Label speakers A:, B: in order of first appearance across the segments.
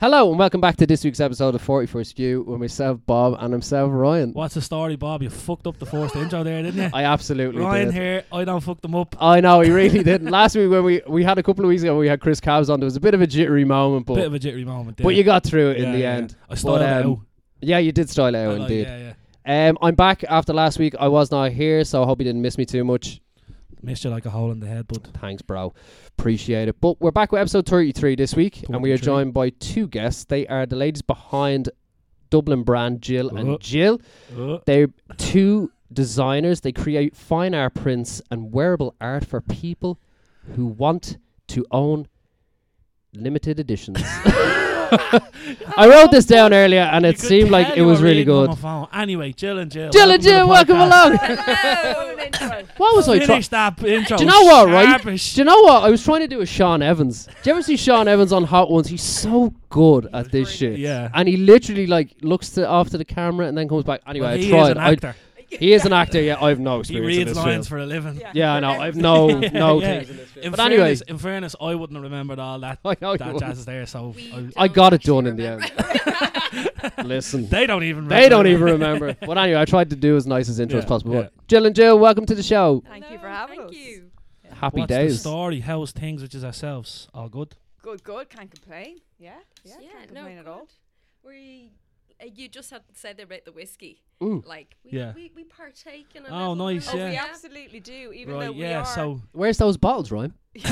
A: Hello and welcome back to this week's episode of 41st View with myself, Bob, and myself, Ryan.
B: What's the story, Bob? You fucked up the first intro there, didn't you?
A: I absolutely
B: Ryan
A: did.
B: here. I don't fuck them up.
A: I know, he really didn't. Last week when we, we had a couple of weeks ago, we had Chris Cabs on. There was a bit of a jittery moment, but
B: Bit of a jittery moment there.
A: but you got through it in
B: Yeah,
A: the
B: yeah,
A: end.
B: yeah. I styled
A: um,
B: out.
A: Yeah, you did style
B: I
A: out
B: like-
A: indeed.
B: Yeah, yeah.
A: Um, I'm back after last week. I was not here, so I hope you didn't miss me too much.
B: Missed you like a hole in the head, but
A: Thanks, bro. Appreciate it. But we're back with episode 33 this week, and we are
B: 33.
A: joined by two guests. They are the ladies behind Dublin brand Jill
B: Oh.
A: and Jill.
B: uh,
A: They're two designers. They create fine art prints and wearable art for people who want to own limited editions. I wrote this down earlier, and
B: you
A: it
B: could
A: seemed like
B: tell
A: it
B: you
A: was
B: were
A: really
B: reading on
A: good.
B: my phone. Anyway, Jill and Jill.
A: Jill and
B: to the
A: Jill, welcome
B: podcast.
A: along.
C: Hello.
A: What was I trying?
B: Finish that intro.
A: Do you know what, right?
B: Sharp as
A: Do you know what? I was trying to do a Sean Evans. Do you ever see Sean Evans on Hot Ones? He's so good at this shit.
B: Yeah.
A: And he literally like looks to after the camera and then comes back. Anyway,
B: But
A: I
B: he
A: tried.
B: is an
A: I-
B: actor.
A: he is an actor. Yeah, I have no
B: He
A: experience. in
B: reads
A: this
B: lines
A: field.
B: for a living.
A: yeah, I know. I have no no.
B: Yeah.
A: things in this field.
B: In
A: But
B: fairness,
A: anyway,
B: in fairness, I wouldn't have remembered all that.
A: I know you
B: That
A: wouldn't.
B: jazz is there, so I-
A: I got it done in the end. Listen,
B: they don't even.
A: they don't
B: remember.
A: even remember. But anyway, I tried to do as nice as intro as
B: Yeah,
A: possible.
B: yeah.
A: Jill and Jill, welcome to the show.
C: Thank you for having
D: thank
C: us.
D: you.
A: Happy
B: What's the
A: days.
B: story? How's things, which is ourselves? All good.
C: Good, good. Can't complain. Yeah, yeah. can't complain at all.
D: good. We, uh, you just had said there about the whiskey.
A: Mm.
D: Like, we,
B: Yeah.
D: we, we partake in a
B: Oh,
D: level
B: nice,
D: of-
C: Oh,
B: Yeah.
C: we absolutely do. Even though
B: right.
C: we
B: Yeah.
C: are.
B: So
A: Where's those bottles, Ryan?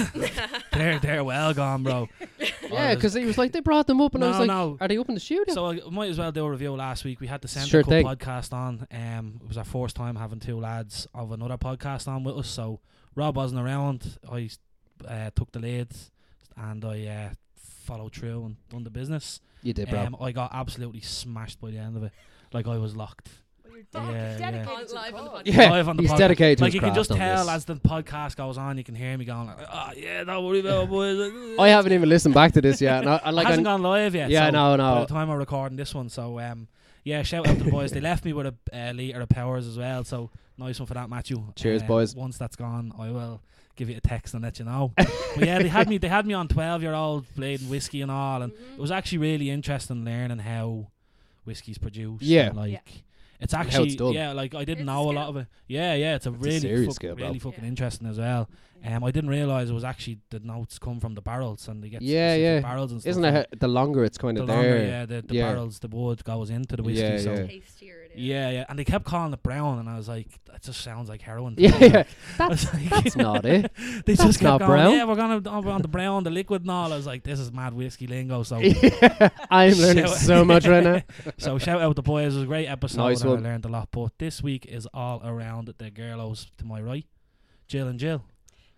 B: they're they're well gone, bro.
A: Yeah,
B: Oh, there's-
A: because he was like they brought them up, and I
B: No,
A: was like,
B: no.
A: are they up in the studio?
B: So I might as well do a review last week. We had the Centre
A: Sure
B: Cup
A: thing.
B: podcast on. Um, it was our first time having two lads of another podcast on with us. So Rob wasn't around. I uh, took the lead and I uh, followed through and done the business.
A: you did, bro.
B: Um, I got absolutely smashed by the end of it. Like I was locked.
C: Well, you're
B: Yeah,
C: dedicated
B: yeah.
C: to
D: On
C: the
D: live on the
C: cause.
D: podcast.
A: Yeah,
B: live on the
A: he's
B: podcast.
A: dedicated to
B: like
A: his
B: you can
A: craft
B: just
A: on
B: tell
A: this.
B: as the podcast goes on, you can hear me going like, "Oh yeah, don't worry about it, boys."
A: I haven't even listened back to this yet. And I, I like,
B: hasn't
A: I,
B: gone live yet.
A: yeah,
B: so
A: no,
B: By
A: no.
B: the time I'm recording this one, so um, yeah, shout out to the boys. They left me with a uh, liter of powers as well, so nice one for that, Matthew.
A: Cheers,
B: Um,
A: boys.
B: Once that's gone, I will give you a text and let you know. but yeah, they had me. They had me on twelve year old playing whiskey and all, and it was actually really interesting learning how whiskey's produced.
A: Yeah.
B: and, like.
C: Yeah.
B: It's
A: And how it's
B: actually
A: done.
B: yeah, like I didn't
D: It's a
B: know a lot
D: skill.
B: of it. Yeah, yeah, it's a
A: It's a
B: really,
A: serious
B: fuck-
A: skill, bro.
B: really fucking
D: Yeah.
B: interesting as well. Um, I didn't realize it was actually the notes come from the barrels and they get
A: Yeah,
B: specific
A: yeah.
B: barrels and stuff.
A: Isn't
B: and-
A: it the longer it's kind
B: the
A: of
B: longer,
A: there?
B: yeah, the, the
A: Yeah.
B: barrels, the wood goes into the whiskey.
A: Yeah,
B: so
A: yeah.
B: yeah.
D: Tastier it is.
B: yeah, and they kept calling it brown, and I was like, that just sounds like heroin. to
A: Yeah,
B: me."
A: yeah.
B: I was
A: That's,
B: like-
A: that's not it.
B: they
A: that's
B: just kept
A: not
B: going,
A: brown.
B: Yeah, we're gonna on, on the brown, the liquid, and all. I was like, this is mad whiskey lingo. So,
A: Yeah, I'm learning
B: Shout-
A: so much right now.
B: so shout out the boys. It was a great episode.
A: Nice
B: and
A: one.
B: I learned a lot. But this week is all around the girlos to my right, Jill and Jill.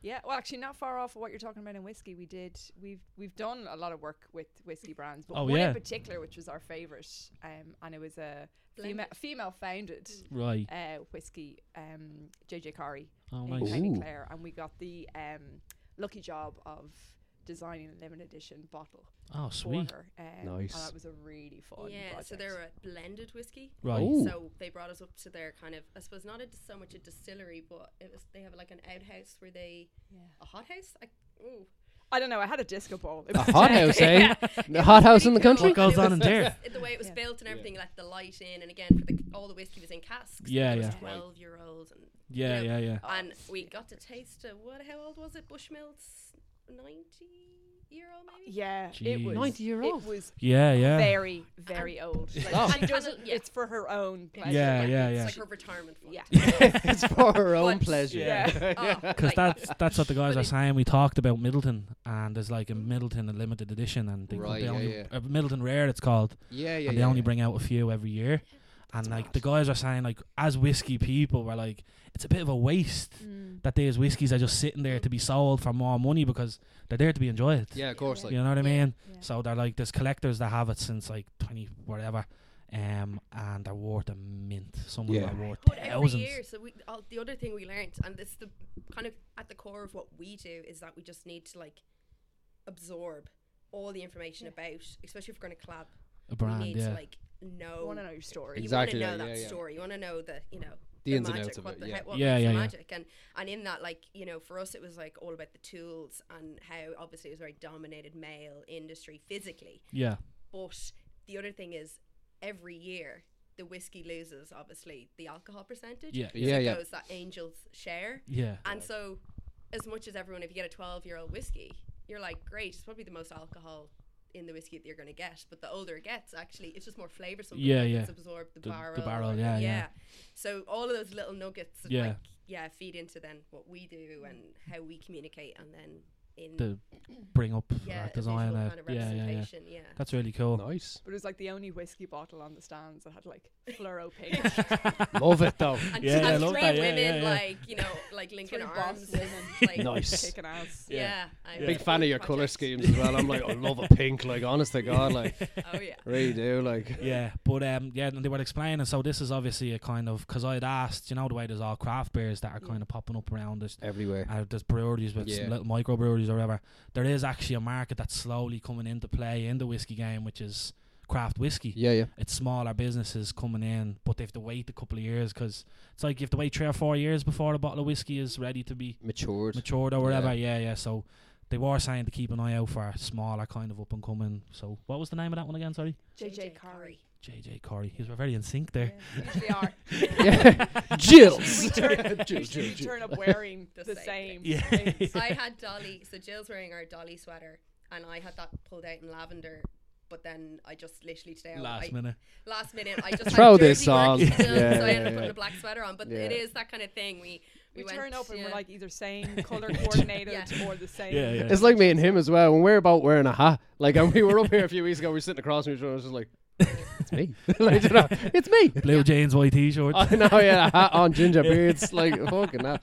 C: Yeah. Well, actually, not far off of what you're talking about in whiskey. We did. We've we've done a lot of work with whiskey brands, but
B: Oh,
C: one
B: yeah.
C: in particular, which was our favorite, um, and it was a female
D: Blended.
C: female founded
B: Right.
C: uh, whiskey, um, JJ Curry.
B: Oh,
C: in
B: nice.
A: Okay.
C: County
A: Ooh.
C: Clare, and we got the um, lucky job of designing a limited edition bottle
B: Oh, sweet.
C: for her. Um,
A: Nice.
C: And that was a really fun.
D: Yeah, so
C: project.
D: they're a blended whiskey.
B: Right.
A: Ooh.
D: So they brought us up to their kind of, I suppose, not a, so much a distillery, but it was they have like an outhouse where they
C: Yeah.
D: a hothouse. I, ooh.
C: I don't know. I had a disco ball. It
A: A
C: was
A: hot house, eh?
D: It
A: The hot
D: was
A: house
D: pretty
A: in the
D: cool,
A: country.
B: What goes
D: and it
B: on in
D: was-
B: there?
D: it- The way it was
C: Yeah.
D: built and
A: Yeah.
D: everything, like the light in, and again for the all the whiskey was in casks.
B: Yeah,
D: there
B: yeah.
D: Was
A: Right.
D: Twelve year olds and
B: Yeah,
D: you know,
B: yeah, yeah.
C: Oh,
D: and we
C: yeah.
D: got to taste uh, what? How old was it? Bushmills, ninety year old maybe.
C: Yeah, it
B: Jeez.
C: was.
A: 90 year
C: It
A: old.
C: was
B: Yeah, yeah.
C: very, very old. Like,
A: Oh.
C: she
D: And
C: doesn't.
D: kinda- yeah.
C: It's for her own pleasure.
B: Yeah,
D: Like,
B: yeah,
D: it's
B: yeah.
D: Like her retirement fund.
C: Yeah.
A: it's for her own
D: But-
A: pleasure.
C: Yeah.
D: Oh,
B: Because
D: like,
B: that's that's what the guys
D: but
B: are
D: it-
B: saying. We talked about Middleton, and there's like a Middleton a limited edition, and they,
A: Right,
B: they
A: yeah,
B: only
A: yeah.
B: uh, Middleton Rare it's called,
A: Yeah, yeah.
B: and they
A: yeah,
B: only
A: yeah.
B: bring out a few every year. And like the guys are saying, like as whiskey people, we're like, it's a bit of a waste
D: Mm.
B: that these whiskeys are just sitting there to be sold for more money because they're there to be enjoyed.
A: Yeah, of course. Like,
B: you know what I
D: Yeah.
B: mean. So they're like, there's collectors that have it since like twenty whatever, um, and they're worth a mint. Some of
A: Yeah.
B: them are worth
D: But every
B: thousands.
D: year, so we, all, the other thing we learned, and it's the kind of at the core of what we do, is that we just need to like absorb all the information about, especially if we're going to collab.
B: A brand,
D: we need
B: yeah.
D: to like know.
C: I want to know your story.
D: You
A: Exactly,
D: want
A: yeah,
D: to know that
A: yeah, yeah.
D: story. You want to know the, you know,
A: The ins and
D: magic,
A: outs of
D: what
A: it,
D: the
A: yeah.
D: he- what
B: Yeah,
D: makes
B: yeah,
D: the
B: yeah.
D: magic, and and in that, like you know, for us it was like all about the tools and how obviously it was a very dominated male industry physically,
B: yeah.
D: But the other thing is, every year the whiskey loses obviously the alcohol percentage.
B: Yeah,
D: So
A: yeah. Yeah,
D: it
A: yeah.
D: goes that angels share.
B: Yeah.
D: And so, as much as everyone, if you get a 12 year old whiskey, you're like, great, it's probably the most alcohol in the whiskey that you're going to get. But the older it gets, actually, it's just more flavorsome.
B: Yeah,
D: because
B: yeah.
D: It's absorbed the,
B: The- the
D: barrel.
B: barrel,
D: or-
B: yeah, yeah.
D: So, all of those little nuggets, yeah.
B: Yeah.
D: Like, yeah, feed into then what we do and how we communicate and then in
B: The bring up
D: Mm. yeah,
B: our
D: a
B: design.
D: visual
B: uh,
D: kind of
B: yeah, yeah, yeah.
D: representation. Yeah.
B: That's really cool.
A: Nice.
C: But it was like the only whiskey bottle on the stands that had like fluoro pink.
A: Love it though.
D: And,
B: Yeah, I
D: and
B: love
D: three
B: that, yeah,
D: women,
B: yeah, yeah.
D: like, you know, like linking
C: Three
D: arms.
C: boss
D: with,
C: women.
D: like,
A: Nice.
C: Kicking ass.
D: Yeah.
B: Yeah.
D: I
B: Yeah.
D: was
A: Big
D: like,
A: fan of
D: "Ooh,
A: your color
D: project."
A: schemes as well. I'm like, I love a pink. Like, honest to God, like,
D: Oh, yeah.
A: really do. Like,
B: yeah, but um, yeah, and they were explaining. So this is obviously a kind of because I'd asked, you know, the way there's all craft beers that are
D: Yeah.
B: kind of popping up around us.
A: everywhere.
B: Uh, there's breweries with
A: Yeah.
B: some little microbreweries or whatever. There is actually a market that's slowly coming into play in the whiskey game, which is craft whiskey.
A: Yeah, yeah.
B: It's smaller businesses coming in, but they have to wait a couple of years because it's like you have to wait three or four years before a bottle of whiskey is ready to be
A: Matured.
B: matured or whatever. Yeah, yeah. So they were saying to keep an eye out for smaller kind of up and coming. So what was the name of that one again? Sorry,
C: JJ Curry.
B: JJ Corey. He's very in sync there.
C: Yeah, usually are.
A: yeah. Jills.
C: Usually we turn,
A: Jill,
C: usually we
A: Jill,
C: turn up wearing
D: The
C: the,
D: same
C: same.
B: Yeah.
C: things.
D: I had Dolly. So Jill's wearing our Dolly sweater, and I had that pulled out in lavender. But then I just literally today, I-
B: Last
D: I,
B: minute.
D: last minute, I just
A: Throw
D: had
A: this
D: jersey work
A: on.
D: to do,
A: Yeah,
D: so I ended
A: yeah,
D: up putting
A: yeah.
D: a black sweater on. But
A: Yeah.
D: it is that kind of thing. We
C: We,
D: we, went,
C: turn up and
D: yeah.
C: we're like either same color coordinated
D: Yeah.
C: or the same.
B: Yeah, yeah.
A: It's like me and him as well. When we're about wearing a hat, like, and we were up here a few weeks ago, we were sitting across from each other. I was just like, it's me. like, you know, it's me.
B: Blue jeans, white t-shirt.
A: I know, yeah, a hat on, ginger beards, like fucking hell.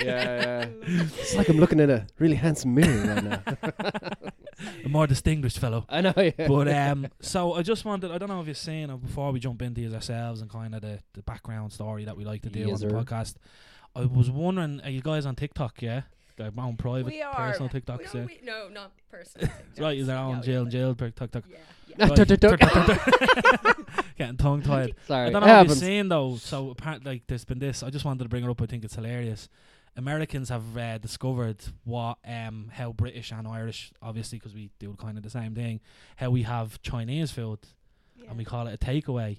A: Yeah, yeah. It's like I'm looking at a really handsome mirror right now.
B: a more distinguished fellow.
A: I know, yeah.
B: But um, so I just wanted, I don't know if you've seen it before we jump into it ourselves and kind of the, the background story that we like to do
A: Yes,
B: on the
A: sir.
B: podcast. I was wondering, are you guys on TikTok? Yeah, their own private
C: We are.
B: personal
D: No,
B: TikToks. Yeah,
D: we- no, not personally.
B: right, is their own
D: yeah,
B: jail and jail TikTok.
D: Yeah, yeah.
A: Ah,
B: Right.
A: tuck, tuck, tuck.
B: Getting tongue tied.
A: Sorry,
B: I
A: it
B: don't know if you've
A: happens.
B: seen though. So apparently, like, there's been this. I just wanted to bring it up. I think it's hilarious. Americans have uh, discovered what um how British and Irish, obviously, because we do kind of the same thing. How we have Chinese food
C: Yeah.
B: and we call it a takeaway,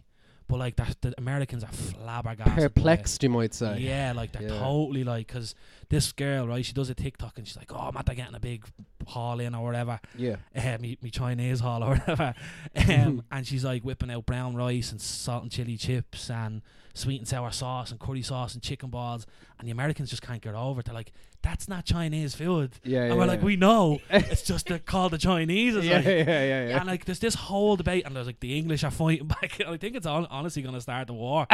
B: but like that, the Americans are flabbergasted. by it.
A: Perplexed, you might say.
B: Yeah, like they're
A: Yeah.
B: totally like because this girl right, she does a TikTok and she's like, "Oh, I'm at getting a big haul in or whatever."
A: Yeah.
B: uh, me, me Chinese haul or whatever.
A: Mm-hmm.
B: Um, and she's like whipping out brown rice and salt and chili chips and sweet and sour sauce and curry sauce and chicken balls. And the Americans just can't get over it. They're like, that's not Chinese food.
A: Yeah,
B: and
A: yeah,
B: we're like,
A: yeah.
B: we know. it's just they're called the Chinese. It's
A: yeah,
B: like,
A: yeah, yeah, yeah.
B: And like, there's this whole debate, and there's like the English are fighting back. I think it's all, honestly going to start the war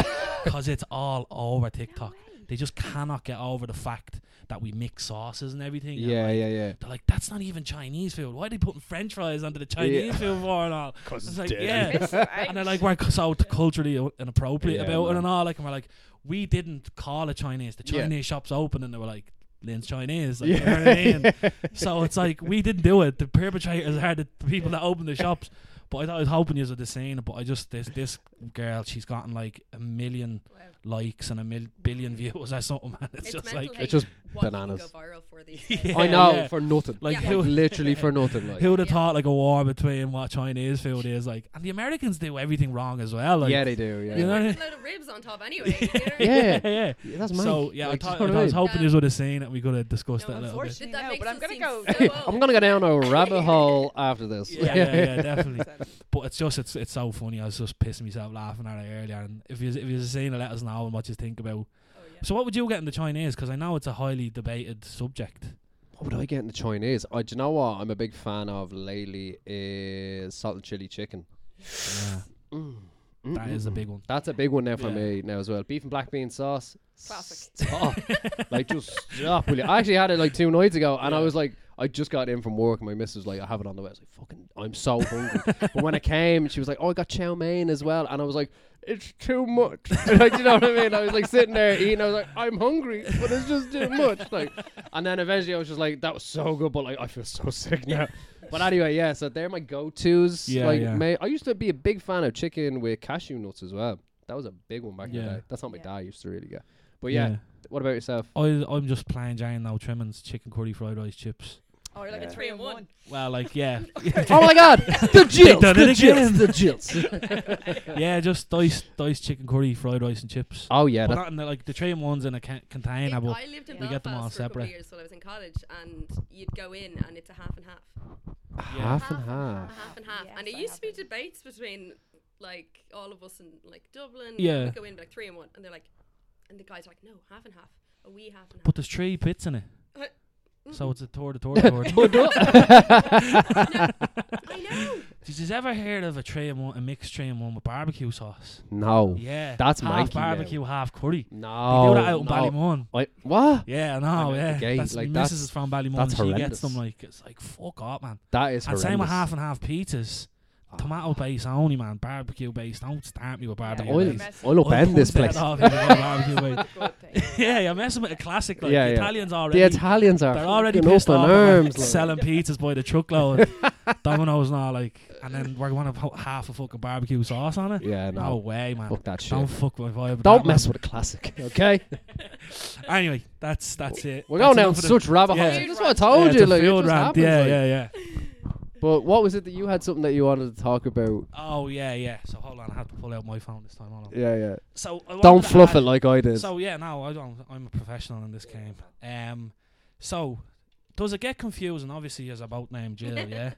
B: because it's all over TikTok. They just cannot get over the fact that we mix sauces and everything. and,
A: Yeah,
B: like,
A: yeah, yeah.
B: they're like, that's not even Chinese food. Why are they putting French fries under the Chinese food for and all?
A: Because
B: It's like, yeah.
C: It's like-
B: and they're like, we're c- so culturally i- inappropriate
A: Yeah,
B: about it
A: man.
B: and all. Like, and we're like, we didn't call it Chinese. The
A: Yeah.
B: Chinese shops open and they were like, Lynn's Chinese. Like, you know what I mean? so it's like, we didn't do it. The perpetrators are the people that open the shops. But I, thought, I was hoping you were the same. But I just, this this girl, she's gotten like a million
D: Wow.
B: likes and a mil- billion views or something. And it's,
D: It's
B: just
D: mental
B: like,
D: how
A: It's just
D: what you can
A: bananas.
D: Go viral for these
B: Yeah.
D: days.
A: I know
B: yeah.
A: for nothing.
B: like,
D: Yeah.
A: Like,
B: who,
A: literally for nothing. Like,
B: Who would have
D: Yeah.
B: thought like a war between what Chinese food is like, and the Americans do everything wrong as well. Like,
A: yeah, they do. Yeah,
B: You know what I
D: There's
B: mean?
D: a load of ribs on top anyway. you know what I mean?
A: Yeah.
B: yeah.
A: Yeah, that's
B: So
A: Mike.
B: yeah,
A: Like,
B: I,
A: do
B: thought,
A: you know
B: I
A: what
B: was
A: mean?
B: hoping
D: Yeah.
B: you would have seen it. We could have discussed
C: No,
B: that a little bit.
C: unfortunately,
D: That
C: no,
D: makes
C: but I'm
D: us
C: gonna
D: seem
C: go.
D: so old.
A: I'm gonna go down a rabbit hole after this.
B: Yeah, yeah, yeah, definitely.
C: Said,
B: But it's just it's it's so funny. I was just pissing myself laughing at it earlier. And if you if you're seeing it, let us know and what you think about.
D: Oh, yeah.
B: So what would you get in the Chinese? Because I know it's a highly debated subject.
A: What would I get in the Chinese? I, do you know what I'm a big fan of lately is salt and chili chicken.
B: Yeah,
A: Mm.
B: that is a big one.
A: That's a big one now for
B: Yeah.
A: me now as well. Beef and black bean sauce.
C: Classic.
A: Stop. like just stop. Will you? I actually had it like two nights ago, and I
B: Yeah.
A: was like, I just got in from work, and my missus was like, I have it on the way. I was like, fucking, I'm so hungry. but when I came, she was like, oh, I got chow mein as well, and I was like, it's too much. like, you know what I mean? I was like sitting there eating. I was like, I'm hungry, but it's just too much. Like, and then eventually I was just like, that was so good, but like I feel so sick now. But anyway, yeah. So they're my go-to's.
B: Yeah,
A: like,
B: yeah.
A: ma- I used to be a big fan of chicken with cashew nuts as well. That was a big one back in the
B: Yeah.
A: day. That's not my
C: Yeah.
A: dad used to really get. But yeah, what about yourself?
B: I I'm just playing Jane now. Trimmings, chicken curry, fried rice, chips.
C: Oh, you're like
A: Yeah.
C: a three in
D: Three in
C: one.
B: Well, like yeah,
A: oh my god, the jilts,
B: done it
A: the jilts,
B: again.
A: the jilts.
B: yeah, just diced diced chicken curry, fried rice, and chips.
A: oh yeah,
B: But
A: that,
B: not in the, like the three in ones in a can- container. But
D: I lived in
B: we
D: Belfast
B: get them all
D: for a couple
B: separate.
D: of years while I was in college, and you'd go in and it's a half and half,
A: half and half.
D: a half and half,
C: Yes,
D: and it
C: I
D: used to be
C: haven't.
D: debates between like all of us in like Dublin.
B: Yeah.
D: we go in like three and one, and they're like, and the guys like, no, half and half, a wee half and Mm, half.
B: But there's three bits in it, so it's a tour, the tour,
A: But
B: tour.
D: I know.
B: Did you ever heard of a tray in one, a mixed tray in one with barbecue sauce?
A: no,
B: Yeah,
A: That's
B: half
A: manky now.
B: barbecue, half curry.
A: no,
B: they do that out in
A: no.
B: Ballymun.
A: I, what?
B: Yeah,
A: I
B: no,
A: know,
B: yeah.
A: again,
B: that's
A: like,
B: like
A: that's-
B: missus is from Ballymun.
A: that's
B: she
A: horrendous.
B: gets them like it's like fuck up, man.
A: That is
B: And
A: horrendous.
B: same with half and half pizzas.
A: Ah.
B: Tomato based only, man. Barbecue based. Don't start me with
C: Yeah,
B: barbecue
A: Oil,
C: they're
B: based.
C: messy.
A: oil upend this
B: Oil
A: place.
B: comes out of it, like barbecue
C: That's
B: weight.
C: not a good thing.
B: yeah, you're messing with a classic. Like
A: Yeah,
B: the
A: yeah.
B: Italians already,
A: The Italians are
B: they're already
A: fucking
B: pissed
A: up
B: off
A: in
B: about
A: arms. like.
B: selling pizzas by the truckload. Domino's and all like, and then we're going to put half a fucking barbecue sauce on it.
A: Yeah,
B: No,
A: no,
B: way, man.
A: fuck that shit.
B: Don't
A: Don't,
B: fuck my vibe. with that,
A: mess with a classic, okay?
B: Man. Anyway, that's that's it.
A: We're going
B: That's
A: down
B: enough of
A: such rabbit
B: yeah.
A: holes. That's what I
B: the-
A: told
B: yeah,
A: you.
B: the
A: Like, it
B: field
A: just
B: rant.
A: happens,
B: Yeah,
A: like.
B: yeah, yeah.
A: But what was it that you had something that you wanted to talk about?
B: Oh yeah, yeah. So hold on, I have to pull out my phone this time. Hold on.
A: Yeah, yeah.
B: So I wanted
A: Don't
B: to
A: fluff
B: add-
A: it like I did.
B: So yeah, no, I don't. I'm a professional in this game. Um, so does it get confusing? Obviously, as a boat named Jill, yeah.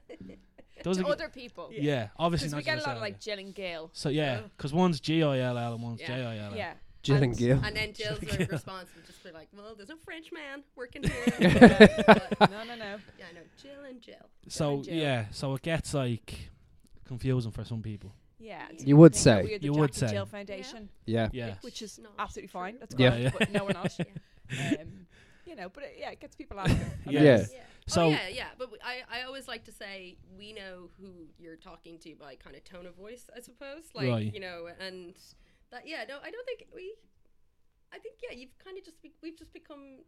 B: Does
C: To
B: it? Get,
C: other people.
B: yeah, obviously
C: Because
B: not
C: we
B: to
C: get a lot
B: yourself,
C: of like Jill and Gail.
B: yeah. So yeah,
D: Ugh.
B: because one's G I L L and one's
D: Yeah.
B: J I L L.
C: Yeah.
A: Jill and Gil.
D: And then Jill's
B: Yeah.
D: response would just be like, well, there's no French man working here. But,
C: no, no, no.
D: yeah, I know. Jill and Jill.
B: So
C: and Jill.
B: yeah, so it gets like confusing for some people.
C: Yeah. it's
A: You would
C: a thing that
A: say.
C: We had the
B: You
C: Jack
B: would
C: and
B: say.
C: Jill Foundation,
A: Yeah.
B: Yeah.
C: which is
D: Not
C: absolutely fine.
D: true.
C: That's
A: Yeah.
C: great.
B: Yeah.
C: But no, we're not.
D: Yeah.
C: um, you know, but it, yeah, it gets people laughing. I
B: Yeah.
C: mean,
A: Yeah.
D: Yeah.
B: So-
D: oh, yeah, yeah. But we- I, I always like to say we know who you're talking to by kind of tone of voice, I suppose. Like,
B: Right.
D: you know, and that, yeah, no, I don't think we, I think, yeah, you've kind of just, be, we've just become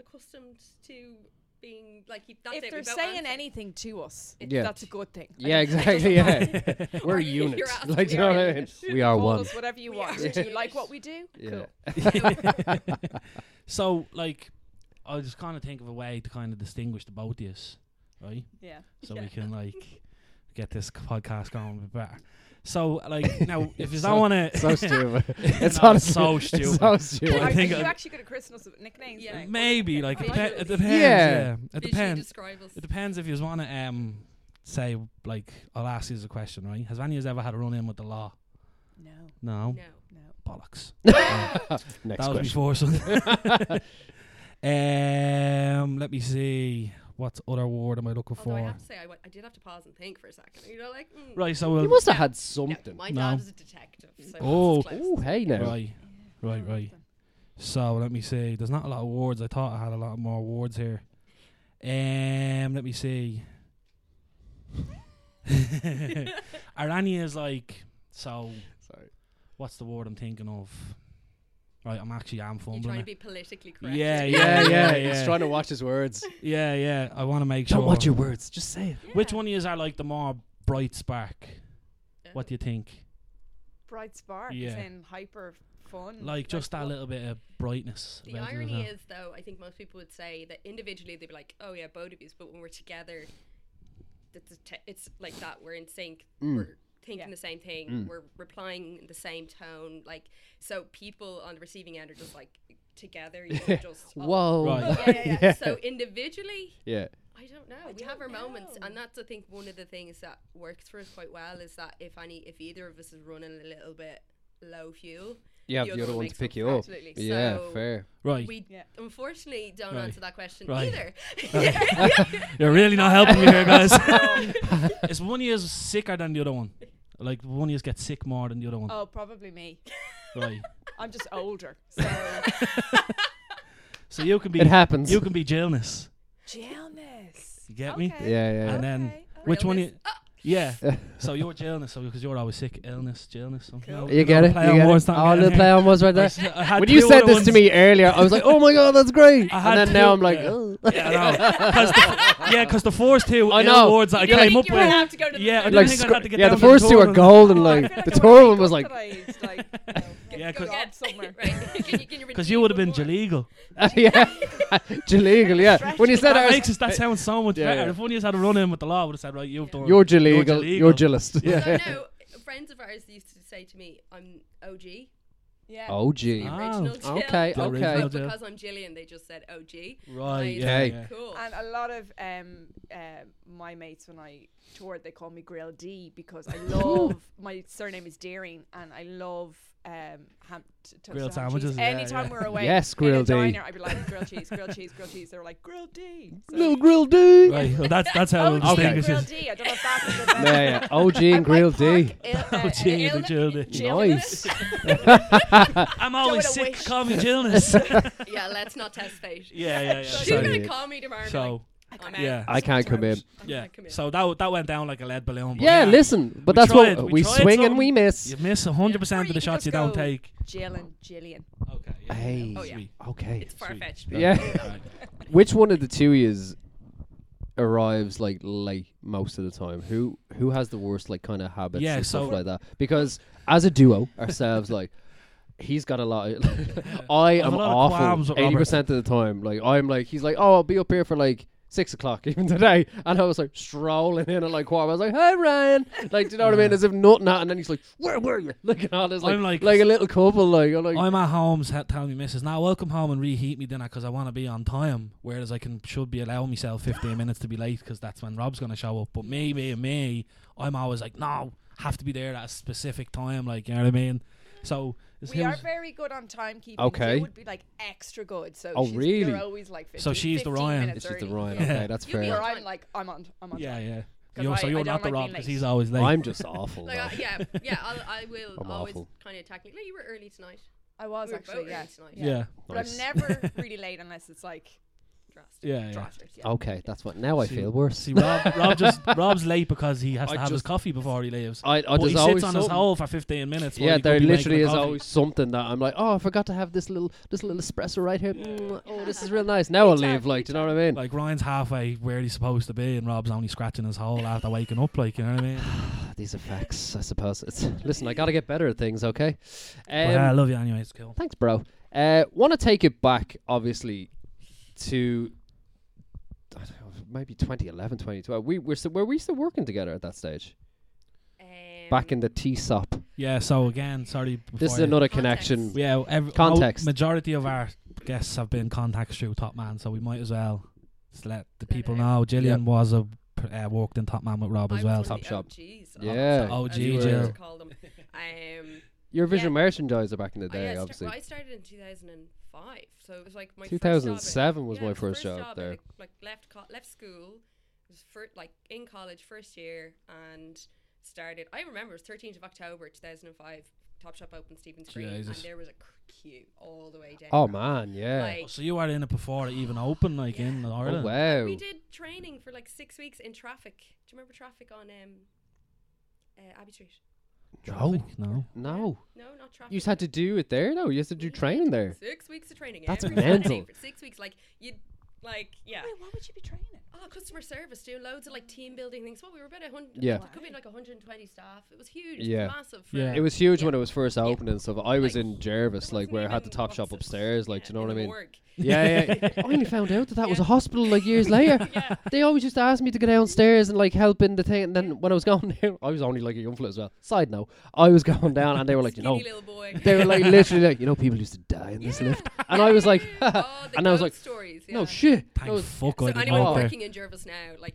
D: accustomed to being like, you, that's
C: If
D: it, we
C: they're
D: both
C: saying
D: answer.
C: anything to us, it,
A: Yeah.
C: that's a good thing.
A: Yeah,
C: I mean, it
A: exactly.
C: doesn't
A: Yeah. We're a
D: You're
A: unit.
D: absolutely
A: Like, do you know what
D: right.
A: I mean? We are
C: Call
A: one.
C: us whatever you
D: We
C: want.
D: are
C: Do you
D: Jewish.
C: like what we do?
A: Yeah.
C: Cool.
B: so like, I was kind of think of a way to kind of distinguish the both of us, right?
C: Yeah.
B: so
D: Yeah.
B: we can like get this c- podcast going a bit better. So like now, if you
A: So-
B: don't want to,
A: So stupid. It's
B: No,
A: honestly
B: so
A: it's
B: stupid.
A: so
C: Are,
A: stupid.
B: I
C: are
B: think uh,
C: you
B: I-
C: actually good at Christmas with nicknames?
D: Yeah.
C: Like,
B: maybe like it,
D: Visually.
B: depe- it depends.
A: Yeah.
B: Yeah, it
D: Visually
B: depends.
D: describe us.
B: It depends if you want to um say like I'll ask you a question, right? Has any of you ever had a run in with the law?
C: No,
B: No,
D: No.
C: no.
B: bollocks.
A: Next
B: that was
A: question.
B: before something. um, let me see. What other word am I looking
D: Although I
B: for?
D: have to say, I, went, I did have to pause and think for a second. You know, like, mm,
B: Right, so
A: You
B: we'll.
A: must have had something.
D: My
B: No.
D: dad was a detective. So that's
B: Oh.
D: close.
A: Oh, hey now.
B: Right, right, right. So let me see. There's not a lot of words. I thought I had a lot more words here. Um, let me see. Arania is like so.
A: Sorry.
B: What's the word I'm thinking of? Right, I'm actually I'm
D: You're trying
B: fumbling.
D: to
B: it.
D: be politically correct.
B: Yeah,
A: Yeah, yeah,
B: yeah.
A: He's trying to watch his words.
B: Yeah, yeah. I want to make sure.
A: words. Just say it.
B: Which one of yous are like the more bright spark? What do you think?
C: Bright spark
B: Yeah.
C: is in hyper fun.
B: Like just that
C: what-
B: little bit of brightness.
D: Mm, The
B: about it,
D: irony
B: isn't it?
D: is, though, I think most people would say that individually they'd be like, "Oh yeah, both of you," but when we're together, it's a te- it's like that. We're in sync.
A: Mm.
D: We're thinking
C: Yeah.
D: the same thing.
A: Mm.
D: We're replying in the same tone. Like so, people on the receiving end are just like together. You know, just oh,
A: Whoa.
B: Right.
D: Yeah, yeah, yeah. So individually,
A: Yeah.
D: I don't know.
C: I
D: we have our
C: don't
D: moments,
C: know.
D: and that's I think one of the things that works for us quite well is that if any, if either of us is running a little bit low fuel,
A: You have the other one to
D: makes
A: pick
D: up
A: you
D: for it.
A: up.
D: Absolutely.
A: Yeah,
D: So
A: fair.
B: Right.
D: We
C: Yeah.
D: unfortunately don't
B: Right.
D: answer that question
B: Right.
D: either.
B: You're really not helping me here, guys. Is one of you sicker than the other one? Like one of you gets sick more than the other one,
C: Oh, probably me.
B: right?
C: I'm just older. So
B: So you can be
A: It happens.
B: you can be jailness.
C: jailness.
B: You get me?
A: yeah,
C: Okay.
A: yeah.
B: And then
C: Okay, all
B: Which
C: right.
B: one? You,
D: Oh,
B: yeah.
A: yeah.
B: So you're jailness, so because you're always sick, illness, jailness. something.
C: Cool.
B: No,
A: You
B: no
A: get it? You
B: play on
A: get
B: words,
A: it?
B: not
A: Oh,
B: getting
A: little
B: it.
A: play on words right
B: I
A: there.
B: s- I had
A: When you
B: two
A: said
B: other
A: this
B: ones.
A: to me earlier, I was like, "Oh my god, that's great!"
B: I
A: And
B: had
A: then now
B: two-
A: I'm like,
B: yeah.
A: "Ugh."
B: yeah, I know. 'Cause the, yeah, 'cause the first two
A: I
B: ill
A: know.
B: words that I
D: You
B: came
D: think
B: up
D: you would
B: with.
D: have to go to the
B: Yeah, I
D: toilet?
B: didn't
A: Like,
B: think I'd
A: scr-
B: have to get
A: yeah,
B: down
A: the
B: to the
A: first two
B: tour
A: are
B: one.
C: I
A: golden.
C: feel
A: Like
C: I
A: the
C: would
A: tour
C: wake
A: one
C: up
A: was like,
C: today, it's like,
D: Yeah.
B: Yeah,
D: go
B: 'cause-
D: get
C: somewhere.
D: right? Can you- can
B: Because you would have been
D: redeem one more?
B: Jalegal.
A: yeah, it's illegal. Yeah, when you said
B: That
A: I
B: makes
A: was,
B: us, that sounds so much
A: Yeah,
B: better.
A: yeah.
B: If only you had a run in with the law, would have said, right, you've done.
A: you're illegal,
B: Jalegal.
A: you're jillist.
D: Because
A: Yeah.
D: I know friends of ours used to say to me, "I'm OG."
C: Yeah.
A: Oh
D: the
A: gee.
B: Ah.
D: original Jill.
A: Okay.
B: The
A: Okay.
B: original-
D: But
B: Jill.
D: because I'm Jillian, they just said OG.
B: Right,
D: Like,
B: yeah.
A: Okay.
B: yeah.
D: Cool.
C: And a lot of um, uh, my mates when I toured, they call me Grill D because I love my surname is Deering, and I love um, ham, t- toasted
B: Grilled
C: ham and cheese.
B: sandwiches, yeah,
C: Anytime
B: yeah.
C: we're away,
A: Yes, Grill
C: in a
A: D.
C: diner, I'd be like grilled cheese, grilled cheese, grilled cheese. They're like grilled D. So
A: Little grill D.
B: Right, well, that's, that's how
C: OG
B: it
A: Okay.
B: distinguishes.
C: Grill D. I don't know if that's a good
A: Yeah,
C: name.
A: yeah. OG and
C: And my
A: grilled D.
C: park il- uh,
B: Oh, gee,
C: uh,
B: the Jill.
C: Jill.
A: Nice.
B: I'm always
C: Don't
B: sick.
C: wish.
B: Call me Jillness.
D: yeah, let's not test fate.
B: yeah, yeah, yeah.
D: She's
A: Sorry.
B: So,
D: gonna call me tomorrow. and be
B: so
D: like, I'm
B: yeah.
D: out.
A: I can't come in.
D: I'm
B: yeah.
D: gonna come in.
B: So that w- that went down like a lead balloon. but
A: Yeah, listen, but
B: We
A: that's
B: tried,
A: what
B: we
A: we
B: tried
A: swing and we
B: something.
A: miss.
B: You miss 100%
C: Or
B: of the
C: you could
B: shots
C: just
B: you don't
C: go-
B: take.
C: Jill and Jillian.
B: Okay.
A: Hey.
D: Oh, yeah.
B: Sweet.
A: Okay.
D: it's far fetched.
B: Right.
A: Yeah.
B: Right.
A: Which one of the two is arrives like late most of the time? Who who has the worst like kind of habits
B: Yeah,
A: and
B: so-
A: stuff like that? Because as a duo ourselves, like he's got a lot. Of I
B: I've
A: am
B: a lot of qualms
A: awful
B: with
A: eighty percent of the time. Like I'm like he's like oh I'll be up here for like. Six o'clock even today, and I was like strolling in at like quarter. I was like, "Hi, Ryan!" Like, do you know what I mean? As if nothing. happened. And then he's like, "Where were you?" Like, and all this, like,
B: I'm
A: like,
B: like-
A: a little couple. Like, I'm like,
B: I'm at home s- telling me, Mrs. Now welcome home and reheat me dinner 'cause I want to be on time. Whereas I can should be allowing myself 15 minutes to be late 'cause that's when Rob's gonna show up. But me, me, and me, I'm always like, no, have to be there at a specific time. Like you know what I mean? So it's
C: We are
B: who's-
C: very good on timekeeping.
A: Okay.
C: Jill would be like extra good. So
A: Oh,
C: she's,
A: really?
C: You're always like 15,
B: So she's the
C: 15
B: Ryan.
A: "This
C: minutes
A: is the
C: early.
A: Ryan."
C: Yeah.
A: Okay, that's
D: You be
A: fair.
C: Where
D: Yeah.
C: I'm like, I'm on, I'm on.
B: yeah,
C: time.
B: yeah.
C: 'Cause
B: You're, so
C: I- I
B: you're not
C: don't
B: the
C: like being
B: Rob 'cause
C: late.
B: he's always late.
A: I'm just awful.
D: Like,
A: though.
D: I, yeah, yeah. I'll, I will
A: I'm
D: always
A: awful.
D: kind of technically. No, you were early tonight.
C: I was
D: we were
C: actually,
D: both
C: yeah.
D: early tonight.
B: yeah, yeah.
C: But
A: Nice.
C: I'm never really late unless it's like
D: Drastic.
B: yeah, yeah.
D: Drastic. Yeah.
A: Okay, that's what. Now I
B: See-
A: feel worse.
B: See, Rob, Rob just Rob's late because he has
A: I
B: to have his
A: just-
B: coffee before he leaves.
A: I, I
B: but
A: there's
B: he
A: always
B: sits on his
A: something-
B: hole for 15 minutes. while
A: Yeah,
B: he could
A: there
B: be making
A: literally
B: the
A: is
B: coffee.
A: always something that I'm like, oh, I forgot to have this little this little espresso right here.
D: Um,
A: Mm, oh, this is real nice. Now I'll leave. Like, do you know what I mean?
B: Like Ryan's halfway where he's supposed to be, and Rob's only scratching his hole after waking up. Like you know what I mean?
A: These effects, I suppose. It's listen. I gotta get better at things. Okay. Um,
B: but, yeah, I love you anyway. It's cool.
A: Thanks, bro. Uh, Want to take it back, obviously, to I don't know, maybe 2011, 2012. We were still, were we still working together at that stage?
D: Um,
A: Back in the TSOP.
B: Yeah. So again, sorry.
A: This
B: before
A: is
B: you-
A: another
D: Context.
A: connection.
B: Yeah. Every,
A: Context.
B: oh, majority of our guests have been contacts through Top Man, so we might as well just let the
D: Let it
B: people know.
D: out.
B: Jillian was a pr- uh, worked in Top Man with Rob
D: I
B: as
D: was
B: well.
D: one of
A: Top
D: the
A: shop.
D: OGs,
A: Yeah.
D: as
B: OG,
D: we like
A: Jill.
D: to call them. Um,
A: You're a visual
D: Yeah.
A: merchandiser back in the
D: I, yeah,
A: day,
D: sta-
A: obviously.
D: well, I started in 2005, so it was like my first job at-
A: 2007 was
D: yeah,
A: my first job,
D: at,
A: there.
D: like, like left co- left school, was fir- like in college first year and started. I remember it was 13th of October 2005. Top shop opened Stephen Street,
B: Jesus.
D: and there was a cr- queue all the way down.
A: Oh man, yeah.
D: Like,
B: So you were in it before it even opened, like in
A: oh
B: Ireland.
A: wow.
D: we did training for like six weeks in traffic. Do you remember traffic on um, uh, Abbey Street?
A: No,
B: Traffic? No.
A: no.
D: No, not traffic.
A: You just had to do it there though. You had to do
D: Yeah.
A: training there.
D: Six weeks of training.
A: That's
D: every Saturday
A: mental.
D: For six weeks, like you, like yeah.
C: Wait, why would you be training?
D: Oh, customer service, doing loads of like team building things. Well, we were about a hundred.
A: Yeah.
D: it could be like 120 staff. It was huge.
A: Yeah.
D: Yeah, massive. for-
B: Yeah.
A: It was huge when it
D: Yeah.
A: was first opened and stuff. I was
D: Like,
A: in Jervis,
D: It
A: like
D: wasn't
A: where I had the
D: even
A: top shop
D: boxes,
A: upstairs, like
D: yeah,
A: do you know
D: in
A: what I
D: the
A: mean?
D: morgue.
A: Yeah, yeah. I only found out that that was a hospital like years later.
D: Yeah.
A: They always used to ask me to go downstairs and like help in the thing. And then when I was going down, I was only like a young fella as well. Side note, I was going down and they were like, you
D: Skinny
A: know,
D: little boy.
A: they were like literally like, you know, people used to die in this lift. And I was like,
D: oh, the
A: and I was
D: ghost
A: like,
D: stories. Yeah.
A: no shit. I
B: Thank
A: was-
B: fuck
D: Oh,
B: I
D: So
B: didn't
D: anyone
A: know
B: work there.
D: working in Jervis now, like,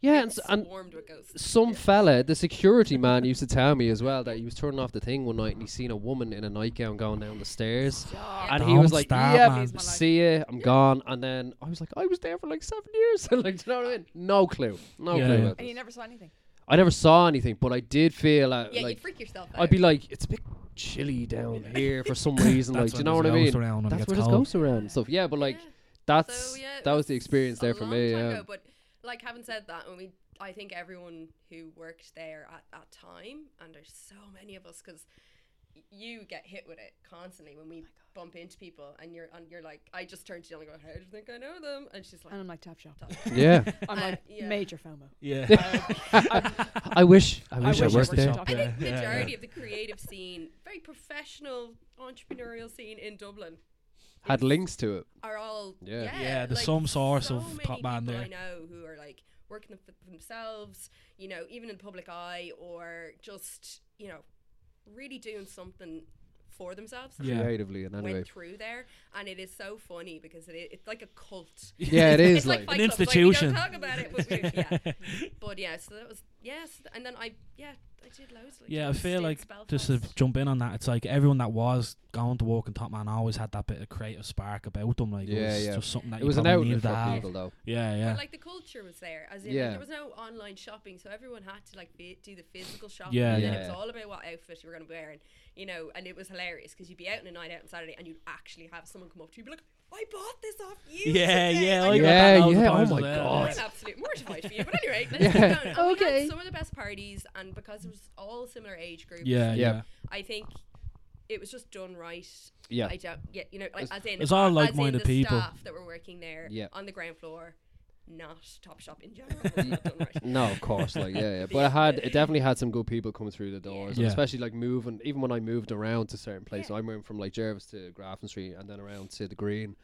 A: yeah,
D: gets
A: and, s- and
D: swarmed with ghosts.
A: some fella, the security man, used to tell me as well that he was turning off the thing one night and he seen a woman in a nightgown going down the stairs.
D: Yeah.
A: And he was
B: Don't
A: like,
B: start,
A: "Yeah,
B: man.
A: see ya, I'm gone." And then I was like, "I was there for like seven years." like, do you know what I mean? No clue, no
B: Yeah,
A: clue.
B: yeah.
A: About
C: And
A: this.
C: you never saw anything.
A: I never saw anything, but I did feel uh,
D: yeah,
A: like
D: you'd freak yourself out.
A: I'd be like, "It's a bit chilly down here for some reason." like,
B: That's
A: do you
B: when
A: know what I
B: there's a
A: mean?
B: ghost around when it
A: That's
B: gets
A: where there's
B: cold.
A: ghosts around and stuff. Yeah, but like,
D: Yeah.
A: that's
D: So yeah, it
A: that was the experience
D: a
A: there for
D: long
A: me.
D: time
A: Yeah.
D: ago, but like having said that, and we, I think everyone who worked there at that time, and there's so many of us because y- you get hit with it constantly when we bump into people, and you're and you're like, I just turned to Jill and go, "How do you think I know them?" And she's like,
C: And I'm like, Top Shop.
D: "Top."
A: Yeah.
C: I'm
D: Uh,
C: like,
D: yeah.
C: major FOMO.
B: Yeah.
A: I wish I
B: I
A: wish I,
B: wish I
A: worked
B: was a
A: there.
B: shop-
D: I think
B: Yeah, yeah.
D: majority of the creative scene, very professional entrepreneurial scene in Dublin,
A: Had
D: is-
A: links to it.
D: are all
A: Yeah.
D: yeah,
B: Yeah, there's some source
D: so
B: of
D: many
B: top man
D: people
B: there.
D: I know who are like working for themselves, you know, even in the public eye, or just you know, really doing something for themselves.
B: Yeah.
A: Creatively in any way.
D: Went through there, and it is so funny because it, it's like a cult.
A: Yeah, it is
D: it's like,
A: like
D: Fight
B: An
D: Club, like,
B: institution.
D: we don't talk about it, but we, yeah. But yeah, so that was yes, and then I yeah I did loads. Like
B: Yeah, I feel
D: States,
B: like just to
D: Belfast.
B: jump in on that, it's like everyone that was going to walk and top man always had that bit of creative spark about them. Like
A: Yeah,
B: it was
A: yeah.
B: just something that
A: it
B: you
A: was an
B: probably
A: outlet
B: needed to
A: for
B: have.
A: people though.
B: Yeah, yeah,
D: But like the culture was there, as in
A: Yeah.
D: like, there was no online shopping, so everyone had to like be, do the physical shopping.
B: Yeah,
D: and then
A: yeah.
D: it was all about what outfit you were going to wear, and you know, and it was hilarious because you'd be out on a night out on Saturday, and you'd actually have someone come up to you and be like, "I bought this off you."
B: yeah,
D: today."
B: yeah.
D: Like,
B: I got
A: Yeah,
B: that loads of
A: yeah, oh
B: times
A: my
B: as well.
A: God.
D: I'm absolutely mortified for you, but anyway, let's
A: Yeah.
D: keep going. And we had
C: Okay.
D: some of the best parties, and because it was all similar age groups,
B: Yeah,
A: Yeah.
B: yeah.
D: I think it was just done right.
A: Yeah.
D: I don't. Yeah, you know, like, as in,
B: It's all
D: as in
B: like-minded
D: the
B: people.
D: Staff that were working there
A: Yeah.
D: on the ground floor, not Top Shop in general. was not done right.
A: No, of course, like yeah, yeah. But I had it definitely had some good people coming through the doors, and
B: Yeah.
A: especially like moving. Even when I moved around to certain places,
D: Yeah.
A: I moved from like Jervis to Grafton Street, and then around to the Green,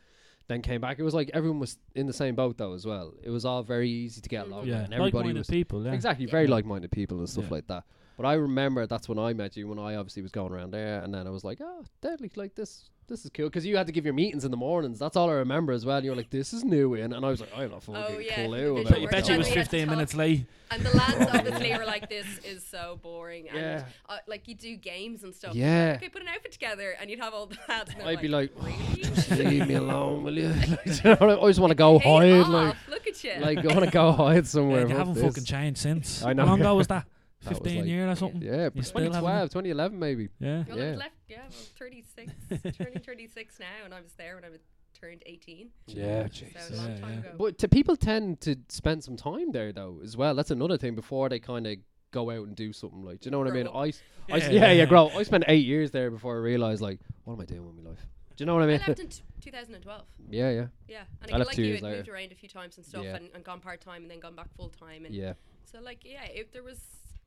A: then came back. It was like everyone was in the same boat though, as well. It was all very easy to get along, with,
B: yeah.
A: and everybody
B: Like-minded
A: was
B: people. Yeah.
A: exactly
D: Yeah.
A: very
B: Yeah.
A: like-minded people and stuff
B: Yeah.
A: like that. But I remember that's when I met you. When I obviously was going around there, and then I was like, oh, deadly, like this. This is cool because you had to give your meetings in the mornings. That's all I remember as well. You were like, "This is new in," and I was like, "I have a fucking
D: Oh, yeah,
A: clue." about
D: the visual
B: I
A: what's
B: bet
D: works
B: you
A: going
B: was
D: out.
A: on."
D: Yeah, it's
B: 15 minutes
D: tough.
B: late.
D: And the lads obviously were like, "This is so boring." And
A: Yeah.
D: uh, like you do games and stuff.
A: Yeah.
D: Okay, put an outfit together, and you'd have all the lads. And they're
A: I'd be like,
D: "Really?
A: just leave me alone, will you? Like, do you know what I I just want to go
D: Hey,
A: hide,
D: off,
A: like,
D: look at you.
A: like I want to go hide somewhere.
B: Yeah, they
A: fuck
B: haven't
A: this.
B: fucking changed since.
A: I know.
B: How long ago was that?
A: That was
B: 15
A: like-
B: years or something?
A: Yeah,
B: You still haven't-
A: 2012, 2011 maybe.
B: Yeah.
D: Well, I was
A: Yeah.
D: left, yeah, well, 36, turning 36 now, and I was there when I was turned 18.
A: Yeah,
D: So a long
B: Yeah,
D: time
B: yeah.
D: ago.
A: But to people tend to spend some time there though as well. That's another thing before they kind of go out and do something like. Do you know what I
D: Grow
A: mean?
D: up.
A: I, s- I s-
B: Yeah,
A: yeah, yeah,
B: yeah.
A: bro. I spent eight years there before I realized like, what am I doing with my life? Do you know what I
D: I
A: mean?
D: left in t- 2012.
A: yeah, yeah,
D: Yeah,
A: I
D: and I
A: left
D: like
A: two
D: you
A: years
D: had moved
A: later.
D: around a few times and stuff,
A: Yeah.
D: and, and gone part time, and then gone back full time, and
A: yeah.
D: so like yeah, if there was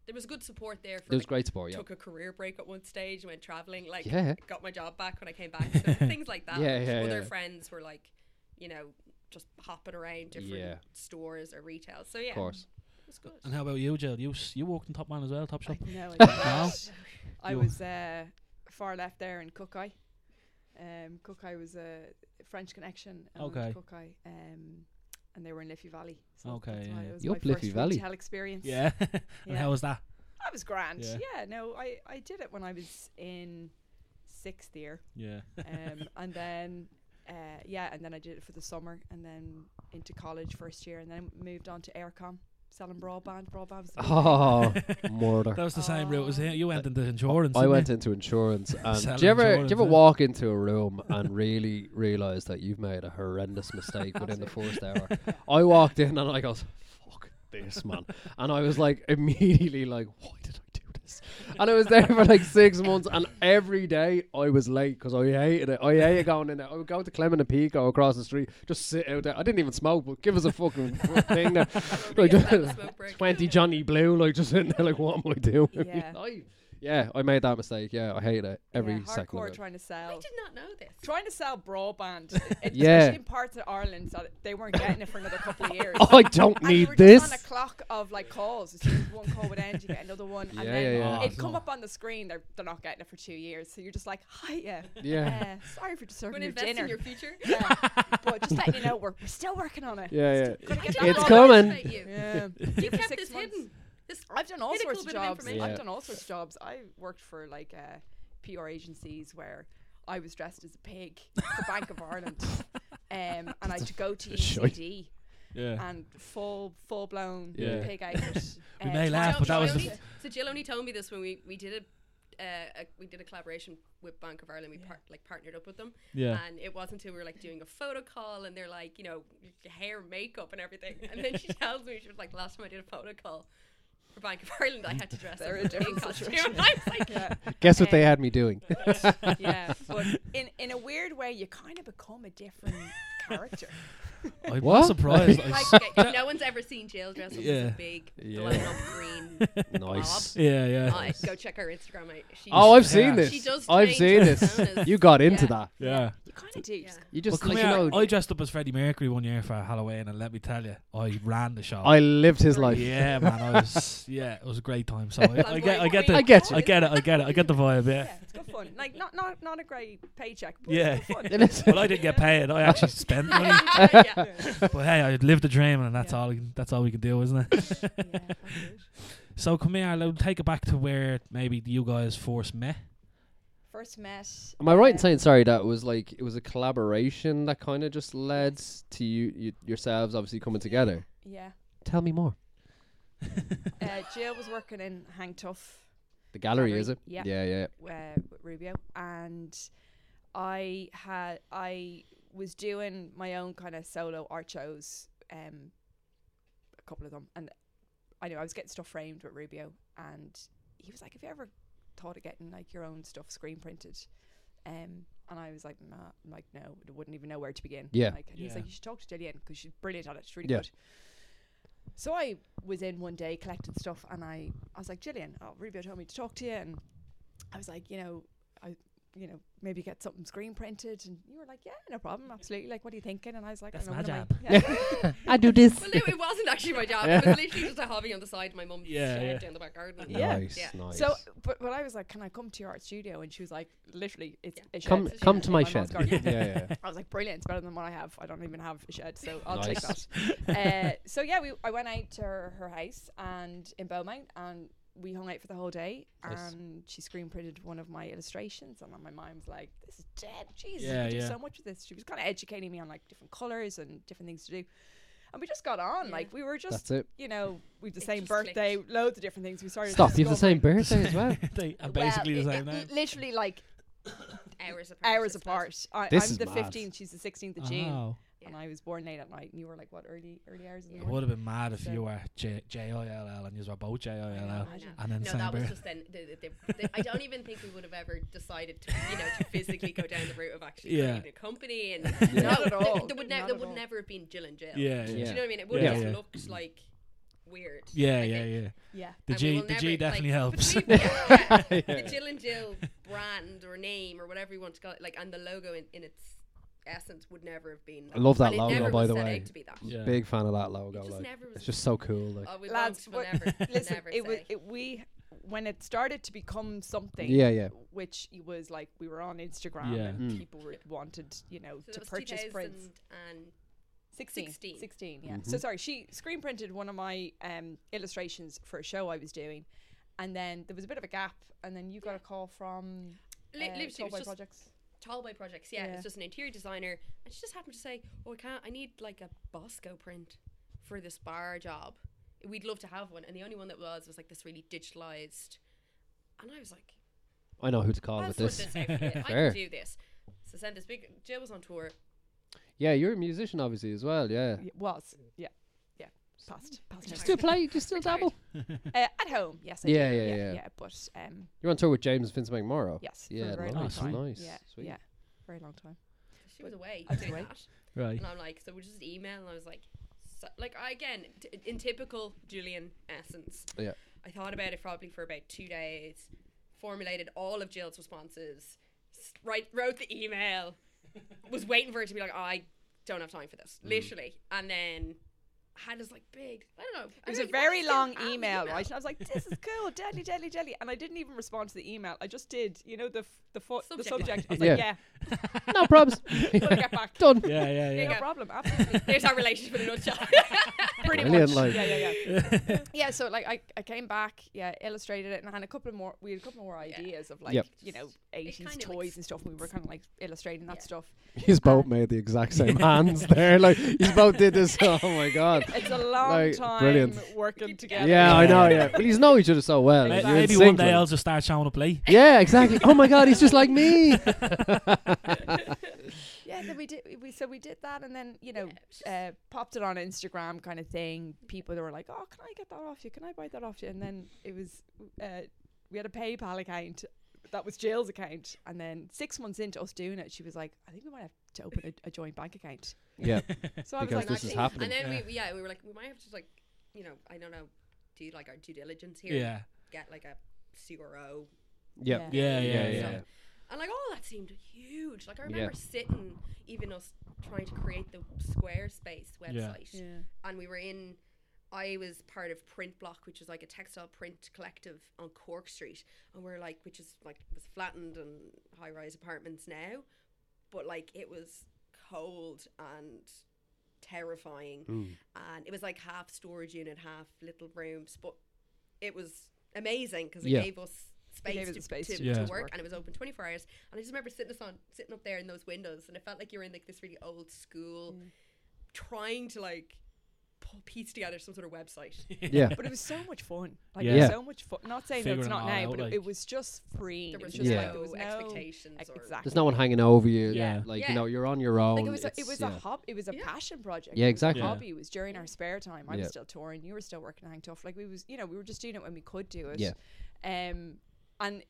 D: there was good support there for.
A: It was
D: me.
A: great sport. Yeah,
D: Took a career break at one stage, went traveling, like
A: Yeah.
D: got my job back when I came back, so things like that.
A: Yeah,
D: Like,
A: yeah,
D: Other
A: yeah.
D: friends were like, you know, just hopping around different
A: Yeah.
D: stores or retail. So
A: of
D: yeah,
A: course.
D: it was good.
B: And how about you, Jill? You s- you walked in Top Man as well, Top Shop.
C: No,
B: No?
C: I, I
B: You-
C: was uh, far left there in Cookeye. Um, Cookeye was a French connection. and I went to
B: Okay.
C: Cookeye, um, and they were in Liffey Valley. So
B: Okay,
C: That's
B: yeah,
C: why
B: yeah.
C: it was
A: Yup,
C: my
A: Liffey
C: first
A: Valley.
C: retail experience.
B: Yeah. and
C: Yeah.
B: how was that?
C: That was grand.
B: Yeah.
C: Yeah. no, I, I did it when I was in sixth year.
B: Yeah.
C: Um, and then, uh, yeah, and then I did it for the summer and then into college first year and then moved on to Aircom selling broadband. Broadband was the
B: Ah,
C: big
A: Oh, murder.
B: That was the same route as
C: Oh.
B: him. You went into insurance.
A: I
B: didn't
A: went
B: you?
A: into insurance, and do
B: Selling
A: you ever do you ever
B: insurance, yeah.
A: walk into a room and really realize that you've made a horrendous mistake within the first hour? I walked in and I goes, "Fuck this, man," and I was like immediately like, "Why did I do this?" And I was there for like six months, and every day I was late because I hated it. I hated going in there. I would go to Clement and Pico across the street, just sit out there. I didn't even smoke, but give us a fucking thing there.
D: Remember,
A: Like,
D: yeah, that was smoke break.
A: 20 Johnny Blue, like just sitting there, like, what am I doing? with my
C: Yeah.
A: life? yeah, I made that mistake. Yeah, I hate it every
C: yeah,
A: second.
C: hardcore
A: Of it.
C: trying to
D: I
C: sell.
D: did not know this.
C: Trying to sell broadband, it-
A: Yeah.
C: especially in parts of Ireland that they weren't getting it for another couple of years.
A: I don't
C: And
A: Oh, need
C: you were
A: this.
C: Just on a clock of like calls. As soon as one call would end, you get another one, and
A: Yeah,
C: then
A: yeah, yeah.
C: it come
B: Oh.
C: up on the screen. They're they're not getting it for two years, so you're just like, hi, yeah,
A: Yeah.
C: uh, sorry for disturbing
D: Going to
C: your
D: invest
C: dinner.
D: in your future.
C: yeah. But just letting you know, we're, we're still working on it.
A: Yeah, yeah.
C: Gotta get
D: I
C: that
D: don't
A: It's
C: broadband.
D: know
A: coming.
D: about You.
C: Yeah,
D: You
C: for
D: kept
C: six
D: this
C: months.
D: hidden. This
C: I've done all
D: Hidden
C: sorts of
D: bit of
C: jobs.
A: information.
C: I've done all sorts of jobs. I worked for like uh, PR agencies where I was dressed as a pig for Bank of Ireland, um, and I had to go to
A: Sure.
C: UCD
B: Yeah.
C: and full full blown
A: Yeah.
C: pig outfit.
B: We
C: uh,
B: may
C: to
B: laugh,
C: go
B: but that
C: to
B: was the
D: only,
C: Ireland.
D: so Jill only told me this when we we did a, uh, a we did a collaboration with Bank of Ireland. We par- like partnered up with them,
B: Yeah.
D: and it wasn't until we were like doing a photo call, and they're like, you know, your hair, makeup, and everything. And then she tells me she was like, last time I did a photo call, for Bank of Ireland, I had to dress
C: They're
D: up
C: a
D: in
C: different
D: costume.
C: situation.
D: And I was like,
C: yeah,
A: Guess what they had me doing?
C: uh, yeah. But in in a weird way, you kind of become a different character.
B: I'm
A: What?
B: not surprised. I
D: like
B: s-
D: okay, no one's ever seen Jill dressed up as
B: Yeah.
D: a big,
A: Yeah.
D: blown up green
A: nice.
B: yeah,
D: blob.
B: yeah,
D: Uh, go check her Instagram out. She
A: Oh, I've seen
B: Yeah.
D: She
A: this.
D: does
A: I've
D: change
A: seen
D: her
A: this.
D: personas.
A: You got into
D: Yeah.
A: that.
B: yeah.
C: You kind of do.
D: Yeah.
A: You
B: Well,
A: just
B: come
A: like you
B: here,
A: know.
B: I dressed up as Freddie Mercury one year for Halloween, and let me tell you, I ran the show.
A: I lived his life.
B: yeah, man, I was yeah, it was a great time. So I, I get, I get the,
A: I get you.
B: I get it, I get it, I get the vibe. Yeah,
C: Yeah, it's good fun. Like not not not a great paycheck, but
B: Yeah.
C: it's good fun.
A: It is.
B: well, I didn't get paid. I actually spent money,
D: yeah.
B: but hey, I lived the dream, and that's
C: Yeah.
B: all. That's all we can do, isn't it? So come here, I'll take it back to where maybe you guys forced me.
C: First mess.
A: Am I right in saying sorry that it was like it was a collaboration that kind of just led to you, you yourselves obviously coming together?
C: Yeah.
A: Tell me more.
C: Uh, Jill was working in Hang Tough.
A: The gallery,
C: Gallery,
A: is it?
C: yeah.
A: Yeah, yeah.
C: uh, with Rubio, and I had I was doing my own kind of solo art shows, um, a couple of them, and I knew I was getting stuff framed with Rubio, and he was like, "Have you ever thought of getting like your own stuff screen printed?" Um, and I was like, nah, like no, I wouldn't even know where to begin.
A: Yeah.
C: Like, and he's
B: Yeah.
C: like, "You should talk to Jillian because she's brilliant at it. She's really
A: Yeah.
C: good." So I was in one day collecting stuff, and I I was like, Jillian, oh, Rubio told me to talk to you, and I was like, you know, I, you know, maybe get something screen printed, and you were like, yeah, no problem, absolutely. Like, what are you thinking? And I was like,
B: That's
C: I
B: my
C: don't know, what
B: job.
C: am I- Yeah.
A: I do this.
D: Well, no, it wasn't actually my job. It was literally just a hobby on the side. of My mum's
B: Yeah,
D: shed
B: yeah.
D: down the back garden.
C: Yeah.
A: Nice,
D: Yeah.
A: nice.
C: So, but but I was like, can I come to your art studio? And she was like, literally, it's
D: Yeah.
C: a shed.
A: come
D: it's a
A: come
D: shed
A: to
C: in
A: my
C: my mom's
A: shed.
C: garden.
A: yeah, yeah.
C: I was like, brilliant, it's better than what I have. I don't even have a shed, so I'll take
A: Nice.
C: that. uh, so yeah, we I went out to her, her house and in Beaumont, and we hung out for the whole day.
A: Nice.
C: And she screen printed one of my illustrations, and then my mom was like, "This is dead, Jesus,
B: Yeah,
C: you could
B: yeah.
C: do so much with this." She was kind of educating me on like different colors and different things to do, and we just got on.
D: Yeah.
C: Like we were just,
A: That's it.
C: you know, we had the
D: It
C: same
D: just clicked.
C: birthday, loads of different things. We started.
A: Stop. You have the
C: discovering-
A: same birthday as well.
B: They are
C: Well,
B: basically the
C: it-
B: same
C: it-
B: name.
C: Literally like
D: Hours apart.
C: hours
D: I suppose.
C: apart. I,
A: This
C: I'm
A: is
C: the
A: mad.
C: 15th. She's the 16th of June
B: Oh,
C: and I was born late at night, and you were like what early early hours in the
D: Yeah.
B: it
C: morning.
B: would have been mad if
C: So-
B: you were J J I L L and you were both J I L L,
D: I know.
B: and then
D: No,
B: same
D: that was
B: birth.
D: just then. The, the, the, the, I don't even think we would have ever decided to, you know, to physically go down the route of actually
B: Yeah.
D: creating a company and
A: Yeah.
D: no,
C: Not at
D: there-
C: all.
D: There would, ne-
C: Not
D: there
C: at
D: would
C: all.
D: never have been Jill and Jill.
B: Yeah,
D: Do
B: yeah,
D: you know what I mean? It
B: Yeah.
D: would have
B: Yeah.
D: just looked like weird.
B: yeah,
D: I
B: yeah,
D: think.
B: yeah.
C: Yeah,
B: The
D: And we
B: G,
D: will
B: the G
D: never,
B: definitely
D: like,
B: helps.
D: between- yeah, yeah. The Jill and Jill brand or name or whatever you want to call it, like, and the logo in, in its essence would never have been. Like,
A: I love that
D: and it
A: logo,
D: never
A: by
D: was
A: the
D: set
A: way.
D: out To be that.
B: Yeah.
A: Big fan of that logo.
D: It just
A: like,
D: never was.
A: it's just so cool. Like,
D: oh, we
C: Lads,
D: Lads, will
C: what-
D: never,
C: listen,
D: never
C: it was
D: say.
C: it we when it started to become something.
A: yeah, yeah.
C: which it was like we were on Instagram
B: Yeah.
C: and
A: Mm.
C: people were, wanted you know
D: So that
C: to
D: was
C: purchase prints.
D: 2000 And
C: 16,
D: 16.
C: 16, yeah.
A: Mm-hmm.
C: So sorry, she screen printed one of my um, illustrations for a show I was doing, and then there was a bit of a gap, and then you got a call from
D: Li-
C: uh,
D: literally, it was
C: Tallboy
D: just
C: Projects.
D: Tallboy Projects. Yeah,
C: Yeah.
D: it's just an interior designer, and she just happened to say, "Oh, I can't. I need like a Bosco print for this bar job. We'd love to have one." And the only one that was was like this really digitalized. And I was like,
A: I know who to call
D: "I'll
A: with
D: sort
A: this.
D: this out for you. I
A: Fair.
D: can do this." So send this big. Jill was on tour.
A: Yeah, you're a musician, obviously, as well. Yeah.
C: It was yeah, yeah. Past past
A: Do you
C: tense.
A: still play? Do you still
D: Retired.
A: dabble?
C: uh, at home. Yes, I
A: Yeah,
C: do.
A: yeah,
C: yeah,
A: yeah.
C: But um,
A: You're on tour with James and Vince McMorrow.
C: yes, for
A: Yeah,
C: a very long
A: nice,
C: time.
A: nice,
C: yeah,
A: sweet.
C: yeah, very long time.
D: She was away
C: I was
D: doing
C: away.
D: that,
B: Right.
D: and I'm like, "So we just email." And I was like, so, "Like I, again, t- in typical Julian essence."
A: Yeah.
D: I thought about it probably for about two days, formulated all of Jill's responses, s- write, wrote the email, was waiting for her to be like, I don't have time for this,
A: Mm.
D: literally. And then had this like big, I don't know.
C: It was a very long email, right? And I was like, "This is cool, deadly, deadly, deadly," and I didn't even respond to the email. I just did, you know, the f- the fo- the subject.
D: Subject
C: I was
A: Yeah.
C: like, "Yeah,
A: No problems.
C: gonna get back."
A: Done.
B: Yeah, yeah,
C: No
B: yeah.
C: problem. Absolutely.
D: There's our relationship in a nutshell.
C: Pretty
A: Brilliant,
C: much.
A: like-
C: Yeah, yeah, yeah. yeah. So like, I, I came back, yeah, illustrated it, and I had a couple of more. We had a couple more
D: Yeah.
C: ideas of like,
A: Yep.
C: you know,
D: kinda,
C: eighties
D: like,
C: toys and stuff. We were kind of like illustrating that
D: Yeah.
C: stuff.
A: He's both made the exact same hands there. Like he's both did this. Oh my god.
C: It's a long
A: Like,
C: time
A: brilliant.
C: working together.
A: Yeah, I know. Yeah, well, he's know each other so well.
B: May-
A: You're in
B: Maybe one
A: sync,
B: day
A: like.
B: I'll just start showing up late.
A: Yeah, exactly. Oh my god, he's just like me.
C: yeah, then we did. We so we did that, and then you know,
D: Yeah, it's just-
C: uh, popped it on Instagram, kind of thing. People that were like, "Oh, can I get that off you? Can I buy that off you?" And then it was, uh, we had a PayPal account. That was Jill's account, and then six months into us doing it, she was like, "I think we might have to open a, a joint bank account."
A: Yeah,
C: So I was
A: Because
C: like,
A: this is
D: actually-
A: happening.
D: And then
B: Yeah.
D: we, we- yeah, we were like, we might have to just like, you know, I don't know, do like our due diligence here.
B: yeah.
D: Get like a CRO.
A: yeah,
B: Yeah,
D: and
B: yeah,
A: yeah,
D: stuff.
B: yeah.
D: And like all that seemed huge. Like I
A: Yeah.
D: remember sitting, even us trying to create the Squarespace website, and we were in. I was part of Print Block, which is like a textile print collective on Cork Street, and we're like, which is like was flattened and high-rise apartments now, but like it was cold and terrifying
A: Mm.
D: and it was like half storage unit, half little rooms, but it was amazing because it
A: Yeah.
D: gave us space,
C: gave us
D: to,
C: the space
D: to,
B: to- Yeah.
D: to
B: to
D: work,
C: work.
D: and it was open 24 hours. And I just remember sitting us on sitting up there in those windows, and it felt like you were in like this really old school,
C: Mm.
D: trying to like pull piece together some sort of website.
A: yeah.
C: but it was so much fun. Like
A: Yeah.
C: it was so much fun. Not saying that
B: Figuring
C: it's not
B: it all
C: now,
B: out,
C: but it-
B: like-
C: it, was just free.
D: There was
A: was
D: just
A: Yeah.
D: like
C: there was
D: no expectations
C: ex-
D: or
C: exactly.
A: There's no one hanging over you.
B: Yeah.
A: like
D: Yeah.
A: you know, you're on your own.
C: Like it was, a, it
A: Oh, It's-
C: was
A: yeah.
C: a hobby. It was a
D: Yeah.
C: passion project.
A: Yeah,
C: It was a
A: exactly.
B: Yeah.
C: Hobby. It was during our spare time. I
A: Yeah.
C: was still touring. You were still working at Hang Tough. Like we was, you know, we were just doing it when we could do it.
A: Yeah.
C: Um, and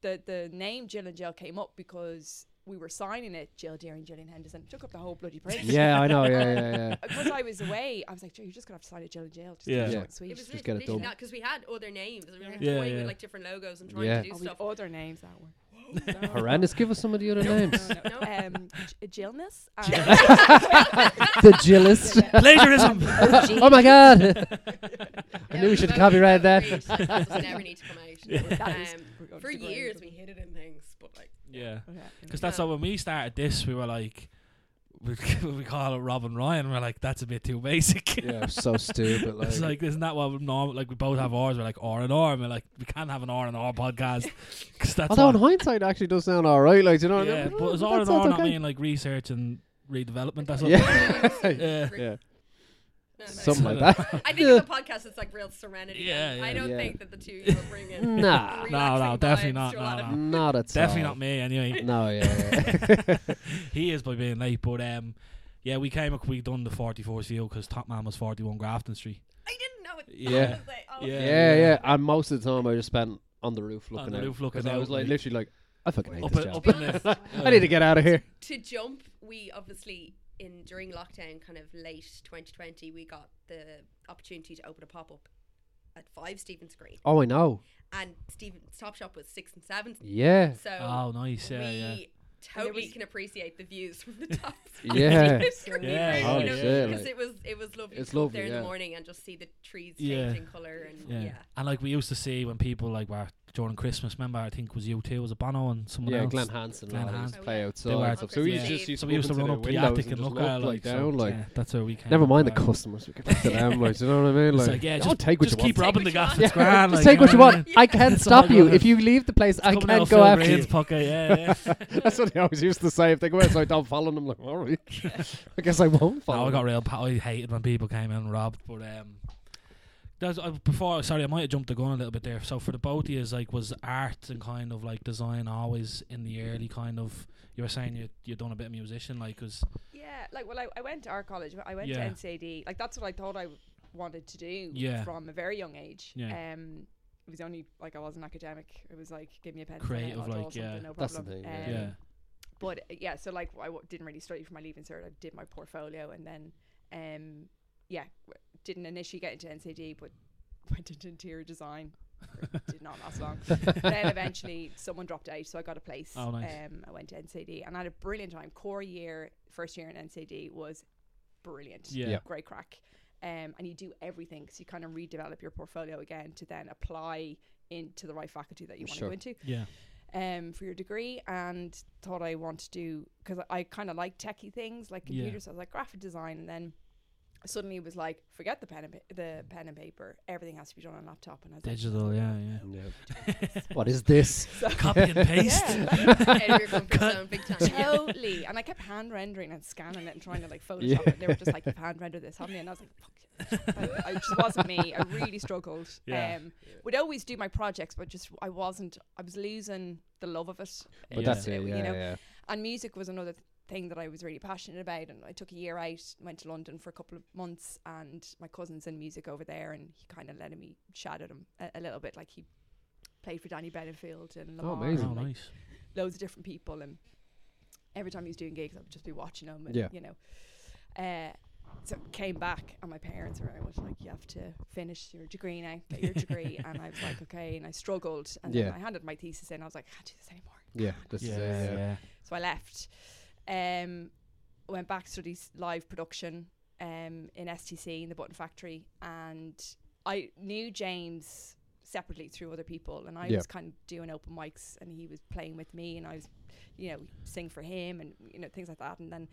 C: the the name Jill and Jill came up because we were signing it. Jill Deering, Gillian Henderson took up the whole bloody print.
A: yeah, I know. Yeah, yeah, yeah.
C: Because I was away, I was like, "Joe, you're just gonna have to sign it, Jill and Jill. Just
B: Yeah.
C: yeah.
A: Yeah.
C: Short and sweet.
D: It was
A: Just get it
D: literally
A: done.
D: that because we had other names. We were like
B: Yeah.
D: toying
B: Yeah.
D: with like different logos and trying
A: Yeah.
D: to do
C: Oh, we
D: stuff.
C: other names that were.
A: Horrendous. Give us some of the other names.
D: No, no, no.
C: Um, J- Jillness.
A: the Jillist.
B: Plagiarism.
A: oh my god. I
D: Yeah,
A: knew we
D: we
A: should
D: voted
A: copyright
D: that
A: that.
D: phrase. That doesn't ever need to come out.
C: That is-
D: Um,
C: we're going
D: for
C: to the grave.
D: years we hid it in things, but like
B: yeah.
C: Okay.
B: Because that's how when we started this, we were like, we, we call it Rob and Ryan. We're like, that's a bit too basic.
A: yeah, so stupid. Like,
B: it's like, isn't that what normal? Like, we both have ours. We're like R and R, and we're like, we can't have an R and R podcast because that's
A: although in
B: what,
A: hindsight, it actually does sound all right. Like, do you know?
B: yeah.
A: what I mean?
B: But is
A: that
B: R and
A: sounds
B: R not
A: okay.
B: mean like research and redevelopment? That's what.
A: Yeah.
B: yeah.
A: Yeah,
D: No, no,
A: something
D: no.
A: like that.
D: I think in the podcast it's like real serenity.
B: Yeah,
D: I
B: yeah.
D: don't
A: Yeah.
D: think that the two of you will bring in.
A: Nah.
D: relaxing
B: No, no, definitely
D: vibes
B: not,
D: to a lot
B: no,
D: of-
B: no.
A: Not at
B: Definitely
A: all.
B: not me. Anyway,
A: No, yeah,
B: he is by being late, but um, yeah, we came up. We done the forty fourth view because Top Man was forty one Grafton Street.
D: I didn't know it.
A: Yeah. yeah,
D: Oh,
B: Yeah,
A: yeah,
B: yeah.
A: yeah. And most of the time, I just spent on the roof
B: On
A: looking
B: the
A: out.
B: roof looking
A: 'cause I
B: out,
A: was like,
B: like-
A: literally, like, I fucking hate
B: Up
A: this
B: in-
A: job.
B: up in the-
A: I need to get out of here.
D: To jump, we obviously in during lockdown, kind of late 2020, we got the opportunity to open a pop up at five Stephen's Green,
A: Oh, I know.
D: and Stephen's Top Shop was six and seven.
A: Yeah,
D: So
B: Oh, nice. Yeah,
D: we
B: yeah.
D: totally
C: was-
D: can appreciate the views from the top.
A: yeah.
B: Yeah,
D: yeah,
B: holy
D: you know,
A: shit,
D: because
A: like-
D: it was it was lovely.
A: It's
D: to go up
A: lovely,
D: there in
A: yeah.
D: the morning and just see the trees
B: Yeah.
D: changing color and
B: Yeah.
D: yeah.
B: And like we used to see when people like were during Christmas, remember I think it was you too, was it Bono and someone
A: Yeah,
B: else?
A: Glenn Hansen.
B: Glenn
A: Glenn Hansen.
B: Hansen.
A: Used to play
D: Oh, yeah.
A: outside.
B: They were-
A: so we
D: Yeah.
A: just used to,
B: So we used to
A: open
B: run
A: their
B: up the
A: windows
B: attic
A: and
B: and
A: just
B: look at it,
A: like
B: like, so,
A: down. Like,
B: yeah, that's where we came.
A: never
B: up,
A: mind the
B: like.
A: customers. We could talk to them. Like, do you know what I mean?
B: It's
A: Like,
B: like, yeah,
A: "Oh,
B: just,
A: take what
B: just
A: you want.
B: keep
D: Take
B: robbing the
D: what you
B: gaff.
D: want.
B: It's grand.
A: Just
B: like,
A: take what you
B: know
A: want. I can't
B: It's
A: stop
B: all
A: you.
B: good.
A: If you leave the place, I
B: Coming out
A: can't
B: of
A: go
B: Phil
A: after you.
B: Brain's pocket, yeah, yeah.
A: That's what he always used to say. If they go outside, don't follow them. I'm like, all right. I guess I won't follow.
B: No, I
A: them.
B: got real. pa- I hated when people came in and robbed. But um, there's, uh, before, sorry, I might have jumped the gun a little bit there. So for the both of you, like, was art and kind of like design always in the early kind of? You were saying you you done a bit of musician, like, was
C: Yeah, like well, I, I went to our college. I went
B: Yeah.
C: to NCAD. Like that's what I thought I w- wanted to do
B: Yeah.
C: from a very young age.
B: Yeah.
C: Um, it was only like I wasn't academic. It was like give me a pen,
B: Creative,
C: I'll draw
B: like, yeah.
C: something, no
A: That's the
C: problem.
A: thing, yeah.
C: Um,
B: yeah,
C: But uh, yeah, so like I w- didn't really study for my leaving cert. I did my portfolio and then, um, yeah, w- didn't initially get into NCAD, but went into interior design. did not last long. then eventually someone dropped out, so I got a place.
B: Oh, nice.
C: Um, I went to NCD and I had a brilliant time. Core year, first year in NCD was brilliant.
B: yeah,
A: Yeah.
C: Great crack. Um, and you do everything. So you kind of redevelop your portfolio again to then apply into the right faculty that you want to
A: Sure.
C: go into
B: yeah.
C: um, for your degree and thought I want to do because I kind of like techie things like
B: Yeah.
C: computers. I was like graphic design, and then suddenly it was like forget the pen and pa- the pen and paper. Everything has to be done on a laptop, and I was
B: digital, yeah, yeah.
A: what is this?
B: Copy and paste.
C: like,
D: Out of your comfort zone, big time.
C: yeah, totally. And I kept hand rendering and scanning it and trying to like Photoshop
A: Yeah.
C: it. And they were just like, you've hand rendered this, haven't you? And I was like, fuck. I, I just wasn't me. I really struggled.
B: Yeah.
C: Um, would always do my projects, but just I wasn't. I was losing the love of it.
A: But
B: Yeah.
A: that's it.
C: You
A: Yeah,
C: know,
A: yeah.
C: and music was another thing that I was really passionate about. And I took a year out, went to London for a couple of months, and my cousin's in music over there, and he kind of let me shadowed him a, a little bit, like he played for Danny Benefield and
A: Oh,
C: Lamar,
A: amazing.
B: Oh,
C: and, like,
B: nice.
C: loads of different people, and every time he was doing gigs, I would just be watching him, and
A: Yeah.
C: you know. Uh, so came back, and my parents were always like, "You have to finish your degree now, get your degree." And I was like, "Okay," and I struggled, and
A: Yeah.
C: then I handed my thesis in. I was like, "I can't do this anymore."
A: Yeah, this
B: Yeah,
A: is
B: yeah.
A: it, yeah.
C: So I left. Um, went back studied s- live production um, in STC in the Button Factory, and I knew James separately through other people, and I
A: Yeah.
C: was kind of doing open mics, and he was playing with me, and I was, you know, sing for him, and you know things like that, and then.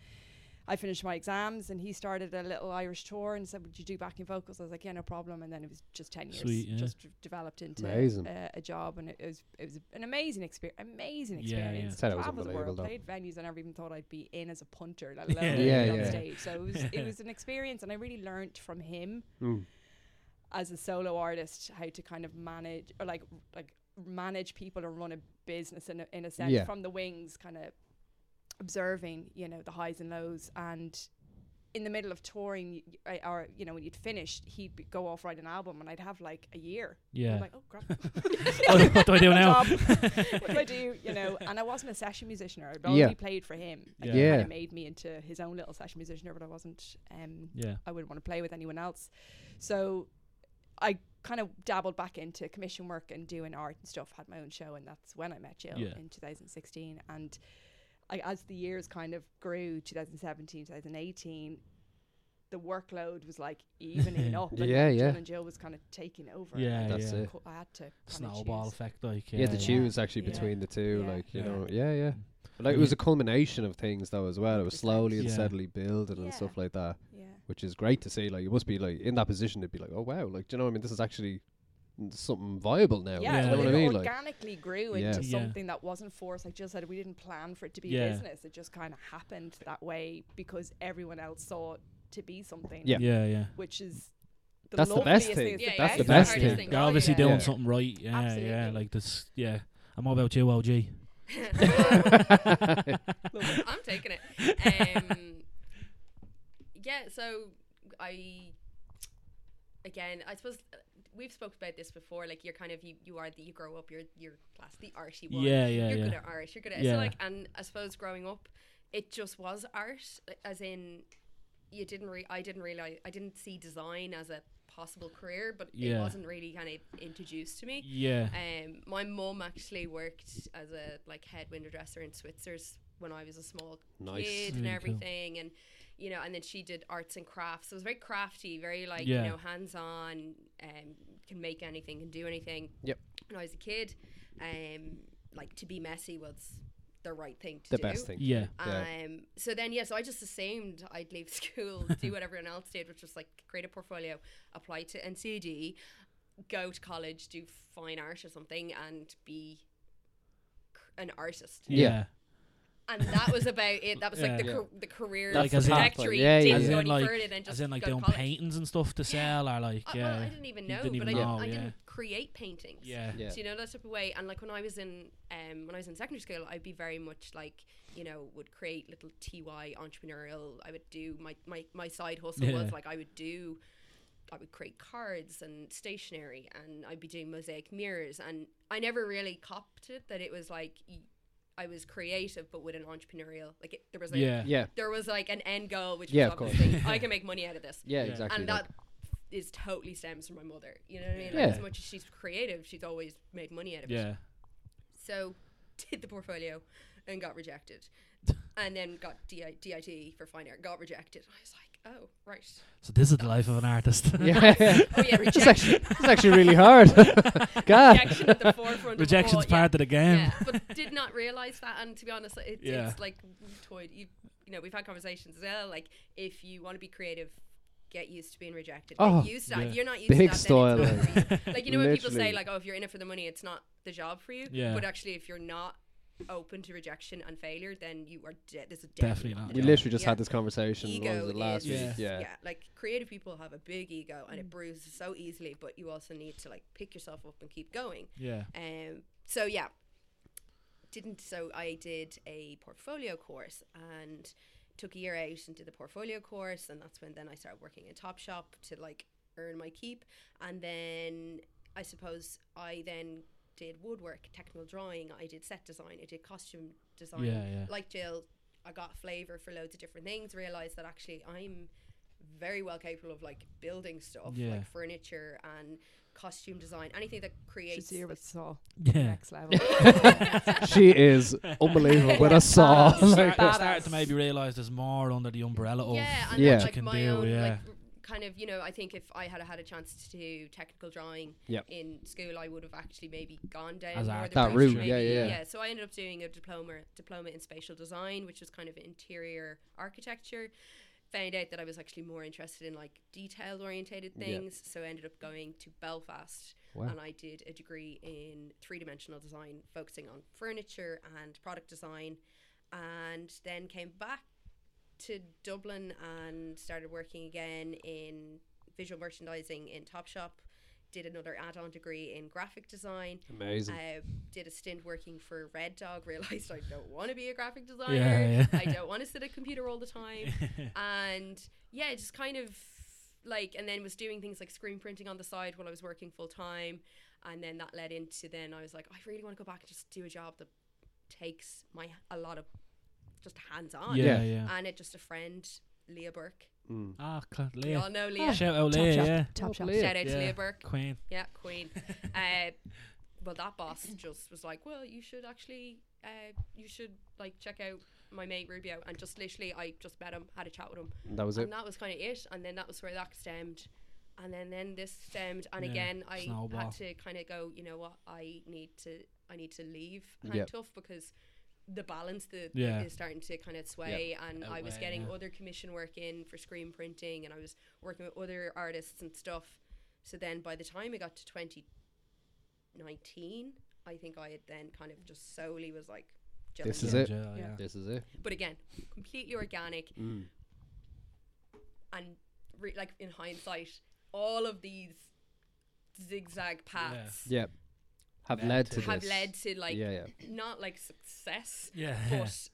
C: I finished my exams and he started a little Irish tour and said, Would you do backing vocals? I was like, Yeah, no problem. And then it was just 10 years.
B: Sweet, yeah.
C: Just d- developed into
A: Amazing.
C: uh, a job and it, it was it was an amazing experience. Amazing
B: Yeah, yeah.
C: experience.
A: Said it was
C: Traveled the world,
A: unbelievable,
C: played venues I never even thought I'd be in as a punter, let alone
A: Yeah,
C: be on
A: yeah.
C: stage. So it was it was an experience and I really learnt from him
A: Mm.
C: as a solo artist how to kind of manage or like like manage people or run a business in a, in a sense
A: Yeah.
C: from the wings kind of observing you know the highs and lows and in the middle of touring y- y- or you know when you'd finished he'd be, go off write an album and I'd have like a year
B: Yeah. Oh,
C: I'm like oh crap
B: What- what do I do
C: No
B: now?
C: job. what do I do you know and I wasn't a session musician or I'd
A: Yeah.
C: already played for him like,
A: Yeah.
C: he
A: Yeah.
C: kind of made me into his own little session musician but I wasn't um
B: yeah.
C: I wouldn't want to play with anyone else. So I kind of dabbled back into commission work and doing art and stuff, had my own show, and that's when I met Jill
B: Yeah.
C: in 2016. And I, as the years kind of grew, 2017, 2018, the workload was like evening up. And
A: Yeah, yeah.
C: Jill and Jill was kind of taking over.
B: Yeah,
C: and I
A: That's
B: yeah.
A: it.
C: cou- I had to. kinda
B: Snowball
C: choose.
B: effect, like
A: You had to
C: yeah.
A: choose actually
C: Yeah.
A: between the two,
C: Yeah.
A: like you
B: Yeah.
A: know, yeah, yeah. But, like it
B: Yeah.
A: was a culmination of things though as well. It was slowly and
B: Yeah.
A: steadily building
C: Yeah.
A: and stuff like that,
C: Yeah.
A: which is great to see. Like you must be like in that position to be like, oh wow, like do you know what I mean? This is actually n- something viable now.
C: Yeah,
A: do you
B: well,
A: know what I
C: it
A: mean? Like
C: organically grew
A: Yeah.
C: into
B: Yeah.
C: something that wasn't forced. Like Jill said, we didn't plan for it to be
B: Yeah.
C: a business. It just kind of happened that way because everyone else saw it to be something.
A: Yeah.
B: Yeah, yeah.
C: which is the
A: That's the best
C: loveliest
A: thing.
C: It's
D: Yeah,
C: the
D: yeah,
A: That's
C: best
A: the
C: thing.
A: best
D: hardest
A: thing.
D: thing.
B: You're obviously
C: Oh, yeah.
B: doing
A: Yeah.
B: something right. Yeah, yeah.
C: Absolutely.
B: Like this. Yeah, I'm all about you, OG.
D: I'm taking it. Um, yeah, so I again, I suppose uh, we've spoke about this before. Like you're kind of you, you are the you grow up, you're you're class the arty one.
B: yeah, yeah,
D: you're good
B: yeah.
D: at art. You're good at
B: Yeah.
D: so like, and I suppose growing up, it just was art, like, as in you didn't. Re- I didn't realize I didn't see design as a possible career, but
B: Yeah.
D: it wasn't really kind of introduced to me.
B: Yeah.
D: Um, my mum actually worked as a like head window dresser in Switzer's when I was a small
A: Nice.
D: kid
B: Really
D: and
B: cool.
D: everything, and you know, and then she did arts and crafts. So it was very crafty, very like
B: Yeah.
D: you know, hands on, um, can make anything, can do anything.
A: Yep.
D: When I was a kid, um, like to be messy was the right thing to
A: the
D: do.
A: best thing.
B: Yeah.
A: Yeah.
D: Um, so then, yeah, so I just assumed I'd leave school, do what everyone else did, which was like create a portfolio, apply to NCD, go to college, do fine art or something, and be cr- an artist.
A: Yeah.
B: Yeah.
D: And that was about it. That was like
B: Yeah.
D: the,
A: Yeah.
D: car- the career
B: Like, as in-
D: trajectory.
A: Yeah, yeah.
D: Didn't
B: As
D: go
B: in,
D: any
B: like,
D: further than just
B: as in, like,
D: go to
B: doing
D: college.
B: paintings and stuff to sell, or like,
D: I,
B: yeah.
D: Uh, well, I didn't even
B: You
D: know,
B: didn't even
D: but I,
B: know, Oh,
D: didn't, I
B: yeah.
D: didn't create paintings.
B: yeah.
A: Yeah.
D: So, you know that type of way, and like when I was in, um, when I was in secondary school, I'd be very much like, you know, would create little TY entrepreneurial. I would do my my, my side hustle
B: Yeah.
D: was like I would do, I would create cards and stationery, and I'd be doing mosaic mirrors, and I never really copped it that it was like, y- I was creative, but with an entrepreneurial like it, there was like
B: Yeah.
A: Yeah.
D: there was like an end goal, which
A: Yeah,
D: was
A: of course.
D: obviously I can make money out of this
A: Yeah,
B: Yeah.
A: exactly.
D: and
A: like-
D: that is totally stems from my mother. You know what I mean? Like,
A: Yeah.
D: As much as she's creative, she's always made money out of it.
B: Yeah.
D: So did the portfolio and got rejected, and then got DI- DIT for fine art. Got rejected. I was like, oh right.
B: So this is the life of an artist.
A: yeah.
D: Oh yeah,
A: it's
D: rejection.
A: actually it's actually really hard. God.
D: rejection at the forefront.
B: Rejection's
D: of all, yeah.
B: part of the game.
D: Yeah, but did not realize that. And to be honest, it,
B: Yeah.
D: it's like we've toyed. You, you know, we've had conversations as well. Like, if you want to be creative, get used to being rejected.
A: Oh,
D: get used to that.
B: yeah.
D: If you're not used
A: Big
D: to that.
A: style,
D: Then
A: like.
D: it's not for you. like you know, when people
A: Literally.
D: say like, "Oh, if you're in it for the money, it's not the job for you."
B: Yeah.
D: But actually, if you're not open to rejection and failure, then you are de- this is
B: Definitely
D: definitely not.
B: not.
A: We
B: Yeah.
A: literally just
D: Yeah.
A: had this conversation what
D: Ego
A: was it, last
D: is,
A: week.
B: Yeah.
A: Yeah.
D: like creative people have a big ego and it bruises so easily, but you also need to like pick yourself up and keep going.
B: Yeah.
D: Um, so yeah, Um, didn't. So I did a portfolio course and took a year out and did the portfolio course, and that's when then I started working in Topshop to like earn my keep. And then I suppose I then did woodwork, technical drawing. I did set design. I did costume design.
B: Yeah, yeah.
D: Like Jill, I got flavor for loads of different things. Realized that actually I'm very well capable of like building stuff,
B: Yeah.
D: like furniture and costume design, anything that
C: Should
D: creates
C: see her with saw.
B: Yeah.
C: Next level.
A: she is unbelievable with a saw.
C: She's
A: Like,
C: badass.
B: started to maybe realise there's more under the umbrella of
D: yeah, and
A: Yeah.
D: that's,
B: Chicken
D: like my
B: deal,
D: own
B: yeah.
D: like r- kind of you know I think if I had had a chance to do technical drawing
A: Yep.
D: in school, I would have actually maybe gone down
B: As
D: more
B: art
D: the
A: That
D: direction
A: route,
D: maybe-
A: yeah, yeah.
D: So I ended up doing a diploma diploma in spatial design, which was kind of interior architecture. Found out that I was actually more interested in like detail orientated
A: Yeah.
D: things, so I ended up going to Belfast
A: Wow.
D: and I did a degree in three dimensional design, focusing on furniture and product design, and then came back to Dublin and started working again in visual merchandising in Topshop. Did another add-on degree in graphic design.
A: Amazing.
D: I did a stint working for Red Dog. Realized I don't want to be a graphic designer.
B: Yeah, yeah.
D: I don't want to sit at a computer all the time. and yeah, just kind of like, and then was doing things like screen printing on the side while I was working full time. And then that led into then I was like, I really want to go back and just do a job that takes my a lot of just hands on.
A: Yeah.
B: yeah, yeah.
D: And it just a friend, Leah Burke.
A: Mm.
B: Ah, cla-
D: We
B: Leah.
D: all know Leah.
B: Shout out
C: Top
B: Leah,
C: shop.
B: yeah.
C: Top shop.
A: Lovely.
D: Shout out
B: Yeah.
D: to Leah Burke.
B: Queen.
D: Yeah, Queen. uh, well, that boss just was like, "Well, you should actually, uh, you should like check out my mate Rubio." And just literally, I just met him, had a chat with him,
A: That was it.
D: and that was kind of it. And then that was where that stemmed, and then then this stemmed, and
B: Yeah,
D: again, I
B: snowball.
D: had to kind of go, you know what, I need to, I need to leave Hand
A: Yep.
D: Tough because the balance the
B: Yeah.
D: is starting to kind of sway and I was
B: Outweigh,
D: getting
B: yeah.
D: other commission work in for screen printing and I was working with other artists and stuff so then by the time I got to 2019 I think I had then kind of just solely was like Jill
A: This
D: and
A: is
D: Jill.
A: it.
B: Yeah,
C: Yeah.
A: This is it.
D: but again completely organic
A: Mm.
D: and re- like in hindsight all of these zigzag paths
A: Yeah. Have
B: Led
A: led to
B: to
D: have
A: this.
D: led to like
A: yeah, yeah.
D: not like success
B: Yeah.
D: but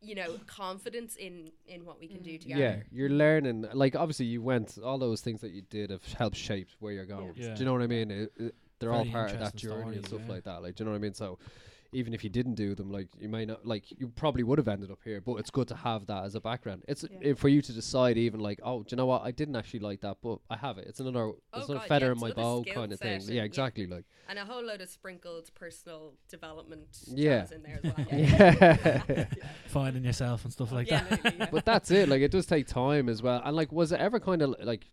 D: you know confidence in in what we can do together
A: Yeah, you're learning. Like obviously, you went all those things that you did have helped shape where you're going.
B: Yeah.
A: Do you know what I mean? It, it- they're all
B: Very
A: part of that
B: interesting
A: journey and
B: stories,
A: stuff
B: yeah.
A: like that. Like, do you know what I mean? So, even if you didn't do them, like you may not, like you probably would have ended up here. But it's good to have that as a background. It's
C: Yeah.
A: uh, for you to decide, even like, oh, do you know what? I didn't actually like that, but I have it. It's another, it's another
D: Oh God, yeah,
A: feather in
D: it's
A: my
D: another
A: bow
D: skill
A: kind of
D: set
A: thing.
D: and-
A: Yeah,
D: yeah.
A: exactly. Like,
D: and a whole load of sprinkled personal development
A: Yeah.
D: jazz in there as well
A: yeah.
B: Finding yourself and stuff like
D: Yeah,
B: that.
D: absolutely, yeah.
A: but that's it. Like it does take time as well. And like, was it ever kind of like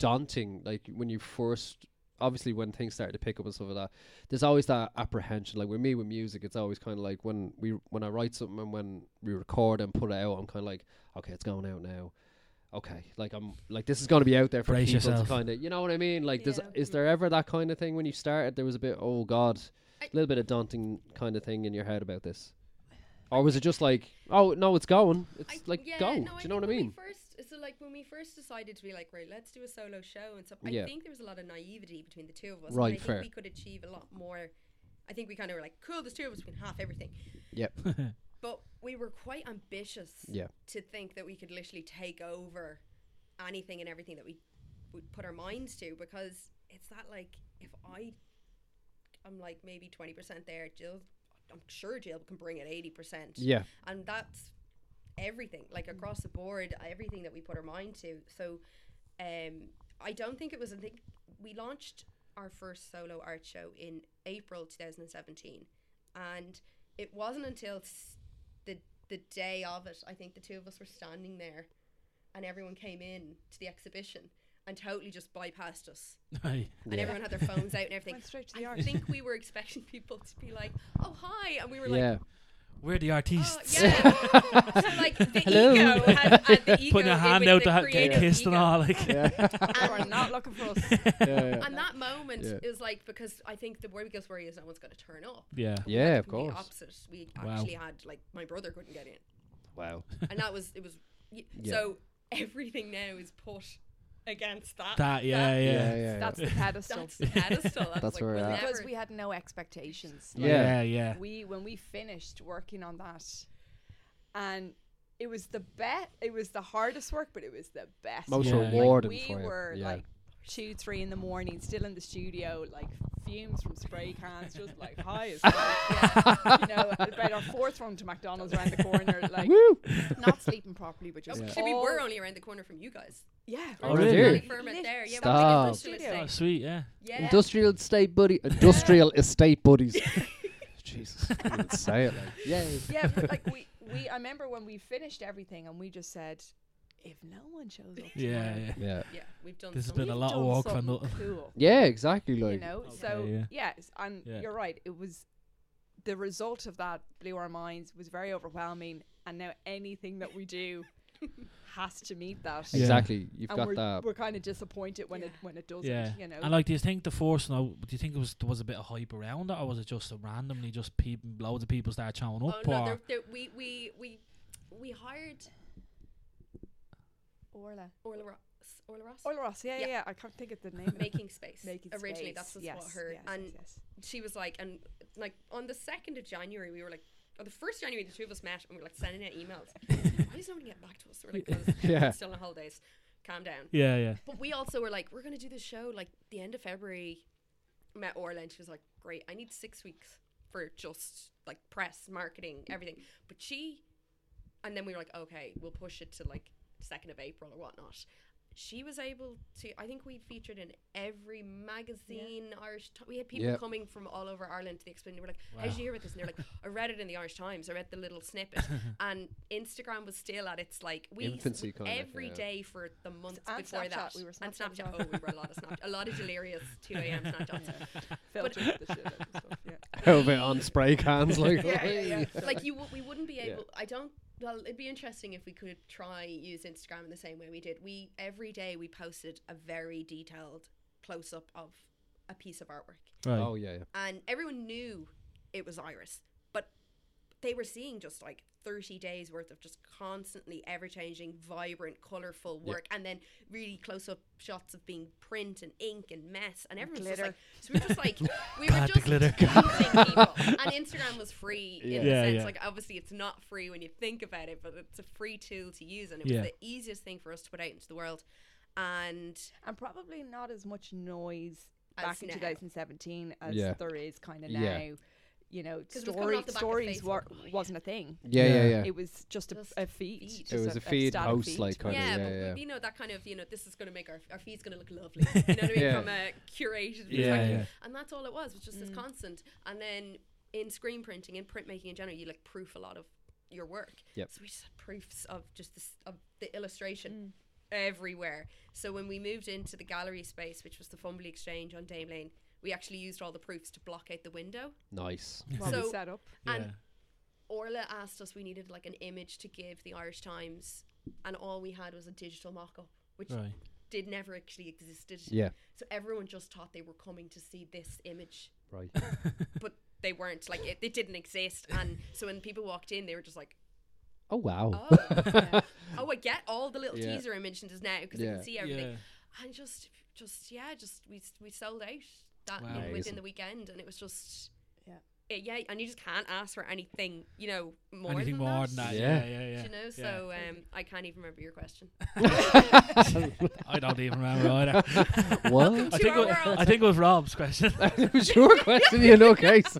A: daunting? Like when you first, obviously, when things started to pick up and stuff like that, there's always that apprehension. Like with me with music, it's always kind of like when we when I write something and when we record and put it out, I'm kind of like, okay, it's going out now. Okay, like I'm like this is going to be out there for
B: Brace
A: people
B: yourself.
A: to kind of, you know what I mean? Like, does
C: Yeah.
A: is there ever that kind of thing when you started? There was a bit, oh god, a
D: I-
A: little bit of daunting kind of thing in your head about this. Or was it just like, oh no, it's going, it's
D: I-
A: like
D: yeah,
A: go? Do
D: no, I
A: you know
D: think
A: what I
D: when we
A: mean?
D: First, so like when we first decided to be like, right, let's do a solo show and stuff.
A: Yeah.
D: I think there was a lot of naivety between the two of us. and
A: Right,
D: I
A: fair.
D: think we could achieve a lot more. I think we kind of were like, cool, there's two of us, we can half everything.
A: Yep.
D: But we were quite ambitious
A: Yeah.
D: to think that we could literally take over anything and everything that we would put our minds to because it's that like if I I'm like maybe twenty percent there, Jill I'm sure Jill can bring it eighty percent.
A: Yeah.
D: And that's everything, like across the board, everything that we put our mind to. So um I don't think it was I think we launched our first solo art show in April 2017 and it wasn't until s- the the day of it I think the two of us were standing there and everyone came in to the exhibition and totally just bypassed us
B: Right.
D: and everyone had their phones out and everything
C: Went straight to the
D: I
C: art.
D: think we were expecting people to be like oh hi and we were
A: yeah.
D: like
B: We're the
D: oh
B: artists.
D: yeah so like the
A: Hello.
D: ego had, had the ego
B: Putting a
D: in
B: hand
D: with
B: out
D: the
B: to ha- get
D: creative
B: kissed and
D: ego.
B: all. Like,
C: You are not looking for us.
A: yeah.
D: and that moment
A: Yeah.
D: is like because I think the biggest worry is no one's going to turn up.
B: yeah.
A: Yeah, of
D: The complete
A: course.
D: opposite. We
B: Wow.
D: actually had like my brother couldn't get in,
A: Wow.
D: and that was it was. y
A: Yeah.
D: So everything now is put against that.
B: That, yeah, yeah.
A: yeah, yeah.
C: That's the pedestal.
D: That's the pedestal. I was
A: That's
D: like,
A: where
D: we'll
A: we're at.
C: because
D: never-
C: we had no expectations.
A: Yeah.
B: yeah, yeah.
C: we when we finished working on that and it was the best it was the hardest work but it was the best
A: Most
B: Yeah.
C: work. Like,
A: rewarding
C: we
A: for you.
C: were
A: Yeah.
C: like two three in the morning still in the studio like fumes from spray cans just like high as fuck, yeah. you know about our fourth run to mcdonald's around the corner like
A: Woo!
C: not sleeping properly but
D: Oh,
C: just
D: Actually, we
C: all-
D: were only around the corner from you guys.
C: yeah
A: Oh,
D: We're
A: really?
D: fairly
A: Really?
D: firm at there. Yeah, we
A: Stop.
D: were thinking
B: Oh,
C: Yeah.
D: industrial estate.
B: sweet, yeah.
D: Yeah.
A: Industrial estate buddy. Industrial estate buddies. Jesus, I couldn't even say it. Like, yeah.
C: yeah but like we we i remember when we finished everything and we just said if no one shows up
B: Yeah,
C: tomorrow,
B: yeah.
A: Yeah.
D: yeah, we've done.
B: This has
D: something.
B: been a lot of
C: done
B: work for
C: something
B: nothing.
C: cool.
A: Yeah. Exactly. Like.
C: you know so
B: yeah.
C: yes and
B: Yeah.
C: you're right it was the result of that blew our minds was very overwhelming and now anything that we do has to meet that
B: Yeah.
A: Exactly. You've
C: and
A: got
C: we're,
A: that.
C: we're kind of disappointed when it
D: Yeah.
C: when it doesn't
B: Yeah,
C: you know
B: and like, do you think the force? Now, do you think it was there was a bit of hype around it, or was it just a randomly just people, loads of people started showing
D: Oh
B: up?
D: no,
B: or
D: they're, they're, we we we we hired
C: Orla
D: Orla Ross. Orla Ross.
C: Orla Ross yeah yeah,
D: Yeah.
C: yeah. I can't think of the name of it.
D: Making space.
C: Making
D: Originally,
C: Space,
D: that's just
C: yes,
D: what her
C: yes,
D: and
C: yes, yes.
D: she was like, and like on the second of January, we were like, on the first January, the two of us met and we were like sending out emails. Why does nobody get back to us? We're like, "'Cause
A: Yeah.
D: still on holidays. Calm down.
B: yeah, yeah,
D: But we also were like, we're gonna do this show like the end of February. Met Orla and she was like, great. I need six weeks for just like press, marketing, everything. But she, and then we were like, okay, we'll push it to like second of April or whatnot. She was able to. I think we featured in every magazine. Irish. Ti- we had people
A: Yeah.
D: coming from all over Ireland to the expo. And they were like, "How did you hear about this?" And they were like, "I read it in the Irish Times. I read the little snippet." and Instagram was still at its like we
A: Infancy
D: every
A: kind
D: day
A: of, yeah.
D: for the month
C: and
D: before
C: Snapchat,
D: that.
C: we were
D: and
C: Snapchat as
D: Snapchat. Oh, we were a lot of Snapchat. A lot of delirious 2 a.m. Snapchat.
C: filtered the shit out of stuff yeah
A: Over on spray cans. Like.
C: Yeah, yeah, yeah.
D: Like you, w- we wouldn't be
A: Yeah.
D: able. I don't. Well, it'd be interesting if we could try use Instagram in the same way we did. We every day we posted a very detailed close up of a piece of artwork,
B: right.
A: Oh yeah. yeah.
D: and everyone knew it was Iris, but they were seeing just like 30 days worth of just constantly ever changing, vibrant, colorful work, and then really close up shots of being print and ink and mess, and everyone's just
C: Glitter.
D: like, so we were just like, we were
B: God, the
D: just
B: glitter.
D: teasing people, and Instagram was free in
B: Yeah. Yeah,
D: the sense
B: yeah.
D: like obviously it's not free when you think about it, but it's a free tool to use, and it
B: Yeah.
D: was the easiest thing for us to put out into the world, and
C: and probably not as much noise
D: As
C: back in
D: now.
C: 2017 as
A: Yeah.
C: there is kind of now.
A: Yeah.
C: You know,
D: it was coming
C: story,
D: off the back of
C: stories were,
D: Facebook. Oh, yeah.
C: wasn't a thing.
A: Yeah. Yeah.
B: Yeah.
A: Yeah.
C: It was just a,
D: Just
C: a feed.
D: feed. It
C: just
A: was a feed
C: static
A: house,
C: feed.
A: like, uh, kind of.
D: yeah, but
A: Yeah.
D: we-
A: yeah.
D: you know that kind of you know this is going to make our our feed's going to look lovely. You know what I mean
A: Yeah.
D: from a curated perspective.
B: Yeah, yeah.
D: And that's all it was was just this constant. And then in screen printing, in printmaking in general, you like proof a lot of your work.
A: Yep.
D: So we just had proofs of just this of the illustration everywhere. So when we moved into the gallery space, which was the Fumbly Exchange on Dame Lane, we actually used all the proofs to block out the window.
A: Nice.
C: Well, we
D: So-
C: set up.
D: And
B: yeah.
D: Orla asked us we needed like an image to give the Irish Times, and all we had was a digital mock up, which
B: Right.
D: did never actually existed.
A: Yeah.
D: So everyone just thought they were coming to see this image,
A: Right.
D: but they weren't. Like it, it didn't exist. And so when people walked in, they were just like,
A: Oh wow.
D: "Oh, oh, I get all the little
A: Yeah.
D: teaser images now because I
A: Yeah.
D: can see everything." And just, just yeah, just we s- we sold out that
B: Wow.
D: you know,
A: Amazing.
D: within the weekend, and it was just.
C: Yeah.
D: eh, yeah, and you just can't ask for anything, you know, more
B: Anything
D: than
B: more
D: that.
B: than that?
A: Yeah.
B: Yeah, yeah, yeah.
D: Do you know,
B: yeah.
D: so um, I can't even remember your question.
B: I don't even remember either.
A: what?
B: I
D: To
B: think,
D: our
B: it,
D: world.
B: I think it was Rob's question.
A: it was your question. You know, case.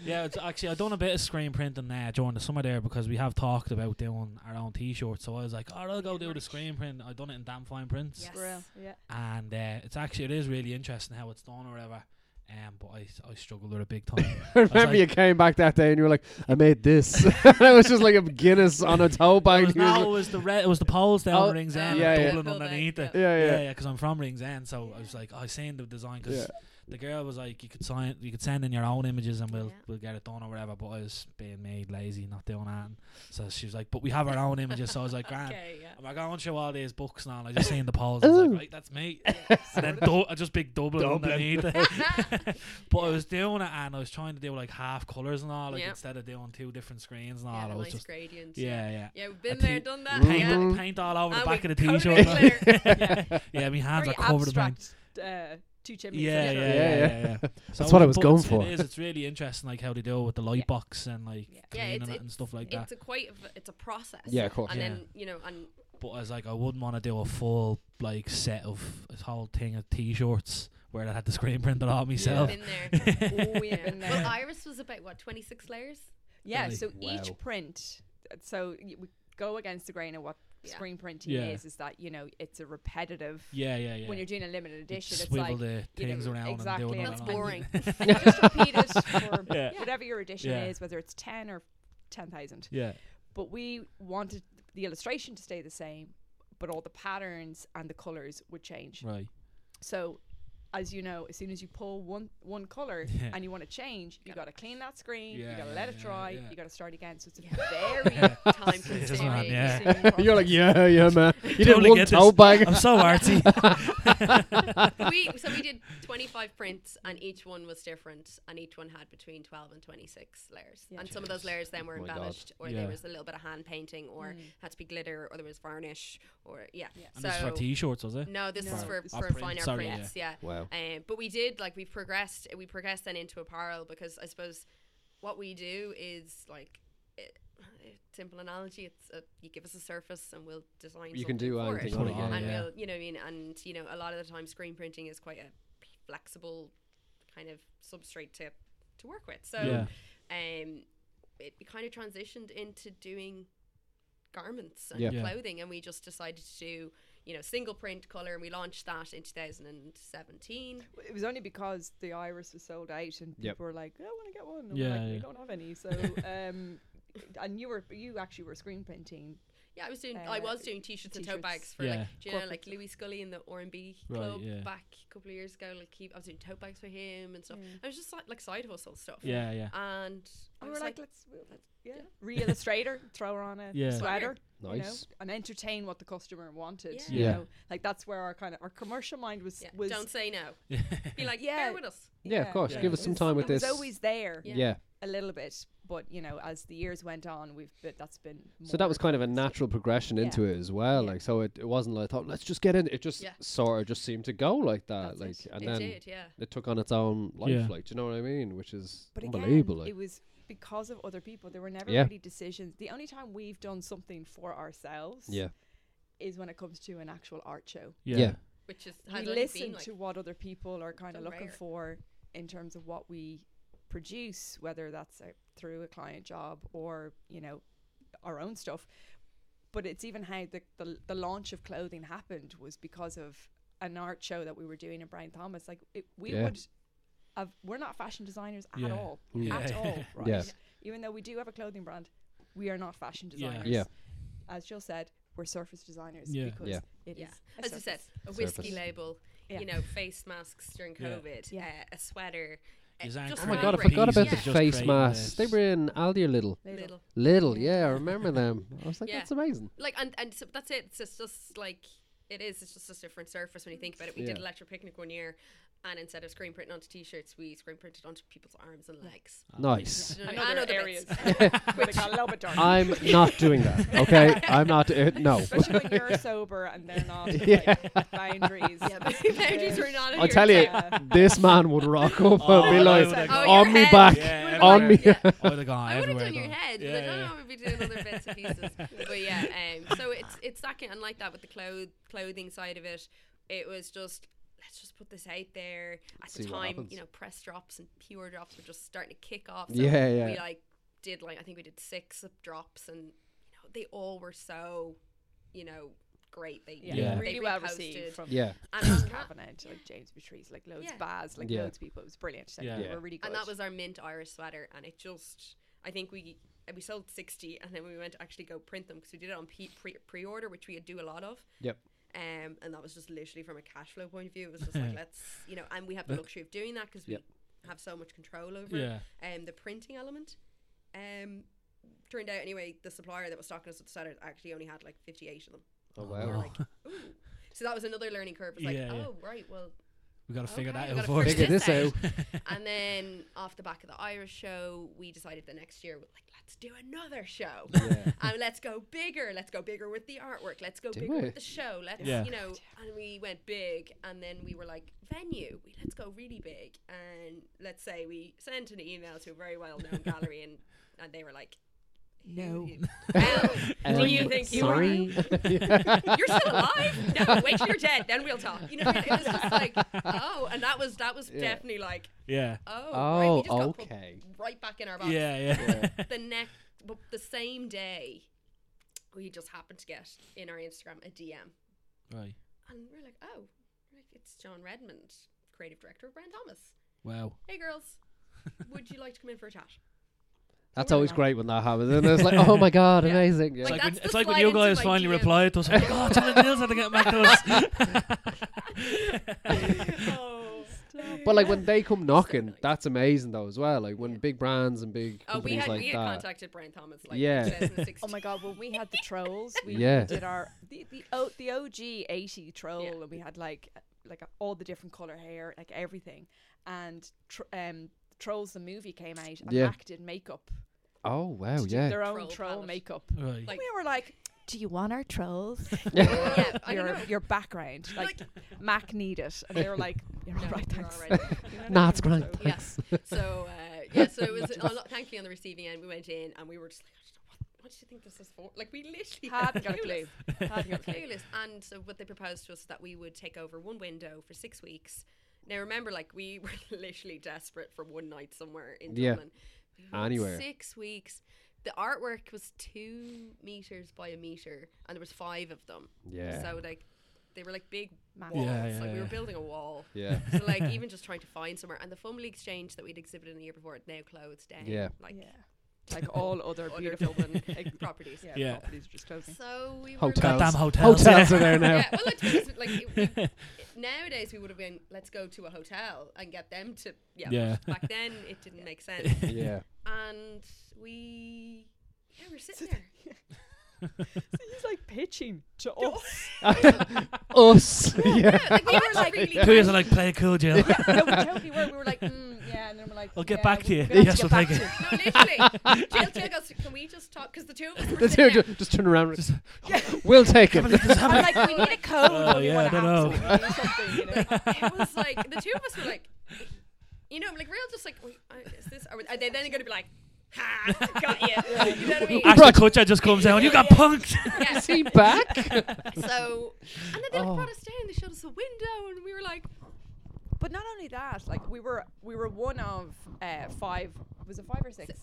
B: yeah, it's actually I done a bit of screen printing uh, during the summer there because we have talked about doing our own T-shirts. So I was like, oh, I'll go do the screen print. I done it in damn fine prints,
D: Yes.
C: Real. Yeah.
B: and uh, it's actually it is really interesting how it's done or whatever. Um, but I I struggled with it big time.
A: I remember
B: like-
A: you came back that day and you were like, "I made this." and it was just like a Guinness on a toe
B: it
A: bag.
B: was,
A: You were
B: no,
A: like-
B: it was the red, it was the poles down
A: Oh,
B: in Rings End,
A: yeah,
B: and
A: yeah.
B: Dublin
D: Building,
B: underneath it.
D: yeah.
A: yeah, yeah.
B: yeah, because I'm from Rings End, so I was like, I seen the design because
A: Yeah.
B: the girl was like, "You could sign, you could send in your own images, and we'll
D: Yeah.
B: we'll get it done or whatever." But I was being made lazy, not doing that. So she was like, "But we have our own images." So I was like, "Grand." Oh,
D: Okay, yeah.
B: I'm like, I want you all these books now. and I just seen the polls. I was
A: Ooh.
B: like, right, that's me. and then dou- I just big Dublin,
A: Dublin.
B: underneath it. but I was doing it and I was trying to do like half colours and all, like
D: Yeah.
B: instead of doing two different screens and all.
D: yeah,
B: I
D: a
B: was
D: nice
B: just
D: gradient.
B: yeah, yeah.
D: Yeah, we've been
B: I
D: there,
B: think-
D: done that.
B: Paint,
D: Yeah.
A: Mm-hmm.
B: paint all over
D: And
B: the back
D: we
B: of the
D: coated
B: t-shirt.
D: it
B: now. yeah. yeah, my hands are
C: Very
B: covered in paint.
C: abstract. Uh, two chimneys.
B: Yeah, yeah,
C: and a-
B: yeah,
A: Yeah,
B: yeah.
A: yeah.
B: yeah. So
A: That's what I
B: it-
A: was
B: but
A: going
B: it's-
A: for.
B: It is. It's really interesting, like how they deal with the light box and like
C: Yeah.
D: Yeah,
B: cleaning
D: it's-
B: it and stuff like that.
D: It's a quite of a- it's a process.
A: Yeah, of course.
D: And
B: Yeah.
D: then you know, and
B: But I was like, I wouldn't want to do a full like set of this whole thing of t-shirts where I had the screen printed on myself.
D: been there.
C: Oh, we've been there.
D: Well, Iris was about what 26 layers.
C: Yeah,
B: Really?
C: so
A: Wow.
C: each print, so y- we go against the grain of what
D: Yeah.
C: screen printing
B: Yeah.
C: is, is that, you know, it's you know, it's a repetitive.
B: Yeah, yeah, yeah.
C: When you're doing a limited
B: You
C: edition, it's
B: swivel
C: like
B: the
C: you know,
B: things around
C: exactly.
B: and do it.
D: That's
B: all on-
D: boring.
C: just repeat it for
B: Yeah.
C: whatever your edition
B: Yeah.
C: is, whether it's 10 or 10,000.
B: Yeah,
C: But we wanted the illustration to stay the same, but all the patterns and the colors would change.
B: right.
C: So, as you know, as soon as you pull one one color
B: Yeah.
C: and you want to change, you got to clean that screen, you
B: Yeah,
C: got to
B: yeah,
C: let it
B: yeah,
C: dry,
B: yeah.
C: you got to start again. So it's a
D: Very time
B: This one,
D: consuming.
B: yeah.
A: You're like, yeah, yeah, man. You did
B: Totally
A: one
B: get
A: toe
B: this.
A: bag.
B: I'm so artsy.
D: we so we did 25 prints and each one was different and each one had between 12 and 26 layers
C: Yeah.
D: and some of those layers then were
A: Oh my God.
D: embellished or
B: Yeah.
D: there was a little bit of hand painting or had to be glitter or there was varnish or yeah,
C: Mm. Yeah.
B: and this is for
D: so
B: t-shirts, was it?
D: no this is
C: No.
D: for,
B: Oh,
D: for
B: print,
D: fine art
B: sorry,
D: prints yeah,
A: Wow.
D: Um, but we did like we progressed we progressed then into apparel because I suppose what we do is like it, simple analogy it's a, you give us a surface and we'll design
A: You can
D: something
A: do
D: for it
A: anything on
B: Put it
A: it.
B: on,
A: yeah.
D: and
B: yeah.
D: we'll, you know what I mean and you know a lot of the time screen printing is quite a flexible kind of substrate to to work with so
B: Yeah.
D: um it, it kind of transitioned into doing garments and
A: Yeah.
B: Yeah.
D: clothing and we just decided to do you know single print color and we launched that in 2017
C: Well, It was only because the iris was sold out and people
A: Yep.
C: were like, "Oh, "I want to get one." And
B: Yeah,
C: we're like,
B: yeah.
C: we don't have any. So, um, and you were you actually were screen printing.
D: yeah i was doing i
C: Uh,
D: was doing t-shirts, and tote
C: t-shirts.
D: bags for
B: Yeah.
D: like do you know like
C: Corporate.
D: louis scully in the r&b
B: Right,
D: club
B: yeah.
D: back a couple of years ago like he, i was doing tote bags for him and stuff
C: Yeah.
D: i was just like, like side hustle stuff
B: Yeah, yeah.
D: and I
C: And we
D: was
C: were like,
D: like,
C: "Let's, we'll- let's yeah, re-illustrator, throw her on a
B: Yeah.
C: sweater, you know,
A: Nice.
C: and entertain what the customer wanted."
D: Yeah.
C: You
B: Yeah.
C: know, like that's where our kind of our commercial mind was
D: yeah,
C: was.
D: don't say no be like
C: Yeah.
D: bear with us
A: Yeah, of course.
B: Yeah.
A: Give us
C: It
A: some
C: was-
A: time with
C: it was
A: this.
C: always there
D: Yeah.
A: yeah.
C: a little bit, but you know, as the years went on, we've been, that's been.
A: So that was kind of a natural progression
C: Yeah.
A: into it as well.
C: Yeah.
A: Like, so it, it wasn't like, oh, let's just get in. It just
D: Yeah.
A: sort of just seemed to go like that.
C: That's
A: like,
C: it.
A: and
D: it
A: then
D: did yeah
A: it took on its own life.
B: Yeah.
A: Like, do you know what I mean? Which is
C: But
A: unbelievable.
C: again,
A: like.
C: it was because of other people. There were never
A: Yeah.
C: really decisions. The only time we've done something for ourselves
A: yeah.
C: is when it comes to an actual art show.
A: Yeah.
D: which is
C: we
D: has only
C: listen
D: been like
C: to what other people are kind
D: so
C: of looking
D: rare.
C: for in terms of what we produce, whether that's uh through a client job or you know our own stuff. But it's even how the, the the launch of clothing happened was because of an art show that we were doing in Brian Thomas. Like it, we
A: Yeah.
C: would, have, we're not fashion designers at
B: Yeah.
C: all,
A: Yeah.
C: at all, right?
A: Yeah.
C: Even though we do have a clothing brand, we are not fashion
B: Yeah.
C: designers.
A: Yeah.
C: As Jill said, we're surface designers
B: Yeah.
C: because
A: Yeah.
C: it is
D: Yeah.
C: a
D: as I said,
C: surface.
D: a whiskey
A: Surface.
D: label,
C: Yeah.
D: you know, face masks during
B: Yeah.
D: COVID,
C: Yeah.
D: uh, a sweater. uh,
B: Design
D: just
A: Oh my god, I
B: Fabric.
A: forgot about
B: Yeah.
A: the
B: Just
A: face
B: creating
A: masks. They
B: this.
A: were in Aldi or Little.
D: Yeah,
C: Little.
D: little.
A: Little,
C: Yeah.
A: yeah, I remember them. I was like,
D: Yeah.
A: that's amazing.
D: Like, and, and so that's it. It's just, just like, it is. It's just a different surface when you think about it. We did
A: Yeah.
D: electro picnic one year, and instead of screen printing onto t shirts, we screen printed onto people's arms and legs.
A: Ah.
B: Oh,
A: Nice.
D: Do you know
C: And
D: what I mean?
C: other
D: And
C: areas.
D: bits.
C: But it got a little bit dark.
A: I'm not doing that. Okay, I'm not. do- Uh, no.
C: Especially when you're sober and they're not
A: Yeah.
C: like, boundaries.
D: yeah, but boundaries were not in
A: I
D: your
A: tell you,
C: Yeah.
A: this man would rock up
B: Oh,
A: and be
B: I
A: like,
B: would've
D: Oh,
B: gone-
D: your
A: on me
D: head.
A: back.
B: Yeah, Oh,
A: on
D: Would've gone-
A: me.
D: yeah.
B: I would have gone
D: I would have
B: everywhere.
D: done your
B: though.
D: head,
B: Yeah,
D: but I don't
B: yeah.
D: know if we'd be doing other bits and pieces. But yeah, um, so it's it's that kind, and like that with the cloth clothing side of it, it was just let's just put this out there. At
A: See
D: the
A: what
D: time,
A: happens.
D: you know, press drops and pure drops were just starting to kick off. So
A: Yeah, yeah.
D: We like did like I think we did six drops, and you know they all were so, you know, great. They
C: Yeah.
B: Yeah.
C: Really
D: they
C: well
D: reposted.
C: received from
A: Yeah,
D: And on
C: James
D: that,
C: Cabinet, like James Patrice, like loads
D: Yeah.
C: of bars, like
A: Yeah.
C: loads of people. It was brilliant. Like,
B: Yeah.
C: They
A: Yeah.
C: were really good.
D: and that was our mint iris sweater and it just i think we we sold 60 and then we went to actually go print them because we did it on pe- pre- pre-order which we do a lot of
A: Yep.
D: Um, and that was just literally from a cash flow point of view. It was just like let's you know, and we have the
B: Let-
D: luxury of doing that because we
A: Yep.
D: have so much control over it
B: Yeah.
D: um, the printing element. Um, turned out anyway, the supplier that was stocking us with the setters actually only had like 58 of them.
A: Oh
D: We were
A: wow.
D: like, ooh. So that was another learning curve. It's like,
B: Yeah, yeah.
D: oh, right, well,
B: we got to figure that
D: okay, we
B: out
D: gotta
B: first.
A: Figure this out.
D: and then off the back of the Irish show, we decided the next year, we're like, let's do another show.
A: yeah.
D: and let's go bigger. Let's go bigger with the artwork. Let's go
A: Do
D: bigger
A: it.
D: with the show. Let's,
B: Yeah.
D: you know, and we went big. And then we were like, venue, we, let's go really big. And let's say we sent an email to a very well known gallery, and, and they were like,
C: No.
D: Um, do you
A: Um,
D: think you are?
A: sorry?
D: You're still alive? No, wait till you're dead, then we'll talk. You know, it was just like, oh, and that was that was
A: Yeah.
D: definitely like,
B: yeah.
D: oh, right, we
A: Oh,
D: just got
A: okay.
D: put right back in our box.
B: Yeah, yeah.
D: The next, but the same day, we just happened to get in our Instagram a DM,
B: right.
D: and we're like, oh, like, it's John Redmond, creative director of Brand Thomas.
B: Wow.
D: Hey girls, would you like to come in for a chat?
A: That's always great when that happens. And it's like, oh my god,
D: Yeah.
A: amazing.
B: It's
A: Yeah.
D: Like,
B: like, when,
D: that's the
B: it's like when
D: slide
B: you
D: into
B: guys
D: my
B: finally
D: DM.
B: replied to us, like, oh, John O'Neill's had to get back to us.
D: oh,
A: But like when they come knocking,
D: nice.
A: that's amazing though as well. Like when big brands and big
D: oh, we
A: companies
D: had
A: like
D: we had
A: that.
D: contacted Brand Thomas like
A: Yeah.
D: yeah. 2016.
C: Oh my god, when we had the trolls, we
A: Yeah.
C: did our the the, o, the OG eighty troll,
D: Yeah.
C: and we had like uh, like uh, all the different color hair, like everything, and tr- um trolls the movie came out and
A: Yeah.
C: Mac did makeup,
A: Oh wow,
C: to do
A: yeah.
C: their own
D: Troll
C: troll,
D: palette.
C: makeup.
B: right.
D: Like-
C: we were like, do you want our trolls?
D: Yeah, I don't
C: your
D: know.
C: your background, like, Mac need it, and they were like, you're all
D: No,
C: right,
D: you're
C: thanks.
D: all right.
A: Nah, it's grand.
C: So-
A: Thanks.
D: So uh, yeah, so it was a lot, thankfully on the receiving end. We went in and we were just like, "I don't know what, what do you think this is for? Like we literally
C: Had
D: were
C: no clue. Had no
D: clueless.
C: clue.
D: clueless. And so what they proposed to us is that we would take over one window for six weeks. Now remember, like we were literally desperate for one night somewhere in
A: Yeah.
D: Dublin. We went
A: Anywhere.
D: Six weeks. The artwork was two meters by a meter, and there was five of them.
A: Yeah.
D: So like, they were like big
C: Massive.
D: walls.
B: Yeah, yeah,
D: like we
B: yeah.
D: were building a wall.
A: Yeah.
D: So like even just trying to find somewhere, and the Fumble Exchange that we'd exhibited in the year before it now closed down.
A: Yeah.
D: like
C: yeah, like all other
D: Other
C: beautiful
D: Dublin,
C: like,
D: properties.
C: yeah,
B: Yeah.
C: properties are just closing.
D: So we
A: Hotels.
D: were
B: Goddamn hotels.
A: Hotels are there now.
D: like, yeah, well, like, to be honest, like it- we- nowadays we would have been let's go to a hotel and get them to yeah. but
B: Yeah.
D: Back then it didn't make sense,
A: Yeah.
D: and we yeah we're sitting there.
C: So he's like pitching to us.
A: Us. Yeah.
D: Yeah, like we were like really
B: Two years are like, play it cool, Jill.
C: no, we totally were. We were like, mm, yeah, and then we're like,
B: I'll get
C: yeah,
B: back
C: we-
B: to you.
C: we have
B: Yes,
C: get
B: I'll
C: back
B: take
C: to
B: it.
D: no literally. Jill, Jill goes, can we just talk? Because the two of us
A: The
D: were
A: two
D: sitting there.
A: ju- just turn around. and- We'll take it.
C: I'm like, we need a code.
B: Oh,
C: we
B: yeah,
C: wanna
B: I don't
C: have, so
B: know.
C: we need something, you know?
D: it was like the two of us were like, you know, like real, just like, wait, uh, is this? Are, we, are they then going to be like, ha, got you? You know what I mean?
B: Ashton
A: Right.
B: Kutcher just comes out. You got punked.
D: Yeah.
A: Is he back?
D: So, and then they
A: Oh.
D: brought us down. They showed us the window, and we were like,
C: But not only that, like we were, we were one of uh, five. Was it five or six?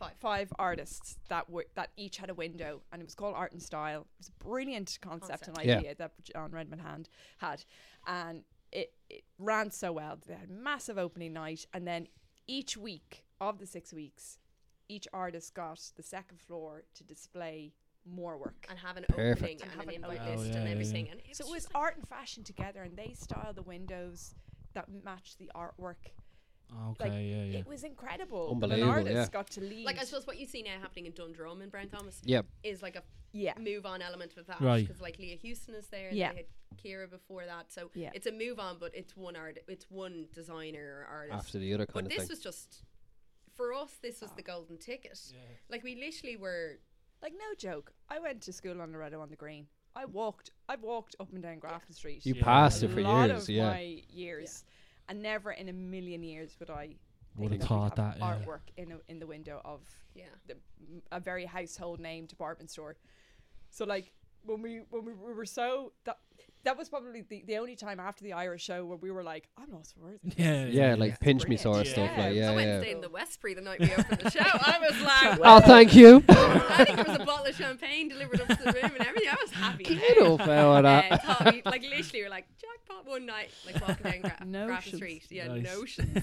D: five.
C: Five artists that were that each had a window, and it was called Art and Style. It was a brilliant concept, and
D: Concept.
A: Yeah.
C: idea that John Redmond hand had, and it, it ran so well. They had a massive opening night, and then each week of the six weeks, each artist got the second floor to display more work.
D: and have an
A: Perfect.
D: opening
C: And
D: and,
C: have
D: an
C: an
D: invite
C: opening.
D: list
B: Oh, yeah,
D: and
B: yeah,
D: everything.
B: yeah.
D: And it
C: So it
D: was
C: was
D: just
C: art and fashion together, and they styled the windows that matched the artwork.
B: Okay, yeah, yeah.
C: It was incredible.
A: Unbelievable,
C: An artist
A: yeah.
C: got to lead.
D: like, like I suppose what you see now happening in Dundrum and Brown Thomas
A: Yeah.
D: is like a
C: yeah,
D: move on element with that
B: Right.
D: because like Leah Houston is there and
C: Yeah.
D: they had Kira before that so
C: Yeah.
D: it's a move on but it's one art it's one designer or artist
A: After the other
D: but
A: kind of
D: this
A: thing.
D: was just for us this was the golden ticket like we literally were
C: like no joke. I went to school on Loretto on the Green. I walked. I've walked up and down Grafton Street.
A: You
B: Yeah.
A: passed
C: a
A: it for
C: lot
A: years.
C: of
A: Yeah.
C: my years, and never in a million years would I
B: Would
C: think
B: have
C: I would
B: thought that. Yeah.
C: artwork in a, in the window of
D: yeah
C: the, a very household name department store. So like when we when we, we were so that that was probably the, the only time after the Irish show where we were like I'm lost for words.
B: Yeah,
A: Yeah, like pinch me
C: brilliant.
A: sort of
B: Yeah.
A: stuff. Like,
C: Yeah,
A: yeah,
D: I went
A: yeah.
D: and stayed in the Westbury the night we opened the show I was like
A: Oh, thank you.
D: I think it was a bottle of champagne delivered up to the room and everything I was happy as hell.
A: Beautiful fella.
D: Uh,
A: that.
D: Tommy, like literally, we we're like jackpot one night, like walking down Gra-
C: Notions.
D: Grafton Street. Yeah,
B: Nice.
D: notions.